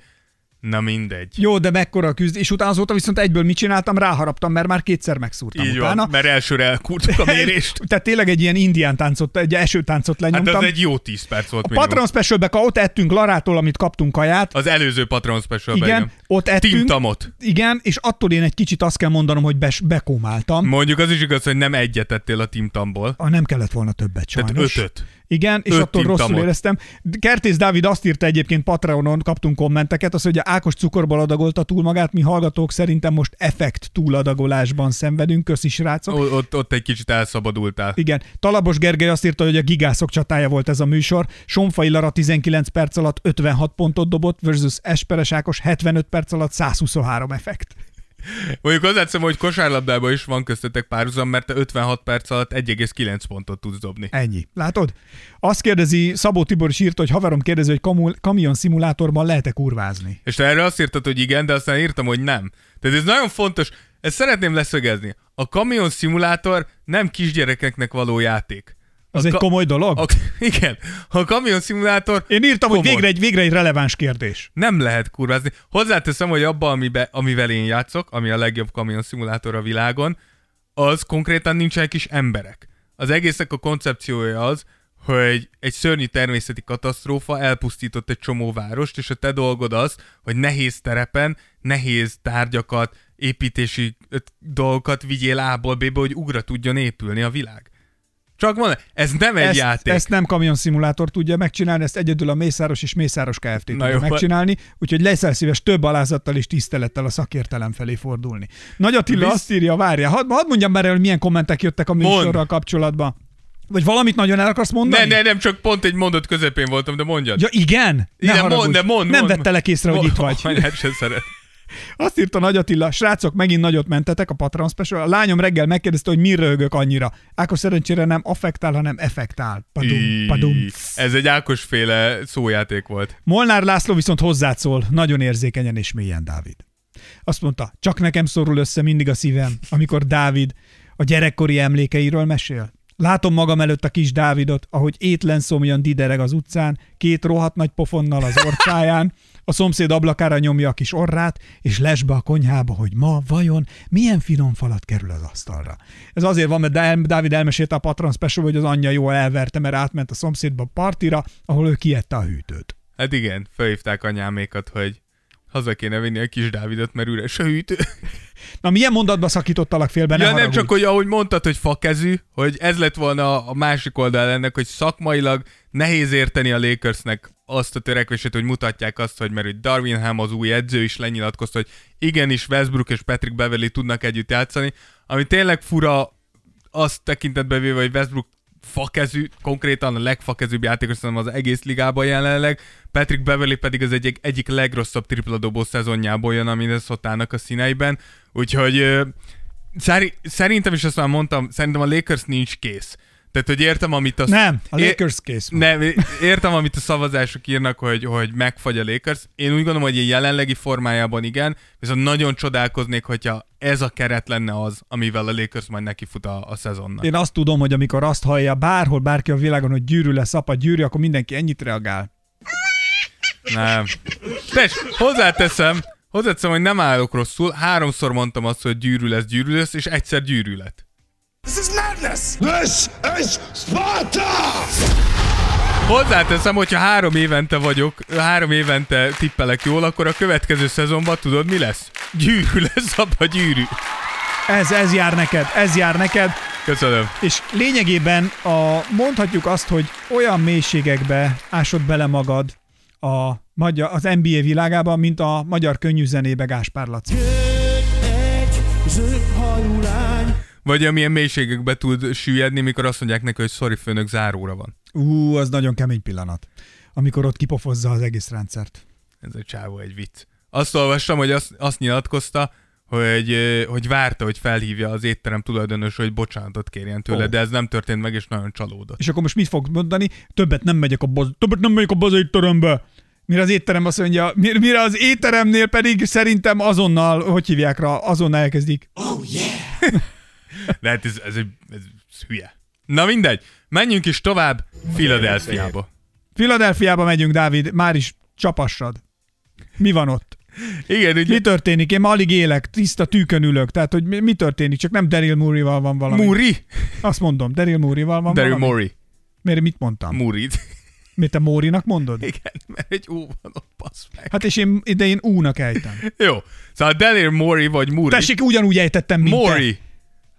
[SPEAKER 5] Na mindegy.
[SPEAKER 4] Jó, de mekkora a küzd, és utána azóta viszont egyből mit csináltam, ráharaptam, mert már kétszer megszúrtam
[SPEAKER 5] Így
[SPEAKER 4] utána.
[SPEAKER 5] van, mert elsőre elkúrtuk a mérést.
[SPEAKER 4] Tehát tényleg egy ilyen indián táncot, egy esőtáncot
[SPEAKER 5] Hát
[SPEAKER 4] lenyomtam.
[SPEAKER 5] az egy jó 10 perc volt
[SPEAKER 4] a Patron special ott ettünk Larától, amit kaptunk kaját,
[SPEAKER 5] Az előző Patron special
[SPEAKER 4] igen, ott ettünk.
[SPEAKER 5] Timtamot.
[SPEAKER 4] Igen, és attól én egy kicsit azt kell mondanom, hogy bes, bekómáltam.
[SPEAKER 5] Mondjuk az is igaz, hogy nem egyet ettél a Timtamból.
[SPEAKER 4] Ah, nem kellett volna többet
[SPEAKER 5] Tehát
[SPEAKER 4] sajnos.
[SPEAKER 5] ötöt.
[SPEAKER 4] Igen, és
[SPEAKER 5] Öt
[SPEAKER 4] attól
[SPEAKER 5] tintamot.
[SPEAKER 4] rosszul éreztem. Kertész Dávid azt írta egyébként Patreonon, kaptunk kommenteket, azt, hogy Ákos cukorból adagolta túl magát, mi hallgatók szerintem most effekt túladagolásban szenvedünk, köszi srácok.
[SPEAKER 5] O- Ott, ott egy kicsit elszabadultál.
[SPEAKER 4] Igen. Talabos Gergely azt írta, hogy a gigászok csatája volt ez a műsor. Somfai Lara 19 perc alatt 56 pontot dobott versus Esperes Ákos 75 perc alatt 123 effekt.
[SPEAKER 5] Mondjuk hozzáteszem, hogy kosárlabdában is van köztetek párhuzam, mert te 56 perc alatt 1,9 pontot tudsz dobni.
[SPEAKER 4] Ennyi. Látod? Azt kérdezi, Szabó Tibor is írta, hogy haverom kérdezi, hogy kamul- kamion szimulátorban lehet-e kurvázni.
[SPEAKER 5] És te erre azt írtad, hogy igen, de aztán írtam, hogy nem. Tehát ez nagyon fontos, ezt szeretném leszögezni. A kamion szimulátor nem kisgyerekeknek való játék.
[SPEAKER 4] Az
[SPEAKER 5] a
[SPEAKER 4] egy komoly dolog?
[SPEAKER 5] A, igen. A kamion szimulátor
[SPEAKER 4] Én írtam, hogy
[SPEAKER 5] komoly.
[SPEAKER 4] végre egy, végre egy releváns kérdés.
[SPEAKER 5] Nem lehet kurvázni. Hozzáteszem, hogy abba, amibe, amivel én játszok, ami a legjobb kamion szimulátor a világon, az konkrétan nincsenek is emberek. Az egésznek a koncepciója az, hogy egy szörnyű természeti katasztrófa elpusztított egy csomó várost, és a te dolgod az, hogy nehéz terepen, nehéz tárgyakat, építési ö, dolgokat vigyél A-ból B-be, hogy ugra tudjon épülni a világ. Csak mondom, ez nem egy
[SPEAKER 4] ezt,
[SPEAKER 5] játék.
[SPEAKER 4] Ezt nem kamion szimulátor tudja megcsinálni, ezt egyedül a Mészáros és Mészáros Kft. tudja
[SPEAKER 5] jó,
[SPEAKER 4] megcsinálni, úgyhogy leszel szíves több alázattal és tisztelettel a szakértelem felé fordulni. Nagy Attila
[SPEAKER 5] Visz-
[SPEAKER 4] azt írja, várja, hadd had mondjam már el, hogy milyen kommentek jöttek a műsorral kapcsolatban. Vagy valamit nagyon el akarsz mondani?
[SPEAKER 5] Ne, ne, nem, csak pont egy mondat közepén voltam, de mondjad.
[SPEAKER 4] Ja igen? Ne
[SPEAKER 5] Igen,
[SPEAKER 4] haragudj.
[SPEAKER 5] mondd, de mondd,
[SPEAKER 4] Nem
[SPEAKER 5] mondd.
[SPEAKER 4] vettelek észre, hogy
[SPEAKER 5] Mondd,
[SPEAKER 4] itt vagy.
[SPEAKER 5] Anyád se hát szeret.
[SPEAKER 4] Azt írta Nagy Attila, srácok, megint nagyot mentetek a Patreon Special. A lányom reggel megkérdezte, hogy miről röhögök annyira. Ákos szerencsére nem affektál, hanem effektál. Padum, padum.
[SPEAKER 5] Í, Ez egy Ákos féle szójáték volt.
[SPEAKER 4] Molnár László viszont hozzád szól, nagyon érzékenyen és mélyen, Dávid. Azt mondta, csak nekem szorul össze mindig a szívem, amikor Dávid a gyerekkori emlékeiről mesél. Látom magam előtt a kis Dávidot, ahogy étlen szomjan didereg az utcán, két rohadt nagy pofonnal az orcáján, a szomszéd ablakára nyomja a kis orrát, és lesbe a konyhába, hogy ma vajon milyen finom falat kerül az asztalra. Ez azért van, mert Dá- Dávid elmesélte a Patron Special, hogy az anyja jól elverte, mert átment a szomszédba partira, ahol ő kiette a hűtőt.
[SPEAKER 5] Hát igen, felhívták anyámékat, hogy haza kéne vinni a kis Dávidot, mert üres a hűtő.
[SPEAKER 4] Na, milyen mondatba szakítottalak félbe? Ne
[SPEAKER 5] ja, nem
[SPEAKER 4] haragudj.
[SPEAKER 5] csak, hogy ahogy mondtad, hogy fakezű, hogy ez lett volna a másik oldal ennek, hogy szakmailag nehéz érteni a Lakersnek azt a törekvését, hogy mutatják azt, hogy mert hogy Darwin Ham az új edző is lenyilatkozta, hogy igenis Westbrook és Patrick Beverly tudnak együtt játszani, ami tényleg fura azt tekintetbe véve, hogy Westbrook fakezű, konkrétan a legfakezűbb játékos szerintem az egész ligában jelenleg, Patrick Beverly pedig az egyik, egyik legrosszabb tripla dobó szezonjából jön a Minnesota-nak a színeiben, úgyhogy ö, Szári, szerintem is azt már mondtam, szerintem a Lakers nincs kész. Tehát, hogy értem, amit a...
[SPEAKER 4] Nem, a Lakers kész van.
[SPEAKER 5] Nem, értem, amit a szavazások írnak, hogy, hogy megfagy a Lakers. Én úgy gondolom, hogy a jelenlegi formájában igen, viszont nagyon csodálkoznék, hogyha ez a keret lenne az, amivel a Lakers majd nekifut a, a szezonnak.
[SPEAKER 4] Én azt tudom, hogy amikor azt hallja bárhol, bárki a világon, hogy gyűrű lesz, apa gyűrű, akkor mindenki ennyit reagál.
[SPEAKER 5] Nem. Tess, hozzáteszem, hozzáteszem, hogy nem állok rosszul. Háromszor mondtam azt, hogy gyűrű lesz, gyűrű lesz, és egyszer gyűrű lett.
[SPEAKER 2] This is Sparta!
[SPEAKER 5] Hozzáteszem, hogyha három évente vagyok, három évente tippelek jól, akkor a következő szezonban tudod mi lesz? Gyűrű lesz abba gyűrű.
[SPEAKER 4] Ez, ez jár neked, ez jár neked,
[SPEAKER 5] Köszönöm.
[SPEAKER 4] és lényegében a, mondhatjuk azt, hogy olyan mélységekbe ásod bele magad a magyar, az NBA világába, mint a magyar könnyű zenébe Gáspár Laci.
[SPEAKER 5] Vagy amilyen mélységekbe tud süllyedni, mikor azt mondják neki, hogy sorry főnök, záróra van.
[SPEAKER 4] Ú, az nagyon kemény pillanat, amikor ott kipofozza az egész rendszert.
[SPEAKER 5] Ez a csávó egy vicc. Azt olvastam, hogy azt, azt nyilatkozta, hogy, ö, hogy várta, hogy felhívja az étterem tulajdonos, hogy bocsánatot kérjen tőle, oh. de ez nem történt meg, és nagyon csalódott.
[SPEAKER 4] És akkor most mit fog mondani? Többet nem megyek a baz... Többet nem megyek a baz étterembe. Mire az étterem azt mondja, mi- mire az étteremnél pedig szerintem azonnal, hogy hívják rá, azonnal elkezdik.
[SPEAKER 5] De hát ez, ez, egy, ez, ez hülye. Na mindegy, menjünk is tovább Philadelphiába.
[SPEAKER 4] Filadelfiába megyünk, Dávid, már is csapassad. Mi van ott?
[SPEAKER 5] Igen, ugye
[SPEAKER 4] Mi történik? Én ma alig élek, tiszta tűkön ülök. Tehát, hogy mi mi történik? Csak nem Daryl Murray-val van valami.
[SPEAKER 5] Muri.
[SPEAKER 4] Azt mondom, Daryl Murray-val van
[SPEAKER 5] Daryl
[SPEAKER 4] valami.
[SPEAKER 5] Mori.
[SPEAKER 4] Mert mit mondtam?
[SPEAKER 5] Muri.
[SPEAKER 4] Mert te Mórinak mondod?
[SPEAKER 5] Igen, mert egy ó van ott, basz meg.
[SPEAKER 4] Hát és én, de én únak ejtem.
[SPEAKER 5] Jó. Szóval Daryl Mori vagy Muri.
[SPEAKER 4] Tessék, ugyanúgy ejtettem, mint
[SPEAKER 5] Mori.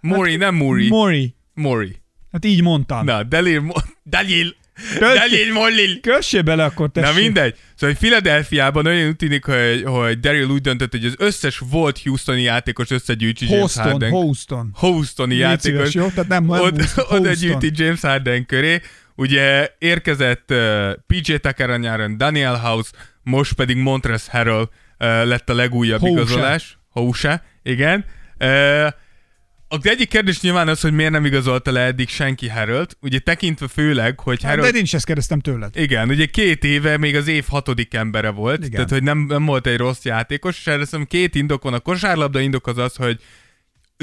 [SPEAKER 5] Mori, nem
[SPEAKER 4] te.
[SPEAKER 5] Muri.
[SPEAKER 4] Mori.
[SPEAKER 5] Mori.
[SPEAKER 4] Hát így mondtam.
[SPEAKER 5] Na, Daryl Mo- Daryl Delil mollil!
[SPEAKER 4] Kössé bele akkor, tessék.
[SPEAKER 5] Na mindegy. Szóval hogy Philadelphiában olyan úgy tűnik, hogy, hogy Daryl úgy döntött, hogy az összes volt Houstoni játékos összegyűjtsi James
[SPEAKER 4] Houston,
[SPEAKER 5] Harden.
[SPEAKER 4] Houston.
[SPEAKER 5] Houstoni
[SPEAKER 4] Légy
[SPEAKER 5] játékos.
[SPEAKER 4] szíves, jó? Tehát nem, nem
[SPEAKER 5] Oda,
[SPEAKER 4] Houston,
[SPEAKER 5] oda
[SPEAKER 4] Houston.
[SPEAKER 5] gyűjti James Harden köré. Ugye érkezett uh, PJ Tucker a nyáron, Daniel House, most pedig Montrezl Harrell uh, lett a legújabb
[SPEAKER 4] House-e.
[SPEAKER 5] igazolás. Housa, igen. Uh, az egyik kérdés nyilván az, hogy miért nem igazolta le eddig senki Harrellt. Ugye tekintve főleg, hogy
[SPEAKER 4] Hát,
[SPEAKER 5] Harrell...
[SPEAKER 4] De én is ezt kérdeztem tőled.
[SPEAKER 5] Igen, ugye két éve még az év hatodik embere volt,
[SPEAKER 4] Igen.
[SPEAKER 5] Igen. tehát hogy nem, nem volt egy rossz játékos, és erre szerintem két indok van. A kosárlabda indok az az, hogy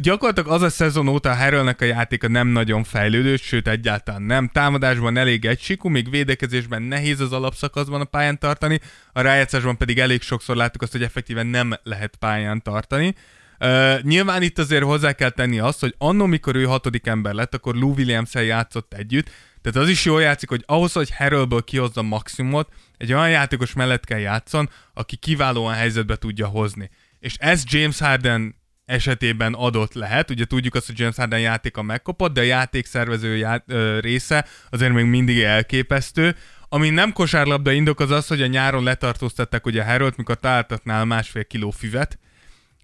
[SPEAKER 5] gyakorlatilag az a szezon óta a Harrellnek a játéka nem nagyon fejlődött, sőt egyáltalán nem. Támadásban elég egysikú, még védekezésben nehéz az alapszakaszban a pályán tartani, a rájátszásban pedig elég sokszor láttuk azt, hogy effektíven nem lehet pályán tartani. Uh, nyilván itt azért hozzá kell tenni azt, hogy annó, mikor ő hatodik ember lett, akkor Lou williams játszott együtt, tehát az is jól játszik, hogy ahhoz, hogy Harrellből kihozza a maximumot, egy olyan játékos mellett kell játszon, aki kiválóan helyzetbe tudja hozni. És ez James Harden esetében adott lehet. Ugye tudjuk azt, hogy James Harden játéka megkopott, de a játékszervező já- ö, része azért még mindig elképesztő. Ami nem kosárlabda indok az az, hogy a nyáron letartóztatták ugye Harold, mikor találtatnál másfél kiló füvet,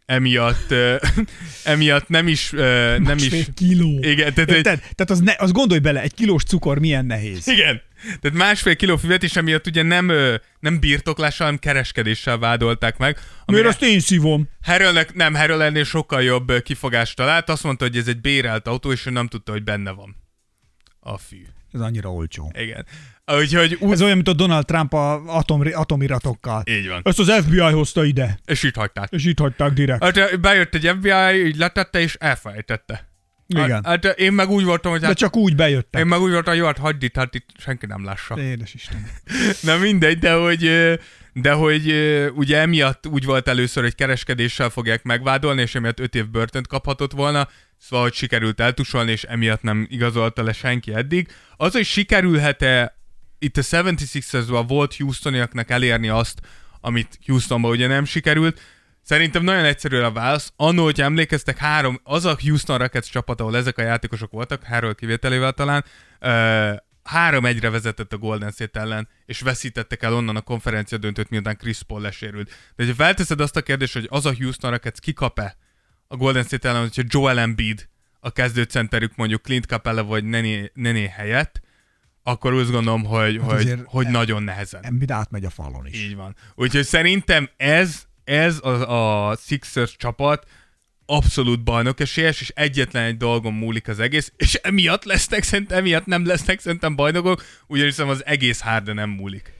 [SPEAKER 5] emiatt, ö, emiatt nem is, ö, nem is,
[SPEAKER 4] Másfél kiló.
[SPEAKER 5] Igen, tehát,
[SPEAKER 4] Érted?
[SPEAKER 5] hogy-
[SPEAKER 4] tehát az, ne, az gondolj bele, egy kilós cukor milyen nehéz.
[SPEAKER 5] igen. Tehát másfél kiló füvet, és emiatt ugye nem, ö, nem birtoklással, hanem kereskedéssel vádolták meg.
[SPEAKER 4] Miért azt én szívom?
[SPEAKER 5] Harrelnek, nem, Harrel ennél sokkal jobb ö, kifogást talált. Azt mondta, hogy ez egy bérelt autó, és ő nem tudta, hogy benne van a fű.
[SPEAKER 4] Ez annyira olcsó.
[SPEAKER 5] Igen. Úgyhogy úgy...
[SPEAKER 4] Ez olyan, mint a Donald Trump a atom, atomiratokkal.
[SPEAKER 5] Így van.
[SPEAKER 4] Ezt az FBI hozta ide,
[SPEAKER 5] És itt hagyták.
[SPEAKER 4] és itt hagyták direkt.
[SPEAKER 5] Hát ö, bejött egy FBI, így letette, és elfelejtette.
[SPEAKER 4] Igen.
[SPEAKER 5] Hát, hát ö, én meg úgy voltam, hogy
[SPEAKER 4] De
[SPEAKER 5] hát,
[SPEAKER 4] csak úgy
[SPEAKER 5] én
[SPEAKER 4] bejöttek.
[SPEAKER 5] meg úgy voltam, hogy jó, hát hagyd itt, hát itt senki nem lássa.
[SPEAKER 4] Édes Isten.
[SPEAKER 5] Na mindegy, de hogy, ö, de hogy ö, ugye emiatt úgy volt először, hogy kereskedéssel fogják megvádolni, és emiatt 5 év börtönt kaphatott volna, szóval hogy sikerült eltusolni, és emiatt nem igazolta le senki eddig. Az, hogy sikerülhet-e itt a 76-esben volt Houstoniaknak elérni azt, amit Houstonban ugye nem sikerült, Szerintem nagyon egyszerű a válasz. Annó, hogyha emlékeztek, három, az a Houston Rockets csapat, ahol ezek a játékosok voltak, Harrell kivételével talán, ö, három egyre vezetett a Golden State ellen, és veszítettek el onnan a konferencia döntőt, miután Chris Paul lesérült. De ha felteszed azt a kérdést, hogy az a Houston Rockets kikap-e a Golden State ellen, hogyha Joel Embiid a kezdőcenterük mondjuk Clint Capella vagy Nené, Nené helyett, akkor úgy gondolom, hogy, hát hogy,
[SPEAKER 4] azért-
[SPEAKER 5] hogy nagyon nehezen.
[SPEAKER 4] Embiid átmegy a falon is.
[SPEAKER 5] Így van. Úgyhogy szerintem ez, ez a, a Sixers csapat abszolút bajnok esélyes, és egyetlen egy dolgon múlik az egész, és emiatt lesznek, szerintem, emiatt nem lesznek szerintem bajnokok, ugyanis szerintem az egész Harden nem múlik.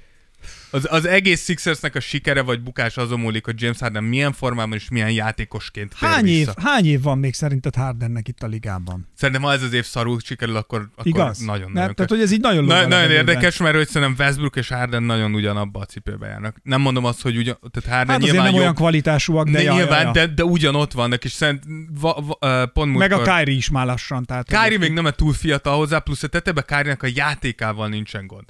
[SPEAKER 5] Az, az egész Sixersnek a sikere vagy bukás azon múlik, hogy James Harden milyen formában és milyen játékosként tér
[SPEAKER 4] Hány év,
[SPEAKER 5] vissza.
[SPEAKER 4] hány év van még szerinted Hardennek itt a ligában?
[SPEAKER 5] Szerintem ha ez az év szarul sikerül, akkor, akkor
[SPEAKER 4] Igaz?
[SPEAKER 5] nagyon,
[SPEAKER 4] Nem?
[SPEAKER 5] nagyon
[SPEAKER 4] Tehát, hogy ez így nagyon
[SPEAKER 5] Na,
[SPEAKER 4] lóg a
[SPEAKER 5] nagyon
[SPEAKER 4] levegőben.
[SPEAKER 5] érdekes, mert hogy szerintem Westbrook és Harden nagyon ugyanabba a cipőbe járnak. Nem mondom azt, hogy ugyan, tehát Harden
[SPEAKER 4] Hát azért
[SPEAKER 5] nyilván
[SPEAKER 4] nem
[SPEAKER 5] jobb,
[SPEAKER 4] olyan kvalitásúak, de,
[SPEAKER 5] de,
[SPEAKER 4] ja,
[SPEAKER 5] nyilván,
[SPEAKER 4] ja, ja.
[SPEAKER 5] De, de ugyanott vannak, és szerint va, va, ö, pont
[SPEAKER 4] Meg a
[SPEAKER 5] múltkor-
[SPEAKER 4] Kyrie is már lassan. Tehát
[SPEAKER 5] Kyrie még nem túl fiatal hozzá, plusz a tetebe Kyrie-nak a játékával nincsen gond.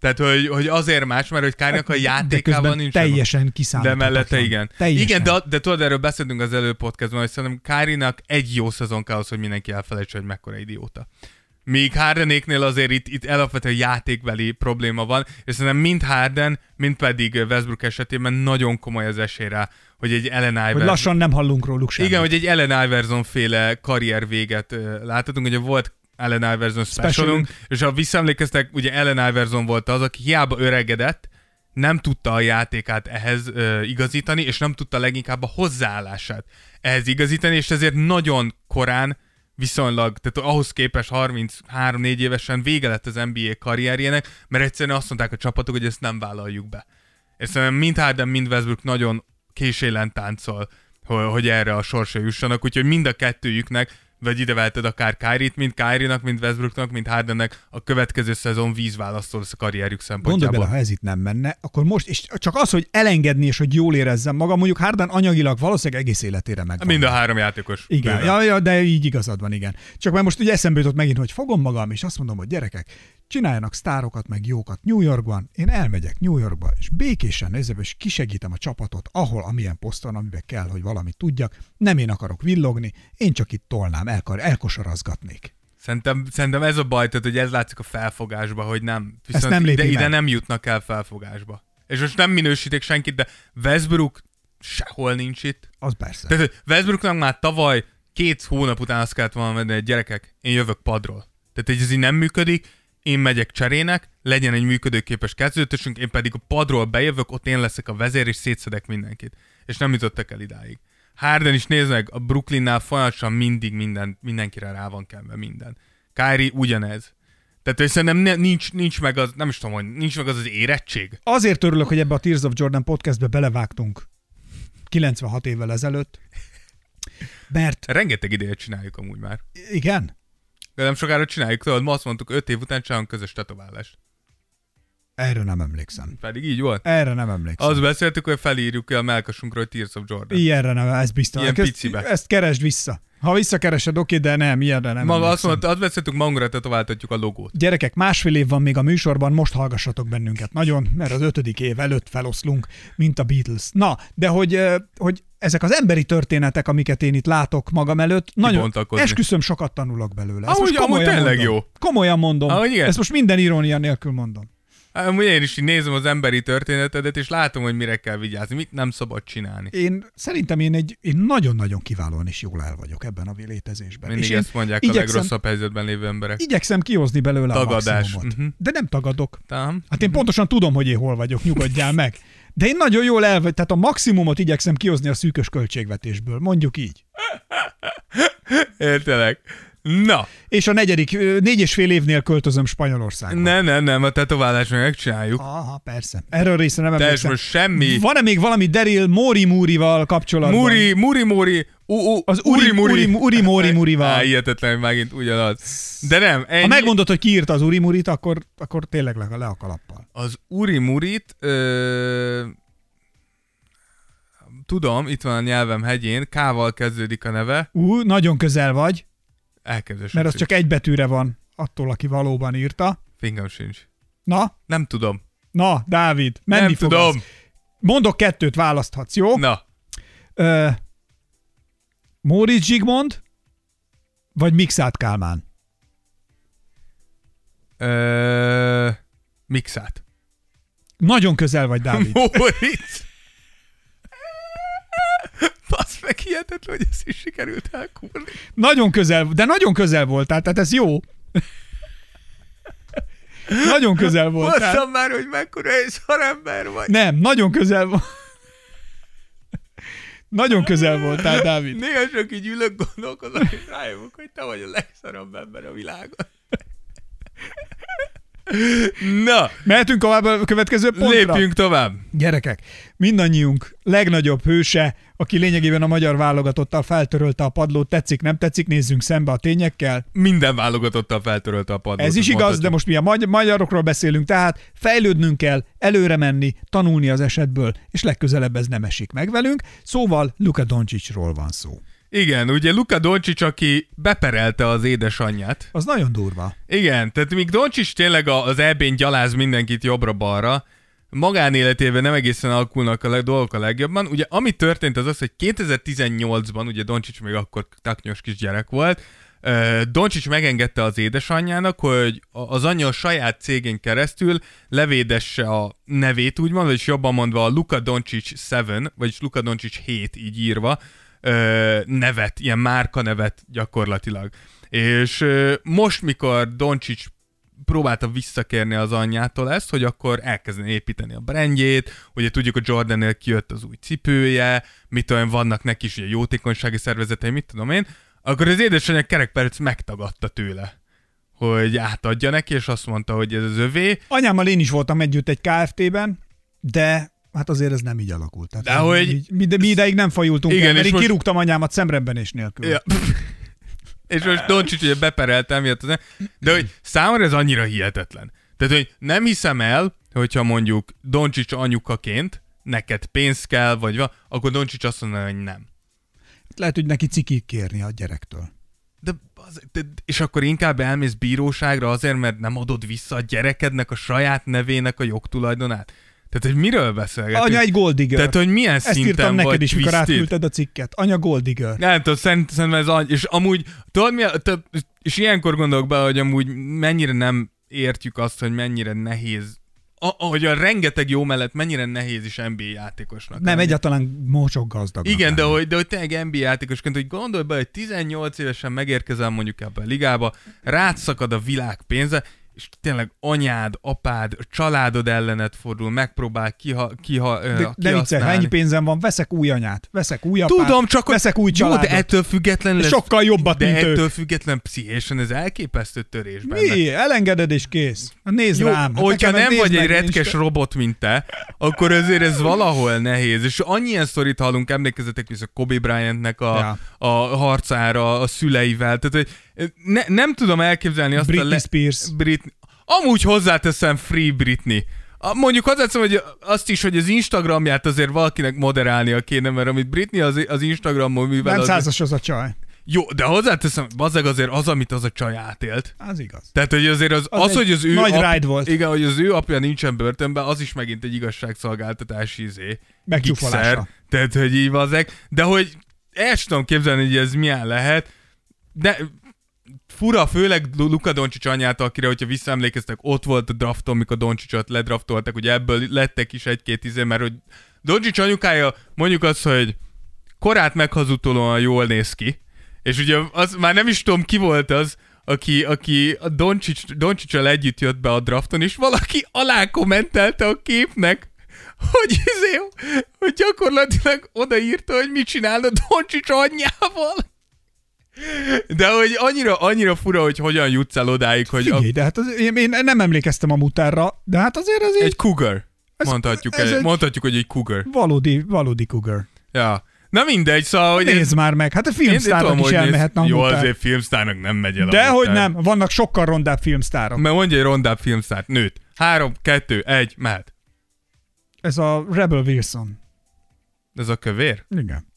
[SPEAKER 5] Tehát, hogy, hogy azért más, mert hogy Kyrie-nak a játékával
[SPEAKER 4] Hát, közben
[SPEAKER 5] nincs
[SPEAKER 4] teljesen
[SPEAKER 5] gond. De
[SPEAKER 4] kiszámíthatatlan.
[SPEAKER 5] mellette igen.
[SPEAKER 4] Teljesen.
[SPEAKER 5] Igen, de, de tudod, erről beszéltünk az előbb podcastban, hogy szerintem Kyrie-nak egy jó szezon kell ahhoz, hogy mindenki elfelejtse, hogy mekkora idióta. Míg Hardenéknél azért itt, itt alapvetően játékbeli probléma van, és szerintem mind Harden, mind pedig Westbrook esetében nagyon komoly az esély rá, hogy egy Ellen
[SPEAKER 4] Hogy
[SPEAKER 5] Iverson
[SPEAKER 4] lassan nem hallunk róluk semmit.
[SPEAKER 5] igen, hogy egy Ellen Iverson féle karrier véget ö, láthatunk, ugye volt Ellen Iverson specialunk, és ha visszaemlékeztek, ugye Ellen Iverson volt az, aki hiába öregedett, nem tudta a játékát ehhez ö, igazítani, és nem tudta leginkább a hozzáállását ehhez igazítani, és ezért nagyon korán viszonylag, tehát ahhoz képest 33-4 évesen vége lett az NBA karrierjének, mert egyszerűen azt mondták a csapatok, hogy ezt nem vállaljuk be. És szerintem mind Harden, mind Westbrook nagyon késélen táncol, hogy, hogy erre a sorsa jussanak, úgyhogy mind a kettőjüknek, vagy ide veheted akár Kyrie-t, mind Kyrie-nak, mind Westbrooknak, mind Hardennek a következő szezon vízválasztó lesz a karrierjük
[SPEAKER 4] Gondolj
[SPEAKER 5] szempontjából.
[SPEAKER 4] bele, ha ez itt nem menne, akkor most, és csak az, hogy elengedni, és hogy jól érezzem magam, mondjuk Harden anyagilag valószínűleg egész életére megvan.
[SPEAKER 5] Mind a három játékos.
[SPEAKER 4] Igen,
[SPEAKER 5] Bőven.
[SPEAKER 4] ja, ja, de így igazad van, igen. Csak mert most ugye eszembe jutott megint, hogy fogom magam, és azt mondom, hogy gyerekek, csináljanak sztárokat, meg jókat New Yorkban, én elmegyek New Yorkba, és békésen nézem, és kisegítem a csapatot, ahol, amilyen poszton, amiben kell, hogy valamit tudjak. Nem én akarok villogni, én csak itt tolnám, elkar, elkosarazgatnék.
[SPEAKER 5] Szerintem, szerintem ez a baj, tehát, hogy ez látszik a felfogásba, hogy nem. Viszont
[SPEAKER 4] nem
[SPEAKER 5] ide,
[SPEAKER 4] lépi
[SPEAKER 5] ide
[SPEAKER 4] meg.
[SPEAKER 5] nem jutnak el felfogásba. És most nem minősítik senkit, de Westbrook sehol nincs itt.
[SPEAKER 4] Az persze.
[SPEAKER 5] Tehát hogy Westbrooknak már tavaly két hónap után azt kellett volna menni, hogy gyerekek, én jövök padról. Tehát hogy ez így nem működik, én megyek cserének, legyen egy működőképes kezdőtösünk, én pedig a padról bejövök, ott én leszek a vezér, és szétszedek mindenkit. És nem jutottak el idáig. Harden is néznek, a Brooklynnál folyamatosan mindig minden, mindenkire rá van kenve minden. Kyrie ugyanez. Tehát hogy szerintem ne, nincs, nincs meg az, nem is tudom, hogy nincs meg az az érettség.
[SPEAKER 4] Azért örülök, hogy ebbe a Tears of Jordan podcastbe belevágtunk 96 évvel ezelőtt, mert
[SPEAKER 5] Rengeteg ideje csináljuk amúgy már.
[SPEAKER 4] igen,
[SPEAKER 5] De nem sokára csináljuk, tudod, ma azt mondtuk, öt év után csinálunk közös tetoválást.
[SPEAKER 4] erre nem emlékszem.
[SPEAKER 5] Pedig így volt.
[SPEAKER 4] Erre nem emlékszem.
[SPEAKER 5] Azt beszéltük, hogy felírjuk a melkasunkról, hogy Tears of Jordan.
[SPEAKER 4] Ilyenre nem, ez biztos.
[SPEAKER 5] Ilyen
[SPEAKER 4] ezt,
[SPEAKER 5] picibe.
[SPEAKER 4] Ezt keresd vissza. Ha visszakeresed, oké, de nem, ilyenre nem
[SPEAKER 5] Maga azt
[SPEAKER 4] emlékszem.
[SPEAKER 5] mondta, azt beszéltük, magunkra tetováltatjuk a logót.
[SPEAKER 4] Gyerekek, másfél év van még a műsorban, most hallgassatok bennünket nagyon, mert az ötödik év előtt feloszlunk, mint a Beatles. Na, de hogy, eh, hogy ezek az emberi történetek, amiket én itt látok magam előtt, nagyon
[SPEAKER 5] Kibontakozni.
[SPEAKER 4] esküszöm, sokat tanulok belőle. Ezt
[SPEAKER 5] Amúgy-
[SPEAKER 4] most komolyan
[SPEAKER 5] amúgy tényleg
[SPEAKER 4] mondom.
[SPEAKER 5] jó.
[SPEAKER 4] Komolyan mondom.
[SPEAKER 5] Amúgy igen.
[SPEAKER 4] Ezt most minden irónia nélkül mondom.
[SPEAKER 5] Hát, Amúgy én is így nézem az emberi történetedet, és látom, hogy mire kell vigyázni, mit nem szabad csinálni.
[SPEAKER 4] Én szerintem én egy én nagyon-nagyon kiválóan és jól el vagyok ebben a létezésben.
[SPEAKER 5] Mindig
[SPEAKER 4] és én
[SPEAKER 5] ezt mondják a legrosszabb helyzetben lévő emberek.
[SPEAKER 4] Igyekszem kihozni belőle
[SPEAKER 5] Tagadás.
[SPEAKER 4] a maximumot.
[SPEAKER 5] Mhm.
[SPEAKER 4] Uh-huh. De nem tagadok.
[SPEAKER 5] Tám.
[SPEAKER 4] Hát én pontosan tudom, hogy én hol vagyok, nyugodjál meg. De én nagyon jól el vagy, tehát a maximumot igyekszem kihozni a szűkös költségvetésből, mondjuk így.
[SPEAKER 5] Értelek. Na,
[SPEAKER 4] És a negyedik, ö, négy és fél évnél költözöm Spanyolországba.
[SPEAKER 5] nem, nem, nem, a tetoválást meg megcsináljuk.
[SPEAKER 4] Aha, persze. Erről részre nem
[SPEAKER 5] Te
[SPEAKER 4] emlékszem.
[SPEAKER 5] most semmi.
[SPEAKER 4] Van-e még valami Deril Mori Múrival kapcsolatban?
[SPEAKER 5] Muri, muri, muri, u, u,
[SPEAKER 4] Az uri- uri- uri- muri- murival.
[SPEAKER 5] Á, hihetetlen, hogy megint ugyanaz. De nem, ennyi.
[SPEAKER 4] Ha megmondod, hogy kiírta az Uri Murit, akkor, akkor tényleg le, le a kalappal.
[SPEAKER 5] Az Uri Murit, ö... tudom, itt van a nyelvem hegyén, K-val kezdődik a neve,
[SPEAKER 4] Ú, nagyon közel vagy,
[SPEAKER 5] elkezdős.
[SPEAKER 4] mert az csak egy betűre van attól, aki valóban írta.
[SPEAKER 5] Fingem sincs.
[SPEAKER 4] Na,
[SPEAKER 5] Nem tudom.
[SPEAKER 4] na, Dávid, menni Oh.
[SPEAKER 5] nem
[SPEAKER 4] fogasz.
[SPEAKER 5] tudom.
[SPEAKER 4] Mondok kettőt, választhatsz, jó?
[SPEAKER 5] Na,
[SPEAKER 4] Ö, Móricz Zsigmond, vagy Mixát Kálmán?
[SPEAKER 5] ö... Mixát.
[SPEAKER 4] Nagyon közel vagy, Dávid.
[SPEAKER 5] Moritz! Basz meg hihetetlen, hogy ezt is sikerült elkúrni.
[SPEAKER 4] Nagyon közel, de nagyon közel voltál, tehát ez jó. Nagyon közel voltál.
[SPEAKER 5] Mondtam már, hogy mekkora egy szarember vagy.
[SPEAKER 4] Nem, nagyon közel volt. Nagyon közel voltál, Dávid.
[SPEAKER 5] Néha csak így ülök, gondolkozom, és rájövök, hogy te vagy a legszarabb ember a világon. Na,
[SPEAKER 4] Mehetünk tovább a következő pontra?
[SPEAKER 5] lépjünk tovább.
[SPEAKER 4] Gyerekek, mindannyiunk legnagyobb hőse, aki lényegében a magyar válogatottal feltörölte a padlót, tetszik, nem tetszik, nézzünk szembe a tényekkel.
[SPEAKER 5] Minden válogatottal feltörölte a padlót.
[SPEAKER 4] Ez is
[SPEAKER 5] azt
[SPEAKER 4] igaz, de
[SPEAKER 5] mondhatjuk.
[SPEAKER 4] most mi a magy- magyarokról beszélünk, tehát fejlődnünk kell, előre menni, tanulni az esetből, és legközelebb ez nem esik meg velünk. Szóval Luka Doncsicsról van szó.
[SPEAKER 5] Igen, ugye Luka Doncic, aki beperelte az édesanyját.
[SPEAKER 4] Az nagyon durva.
[SPEAKER 5] Igen, tehát míg Doncsics tényleg a- az EB-n gyaláz mindenkit jobbra-balra, magánéletében nem egészen alakulnak a leg- dolgok a legjobban. Ugye ami történt az az, hogy 2018-ban, ugye Doncsics még akkor taknyos kisgyerek volt, ö, Doncsics megengedte az édesanyjának, hogy a- az anyja a saját cégén keresztül levédesse a nevét, úgymond, vagyis jobban mondva a Luka Doncsics 7, vagyis Luka Doncsics 7 így írva, ö, nevet, ilyen márka nevet gyakorlatilag. És ö, most, mikor Doncsics próbálta visszakérni az anyjától ezt, hogy akkor elkezdeni építeni a brandjét, ugye tudjuk, hogy Jordannél kijött az új cipője, mit olyan vannak neki is ugye jótékonysági szervezetei, mit tudom én, akkor az édesanyja kerekperc megtagadta tőle, hogy átadja neki, és azt mondta, hogy ez az övé,
[SPEAKER 4] Anyámmal én is voltam együtt egy KFT-ben, de hát azért ez nem így alakult. Tehát
[SPEAKER 5] De hogy-
[SPEAKER 4] így, mi, de mi ideig nem fajultunk
[SPEAKER 5] Igen,
[SPEAKER 4] Igen, el, mert
[SPEAKER 5] és
[SPEAKER 4] én
[SPEAKER 5] most-
[SPEAKER 4] kirúgtam anyámat szemrebbenés nélkül.
[SPEAKER 5] Ja. És most Doncsics ugye beperelte miatt, az- de hogy számomra ez annyira hihetetlen. Tehát, hogy nem hiszem el, hogyha mondjuk Doncsics anyukaként neked pénz kell, vagy van, akkor Doncsics azt mondaná, hogy nem.
[SPEAKER 4] Lehet, hogy neki cikik kérni a gyerektől.
[SPEAKER 5] De, az, de, és akkor inkább elmész bíróságra azért, mert nem adod vissza a gyerekednek a saját nevének a jogtulajdonát. Tehát, hogy miről beszélgetünk?
[SPEAKER 4] Anya egy goldigger.
[SPEAKER 5] Tehát, hogy milyen
[SPEAKER 4] Ezt
[SPEAKER 5] szinten
[SPEAKER 4] írtam
[SPEAKER 5] vagy
[SPEAKER 4] neked is, mikor
[SPEAKER 5] twisted?
[SPEAKER 4] átküldted a cikket. Anya goldigger.
[SPEAKER 5] Nem tudom, szerint- szerintem ez any... És amúgy, tudod mi a... Te, és ilyenkor gondolok be, hogy amúgy mennyire nem értjük azt, hogy mennyire nehéz a- ahogy a rengeteg jó mellett mennyire nehéz is NBA játékosnak.
[SPEAKER 4] Nem,
[SPEAKER 5] lenni.
[SPEAKER 4] egyáltalán mocsok gazdag.
[SPEAKER 5] Igen, de hogy, de hogy tényleg NBA játékosként, hogy gondolj be, hogy 18 évesen megérkezel mondjuk ebbe a ligába, rád szakad a világ pénze, és tényleg anyád, apád, családod ellenet fordul, megpróbál kiha, kiha,
[SPEAKER 4] De,
[SPEAKER 5] de,
[SPEAKER 4] de viccelj, ha
[SPEAKER 5] kihasználni.
[SPEAKER 4] ennyi pénzem van, veszek új anyát, veszek új apát,
[SPEAKER 5] Tudom, csak hogy
[SPEAKER 4] veszek új
[SPEAKER 5] Jó,
[SPEAKER 4] családot.
[SPEAKER 5] de ettől függetlenül...
[SPEAKER 4] De
[SPEAKER 5] ez-
[SPEAKER 4] sokkal jobbat,
[SPEAKER 5] De
[SPEAKER 4] mint ők.
[SPEAKER 5] ettől független pszichésen ez elképesztő törés benne.
[SPEAKER 4] Mi? Elengeded és kész. Hát Nézd
[SPEAKER 5] Jó,
[SPEAKER 4] rám. Hát
[SPEAKER 5] hogyha
[SPEAKER 4] nekem
[SPEAKER 5] nem
[SPEAKER 4] nézd
[SPEAKER 5] vagy egy
[SPEAKER 4] meg, én is-
[SPEAKER 5] retkes robot, mint te, akkor azért ez valahol nehéz. És annyian szorít hallunk, emlékezetek vissza Kobe Bryantnek a,
[SPEAKER 4] Ja.
[SPEAKER 5] a harcára, a szüleivel. Tehát, hogy ne, nem tudom elképzelni azt a...
[SPEAKER 4] Britney Spears.
[SPEAKER 5] Brit... Amúgy hozzáteszem Free Britney. A- Mondjuk hozzáteszem, hogy azt is, hogy az Instagramját azért valakinek moderálnia kéne, mert amit Britney az, az Instagramon művel...
[SPEAKER 4] Nem
[SPEAKER 5] az...
[SPEAKER 4] százas az a csaj.
[SPEAKER 5] Jó, de hozzáteszem, bazeg azért az, amit az a csaj átélt.
[SPEAKER 4] Az igaz.
[SPEAKER 5] Tehát, hogy azért az, az,
[SPEAKER 4] egy
[SPEAKER 5] hogy az ő
[SPEAKER 4] nagy ride volt.
[SPEAKER 5] Igen, hogy az ő apja nincsen börtönben, az is megint egy igazságszolgáltatási izé.
[SPEAKER 4] Megcsúfolása.
[SPEAKER 5] gigszer. Tehát, hogy így vazek. De hogy el sem tudom képzelni, hogy ez milyen lehet. De fura, főleg Lu- Luka Doncsics anyát, akire, hogyha visszaemlékeztek, ott volt a drafton, mikor Doncsicsot ledraftoltak, hogy ebből lettek is egy-két izé, mert hogy Doncsics anyukája, mondjuk azt, hogy korát meghazutolóan jól néz ki, és ugye az már nem is tudom ki volt az, aki, aki a Doncsics, Doncsicsal együtt jött be a drafton, és valaki alá kommentelte a képnek, hogy izé, hogy gyakorlatilag odaírta, hogy mit csinál a Doncsics anyjával. De hogy annyira, annyira fura, hogy hogyan jutsz el odáig, hogy a,
[SPEAKER 4] Figyelj, de hát az, én, én nem emlékeztem a mutárra, de hát azért az
[SPEAKER 5] egy
[SPEAKER 4] egy
[SPEAKER 5] cougar.
[SPEAKER 4] Ez-
[SPEAKER 5] mondhatjuk,
[SPEAKER 4] ez
[SPEAKER 5] el,
[SPEAKER 4] egy-
[SPEAKER 5] mondhatjuk, hogy egy cougar.
[SPEAKER 4] valódi, valódi cougar.
[SPEAKER 5] Ja. Na mindegy, szóval, hogy
[SPEAKER 4] Nézd már meg, hát a
[SPEAKER 5] Én- én tudom,
[SPEAKER 4] filmsztárnak is
[SPEAKER 5] hogy néz-
[SPEAKER 4] elmehetne a
[SPEAKER 5] Jó,
[SPEAKER 4] mutár.
[SPEAKER 5] azért filmsztárnak nem megy el a
[SPEAKER 4] De hogy
[SPEAKER 5] mutár.
[SPEAKER 4] nem, vannak sokkal rondább filmsztárok.
[SPEAKER 5] Mert mondja egy rondább filmszárt. Nőt. Három, kettő, egy, mehet.
[SPEAKER 4] Ez a Rebel Wilson.
[SPEAKER 5] Ez a kövér? Hát
[SPEAKER 4] Igen.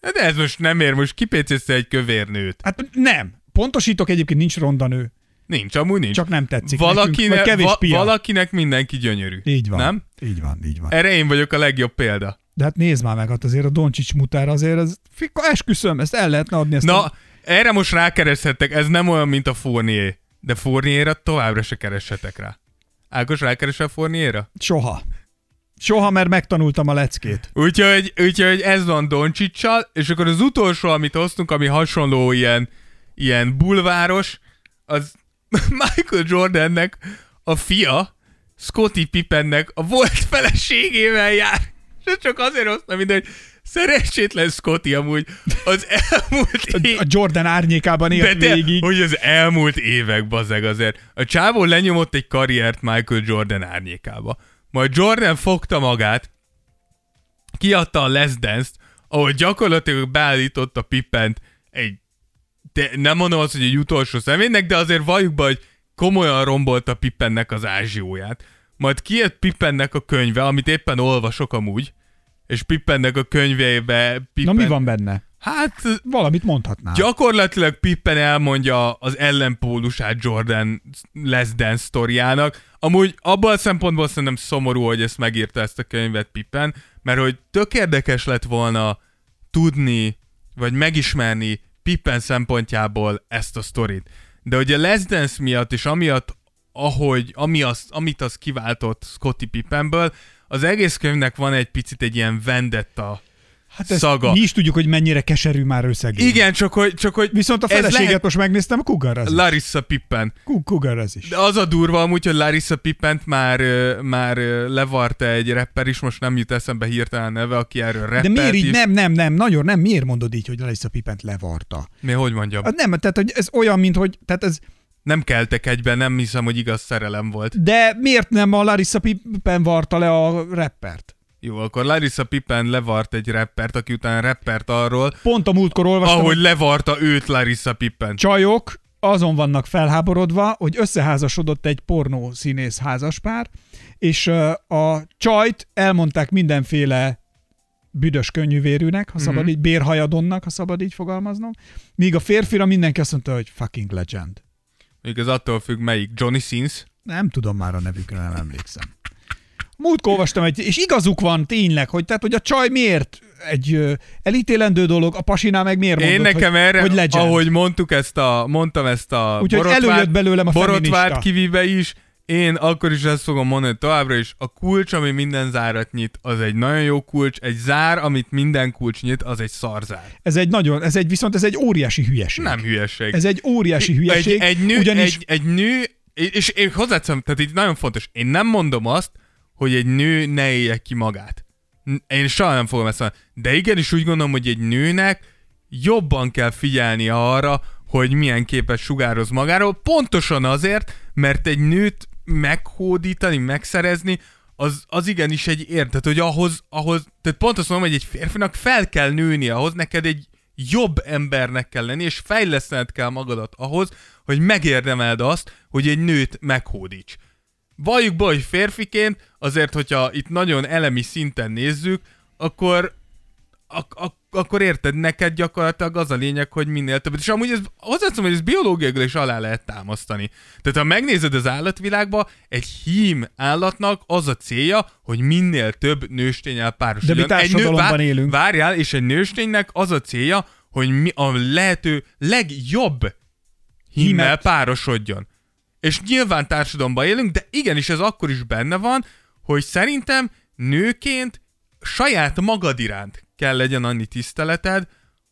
[SPEAKER 5] De ez most nem ér, most kipécézte egy kövér nőt.
[SPEAKER 4] Hát nem. Pontosítok, egyébként nincs ronda nő.
[SPEAKER 5] Nincs, amúgy nincs.
[SPEAKER 4] Csak nem tetszik nekünk,
[SPEAKER 5] Valakine,
[SPEAKER 4] vagy kevés
[SPEAKER 5] va-
[SPEAKER 4] pia.
[SPEAKER 5] valakinek mindenki gyönyörű.
[SPEAKER 4] Így van.
[SPEAKER 5] Nem?
[SPEAKER 4] Így van, így van.
[SPEAKER 5] Erre én vagyok a legjobb példa.
[SPEAKER 4] De hát nézd már meg, hát azért a Doncsics mutár azért, ez, fika, esküszöm, ezt el lehetne adni. Ezt
[SPEAKER 5] Na,
[SPEAKER 4] a-
[SPEAKER 5] erre most rákereshettek, ez nem olyan, mint a Fournier. De Fournierra továbbra se kereshetek rá. Ákos rákeresel Fournierra?
[SPEAKER 4] Soha. Soha, mert megtanultam a leckét.
[SPEAKER 5] Úgyhogy, úgyhogy ez van Doncsicsal, és akkor az utolsó, amit hoztunk, ami hasonló ilyen, ilyen bulváros, az Michael Jordannek a fia, Scotty Pippennek a volt feleségével jár. És ezt csak azért hoztam mindegy, szerencsétlen Scotty amúgy az elmúlt
[SPEAKER 4] A
[SPEAKER 5] é-
[SPEAKER 4] Jordan árnyékában
[SPEAKER 5] de
[SPEAKER 4] élt
[SPEAKER 5] te,
[SPEAKER 4] végig.
[SPEAKER 5] hogy az elmúlt évek, bazeg azért. A csávó lenyomott egy karriert Michael Jordan árnyékába. Majd Jordan fogta magát, kiadta a Les Dance-t, ahol gyakorlatilag beállította Pippent egy, de nem mondom azt, hogy egy utolsó személynek, de azért valljuk be, hogy komolyan rombolta Pippennek az ázsióját. Majd kijött Pippennek a könyve, amit éppen olvasok amúgy, és Pippennek a könyvébe...
[SPEAKER 4] Na
[SPEAKER 5] Pippen...
[SPEAKER 4] mi van benne?
[SPEAKER 5] Hát
[SPEAKER 4] Valamit mondhatnál.
[SPEAKER 5] Gyakorlatilag Pippen elmondja az ellenpólusát Jordan Les Dance sztoriának. Amúgy abban a szempontból szerintem szomorú, hogy ezt megírta ezt a könyvet Pippen, mert hogy tök érdekes lett volna tudni, vagy megismerni Pippen szempontjából ezt a sztorit. De hogy a Les Dance miatt és amiatt, ahogy, ami az, amit az kiváltott Scotty Pippenből, az egész könyvnek van egy picit egy ilyen vendetta
[SPEAKER 4] hát
[SPEAKER 5] szaga.
[SPEAKER 4] Mi is tudjuk, hogy mennyire keserű már összeg.
[SPEAKER 5] igen, csak hogy, csak hogy
[SPEAKER 4] Viszont a
[SPEAKER 5] ez
[SPEAKER 4] feleséget most megnéztem, kugar az is.
[SPEAKER 5] Larissa Pippen.
[SPEAKER 4] Ku- Kugar az is.
[SPEAKER 5] De az a durva amúgy, hogy Larissa Pippent már, ö, már ö, levarta egy rapper is, most nem jut eszembe hirtelen a neve, aki erről rappelt
[SPEAKER 4] De miért így?
[SPEAKER 5] is.
[SPEAKER 4] Nem, nem, nem, nagyon nem. Miért mondod így, hogy Larissa Pipent levarta?
[SPEAKER 5] Mi, hogy mondjam?
[SPEAKER 4] Hát nem, tehát hogy ez olyan, mint hogy... Tehát ez,
[SPEAKER 5] Nem keltek egyben, nem hiszem, hogy igaz szerelem volt.
[SPEAKER 4] de miért nem a Larissa Pippen varta le a rappert?
[SPEAKER 5] Jó, akkor Larissa Pippen levart egy rappert, aki utána rappert arról,
[SPEAKER 4] Pont a múltkor olvastam,
[SPEAKER 5] ahogy
[SPEAKER 4] hogy
[SPEAKER 5] levarta őt Larissa Pippen.
[SPEAKER 4] csajok azon vannak felháborodva, hogy összeházasodott egy pornó színész házaspár, és ö, a csajt elmondták mindenféle büdös könnyűvérűnek, ha
[SPEAKER 5] Mhm.
[SPEAKER 4] szabad így, bérhajadonnak, ha szabad így fogalmaznom, míg a férfira mindenki azt mondta, hogy fucking legend.
[SPEAKER 5] Még ez attól függ, melyik Johnny Sins.
[SPEAKER 4] Nem tudom már a nevükre, nem emlékszem. Múltkor olvastam egy, és igazuk van tényleg, hogy tehát, hogy a csaj miért egy ö, elítélendő dolog, a pasinál meg miért
[SPEAKER 5] Én
[SPEAKER 4] mondod,
[SPEAKER 5] nekem
[SPEAKER 4] hogy,
[SPEAKER 5] erre,
[SPEAKER 4] hogy legend.
[SPEAKER 5] ahogy mondtuk ezt a, mondtam ezt a
[SPEAKER 4] Úgyhogy előjött belőlem a feminista.
[SPEAKER 5] borotvát kivive is, én akkor is ezt fogom mondani továbbra is, a kulcs, ami minden zárat nyit, az egy nagyon jó kulcs, egy zár, amit minden kulcs nyit, az egy szarzár.
[SPEAKER 4] Ez egy nagyon, ez egy, viszont ez egy óriási hülyeség.
[SPEAKER 5] Nem hülyeség.
[SPEAKER 4] Ez egy óriási
[SPEAKER 5] egy,
[SPEAKER 4] hülyeség,
[SPEAKER 5] egy nő,
[SPEAKER 4] ugyanis
[SPEAKER 5] egy, egy nő, és én hozzáteszem, tehát itt nagyon fontos, én nem mondom azt, hogy egy nő ne élje ki magát. N- Én soha nem fogom ezt mondani. De igenis úgy gondolom, hogy egy nőnek jobban kell figyelnie arra, hogy milyen képet sugároz magáról, pontosan azért, mert egy nőt meghódítani, megszerezni, az, az igenis egy ér, tehát hogy ahhoz, ahhoz, tehát pontosan mondom, hogy egy férfinak fel kell nőni ahhoz, neked egy jobb embernek kell lenni, és fejlesztened kell magadat ahhoz, hogy megérdemeld azt, hogy egy nőt meghódíts. Valljuk be, hogy férfiként, azért, hogyha itt nagyon elemi szinten nézzük, akkor ak- ak- akkor érted, neked gyakorlatilag az a lényeg, hogy minél többet. És amúgy ez, hozzátszom, hogy ez biológiailag is alá lehet támasztani. Tehát ha megnézed az állatvilágba, egy hím állatnak az a célja, hogy minél több nőstényel párosuljon.
[SPEAKER 4] De mi
[SPEAKER 5] Egy nő-
[SPEAKER 4] társadalomban élünk.
[SPEAKER 5] Várjál, és egy nősténynek az a célja, hogy mi a lehető legjobb hímmel
[SPEAKER 4] Hímet.
[SPEAKER 5] párosodjon. És nyilván társadalomban élünk, de igenis ez akkor is benne van, hogy szerintem nőként saját magad iránt kell legyen annyi tiszteleted,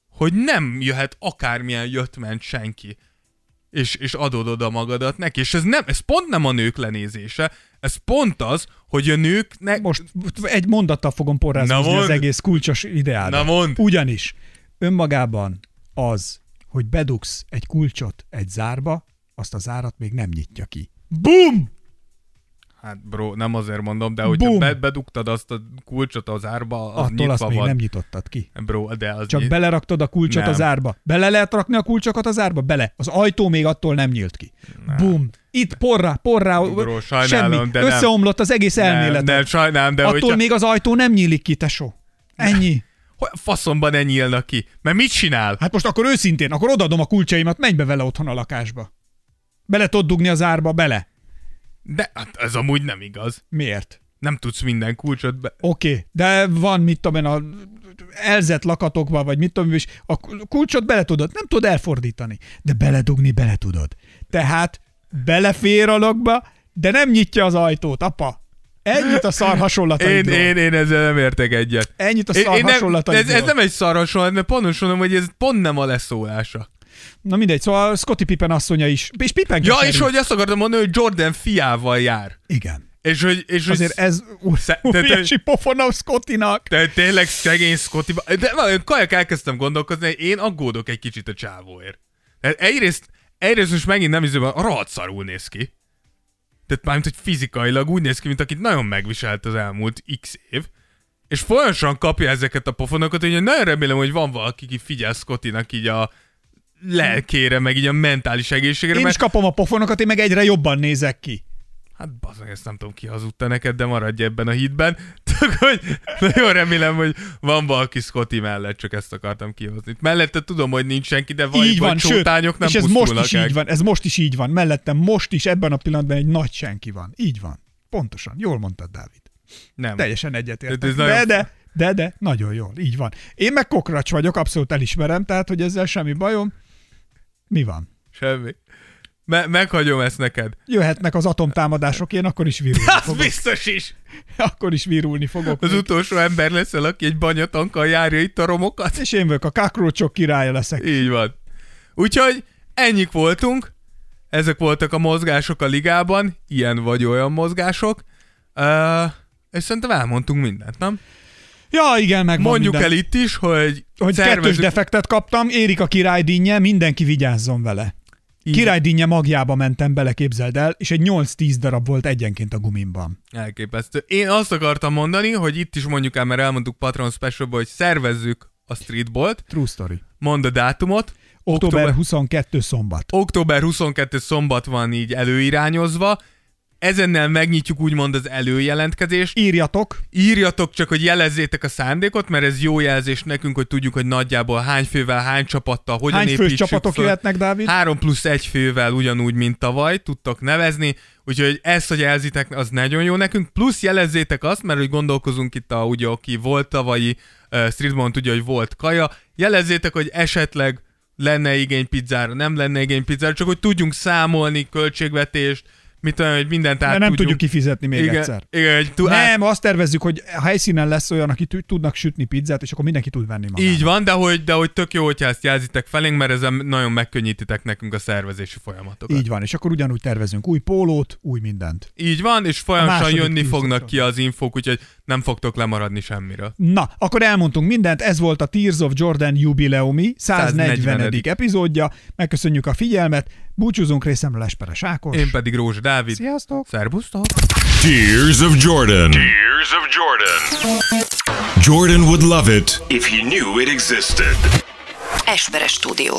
[SPEAKER 5] hogy nem jöhet akármilyen jött-ment senki, és, és adod oda magadat neki. És ez, nem, ez pont nem a nők lenézése, ez pont az, hogy a nőknek...
[SPEAKER 4] most egy mondattal fogom
[SPEAKER 5] Na
[SPEAKER 4] porrázni
[SPEAKER 5] mondd.
[SPEAKER 4] az egész kulcsos ideát.
[SPEAKER 5] Na mondd.
[SPEAKER 4] Ugyanis önmagában az, hogy bedugsz egy kulcsot egy zárba, azt a zárat még nem nyitja ki. Bum!
[SPEAKER 5] Hát bro, nem azért mondom, de hogyha
[SPEAKER 4] Bum!
[SPEAKER 5] be, bedugtad azt a kulcsot az árba, az
[SPEAKER 4] Attól azt
[SPEAKER 5] nyitva
[SPEAKER 4] még
[SPEAKER 5] van.
[SPEAKER 4] nem nyitottad ki.
[SPEAKER 5] Bro, de az
[SPEAKER 4] Csak
[SPEAKER 5] nyit-
[SPEAKER 4] beleraktad a kulcsot
[SPEAKER 5] Nem.
[SPEAKER 4] az árba. Bele lehet rakni a kulcsokat az árba? Bele. Az ajtó még attól nem nyílt ki. Bum. Itt porrá, porrá,
[SPEAKER 5] Bro, sajnálom,
[SPEAKER 4] semmi.
[SPEAKER 5] de nem.
[SPEAKER 4] Összeomlott az egész elmélet.
[SPEAKER 5] Nem, nem, sajnálom, de
[SPEAKER 4] Attól
[SPEAKER 5] hogyha...
[SPEAKER 4] még az ajtó nem nyílik ki, tesó. Ennyi.
[SPEAKER 5] Hogy a faszomban ne nyílnak ki? Mert mit csinál?
[SPEAKER 4] Hát most akkor őszintén, akkor odadom a kulcsaimat, menj be vele otthon a lakásba. Bele tudod dugni az árba, bele.
[SPEAKER 5] De hát ez amúgy nem igaz.
[SPEAKER 4] Miért?
[SPEAKER 5] Nem tudsz minden kulcsot be...
[SPEAKER 4] Oké, okay, de van, mit tudom én, a elzett lakatokban, vagy mit tudom én, is, a kulcsot bele tudod, nem tudod elfordítani, de beledugni bele tudod. Tehát belefér a lakba, de nem nyitja az ajtót, apa. Ennyit a szar
[SPEAKER 5] Én,
[SPEAKER 4] hasonlataidról.
[SPEAKER 5] én, én ezzel nem értek egyet.
[SPEAKER 4] Ennyit a
[SPEAKER 5] Én-
[SPEAKER 4] szar
[SPEAKER 5] én nem, ez,
[SPEAKER 4] hasonlataidról.
[SPEAKER 5] ez nem egy szar hasonlat, mert pontosan mondom, hogy ez pont nem a leszólása.
[SPEAKER 4] Na mindegy, szóval Scottie Pippen asszonya is. És Pippen
[SPEAKER 5] Ja,
[SPEAKER 4] keserű.
[SPEAKER 5] és hogy azt akartam mondani, hogy Jordan fiával jár.
[SPEAKER 4] Igen.
[SPEAKER 5] És hogy... És
[SPEAKER 4] Azért
[SPEAKER 5] hogy...
[SPEAKER 4] ez
[SPEAKER 5] Sze- te- te-
[SPEAKER 4] óriási pofonom Scottinak.
[SPEAKER 5] Te tényleg szegény Scotty... De valahogy kajak elkezdtem gondolkozni, hogy én aggódok egy kicsit a csávóért. Tehát egyrészt, egyrészt most megint nem izőben, a rohadt szarul néz ki. Tehát mármint, hogy fizikailag úgy néz ki, mint akit nagyon megviselt az elmúlt x év. És folyamatosan kapja ezeket a pofonokat, hogy én nagyon remélem, hogy van valaki, aki figyel Scottynak így a lelkére, meg így a mentális egészségére.
[SPEAKER 4] Én is
[SPEAKER 5] mert...
[SPEAKER 4] kapom a pofonokat, én meg egyre jobban nézek ki.
[SPEAKER 5] Hát bazd meg, ezt nem tudom, ki hazudta neked, de maradj ebben a hitben. Csak hogy nagyon remélem, hogy van valaki Scotty mellett, csak ezt akartam kihozni. Mellette tudom, hogy nincs senki, de vagy,
[SPEAKER 4] így van,
[SPEAKER 5] vagy
[SPEAKER 4] sőt,
[SPEAKER 5] csótányok nem
[SPEAKER 4] és ez most is
[SPEAKER 5] pusztulnak el.
[SPEAKER 4] így van, ez most is így van. Mellettem most is ebben a pillanatban egy nagy senki van. Így van. Pontosan. Jól mondtad, Dávid.
[SPEAKER 5] Nem.
[SPEAKER 4] Teljesen
[SPEAKER 5] De
[SPEAKER 4] egyetértek.
[SPEAKER 5] ez
[SPEAKER 4] De,
[SPEAKER 5] nagyon-
[SPEAKER 4] de, de, de, nagyon jól. Így van. Én meg kokracs vagyok, abszolút elismerem, tehát, hogy ezzel semmi bajom. Mi van?
[SPEAKER 5] Semmi. Me- meghagyom ezt neked.
[SPEAKER 4] Jöhetnek az atomtámadások, én akkor is virulni
[SPEAKER 5] Az
[SPEAKER 4] fogok.
[SPEAKER 5] Hát biztos is!
[SPEAKER 4] Akkor is virulni fogok.
[SPEAKER 5] Az
[SPEAKER 4] még.
[SPEAKER 5] utolsó ember leszel, aki egy banyatankkal járja itt a romokat.
[SPEAKER 4] És én vagyok a kakrócsok királya leszek.
[SPEAKER 5] Így van. Úgyhogy ennyik voltunk. Ezek voltak a mozgások a ligában. Ilyen vagy olyan mozgások. Uh, és szerintem elmondtunk mindent, nem?
[SPEAKER 4] Ja, igen, meg van
[SPEAKER 5] Mondjuk
[SPEAKER 4] minden.
[SPEAKER 5] el itt is, hogy,
[SPEAKER 4] hogy kettős defektet kaptam, érik a királydínje, mindenki vigyázzon vele.
[SPEAKER 5] Így.
[SPEAKER 4] Királydínje magjába mentem bele, képzeld el, és egy 8-10 darab volt egyenként a gumimban.
[SPEAKER 5] Elképesztő. Én azt akartam mondani, hogy itt is mondjuk el, mert elmondtuk Patron special hogy szervezzük a streetbolt.
[SPEAKER 4] True story.
[SPEAKER 5] Mondd a dátumot.
[SPEAKER 4] Október 22 szombat.
[SPEAKER 5] október 22 szombat van így előirányozva. ezennel megnyitjuk úgymond az előjelentkezést.
[SPEAKER 4] Írjatok.
[SPEAKER 5] Írjatok csak, hogy jelezzétek a szándékot, mert ez jó jelzés nekünk, hogy tudjuk, hogy nagyjából hány fővel, hány csapattal, hogyan
[SPEAKER 4] Hány fős
[SPEAKER 5] építsük
[SPEAKER 4] csapatok
[SPEAKER 5] föl.
[SPEAKER 4] jöhetnek, Dávid?
[SPEAKER 5] 3 plusz 1 fővel ugyanúgy, mint tavaly, tudtak nevezni, úgyhogy ezt, hogy jelzitek, az nagyon jó nekünk, plusz jelezzétek azt, mert hogy gondolkozunk itt, a, ugye, aki volt tavalyi uh, streetban, tudja, hogy volt kaja, jelezzétek, hogy esetleg lenne igény pizzára, nem lenne igény pizzára, csak hogy tudjunk számolni költségvetést, mit olyan, hogy mindent át
[SPEAKER 4] Mert nem tudjuk
[SPEAKER 5] tudjunk.
[SPEAKER 4] kifizetni még
[SPEAKER 5] igen,
[SPEAKER 4] egyszer.
[SPEAKER 5] Igen, hogy tú- át-
[SPEAKER 4] Nem, azt tervezzük, hogy a helyszínen lesz olyan, aki tű- tudnak sütni pizzát, és akkor mindenki tud venni magát.
[SPEAKER 5] Így van, de hogy, de hogy tök jó, hogyha ezt jelzitek felénk, mert ezzel nagyon megkönnyítitek nekünk a szervezési folyamatokat.
[SPEAKER 4] Így van, és akkor ugyanúgy tervezünk új pólót, új mindent.
[SPEAKER 5] Így van, és folyamatosan
[SPEAKER 4] második
[SPEAKER 5] jönni
[SPEAKER 4] tűzoltó.
[SPEAKER 5] fognak ki az infók, úgyhogy nem fogtok lemaradni semmiről.
[SPEAKER 4] Na, akkor elmondtunk mindent, ez volt a Tears of Jordan jubileumi 140.
[SPEAKER 5] 140.
[SPEAKER 4] epizódja. Megköszönjük a figyelmet, búcsúzunk részemről Esperes Ákos.
[SPEAKER 5] Én pedig Rózsa Dávid.
[SPEAKER 4] Sziasztok!
[SPEAKER 5] Szerbusztok!
[SPEAKER 2] Tears of Jordan.
[SPEAKER 3] Tears of Jordan.
[SPEAKER 2] Jordan would love it.
[SPEAKER 3] If he knew it existed.
[SPEAKER 7] Esperes stúdió.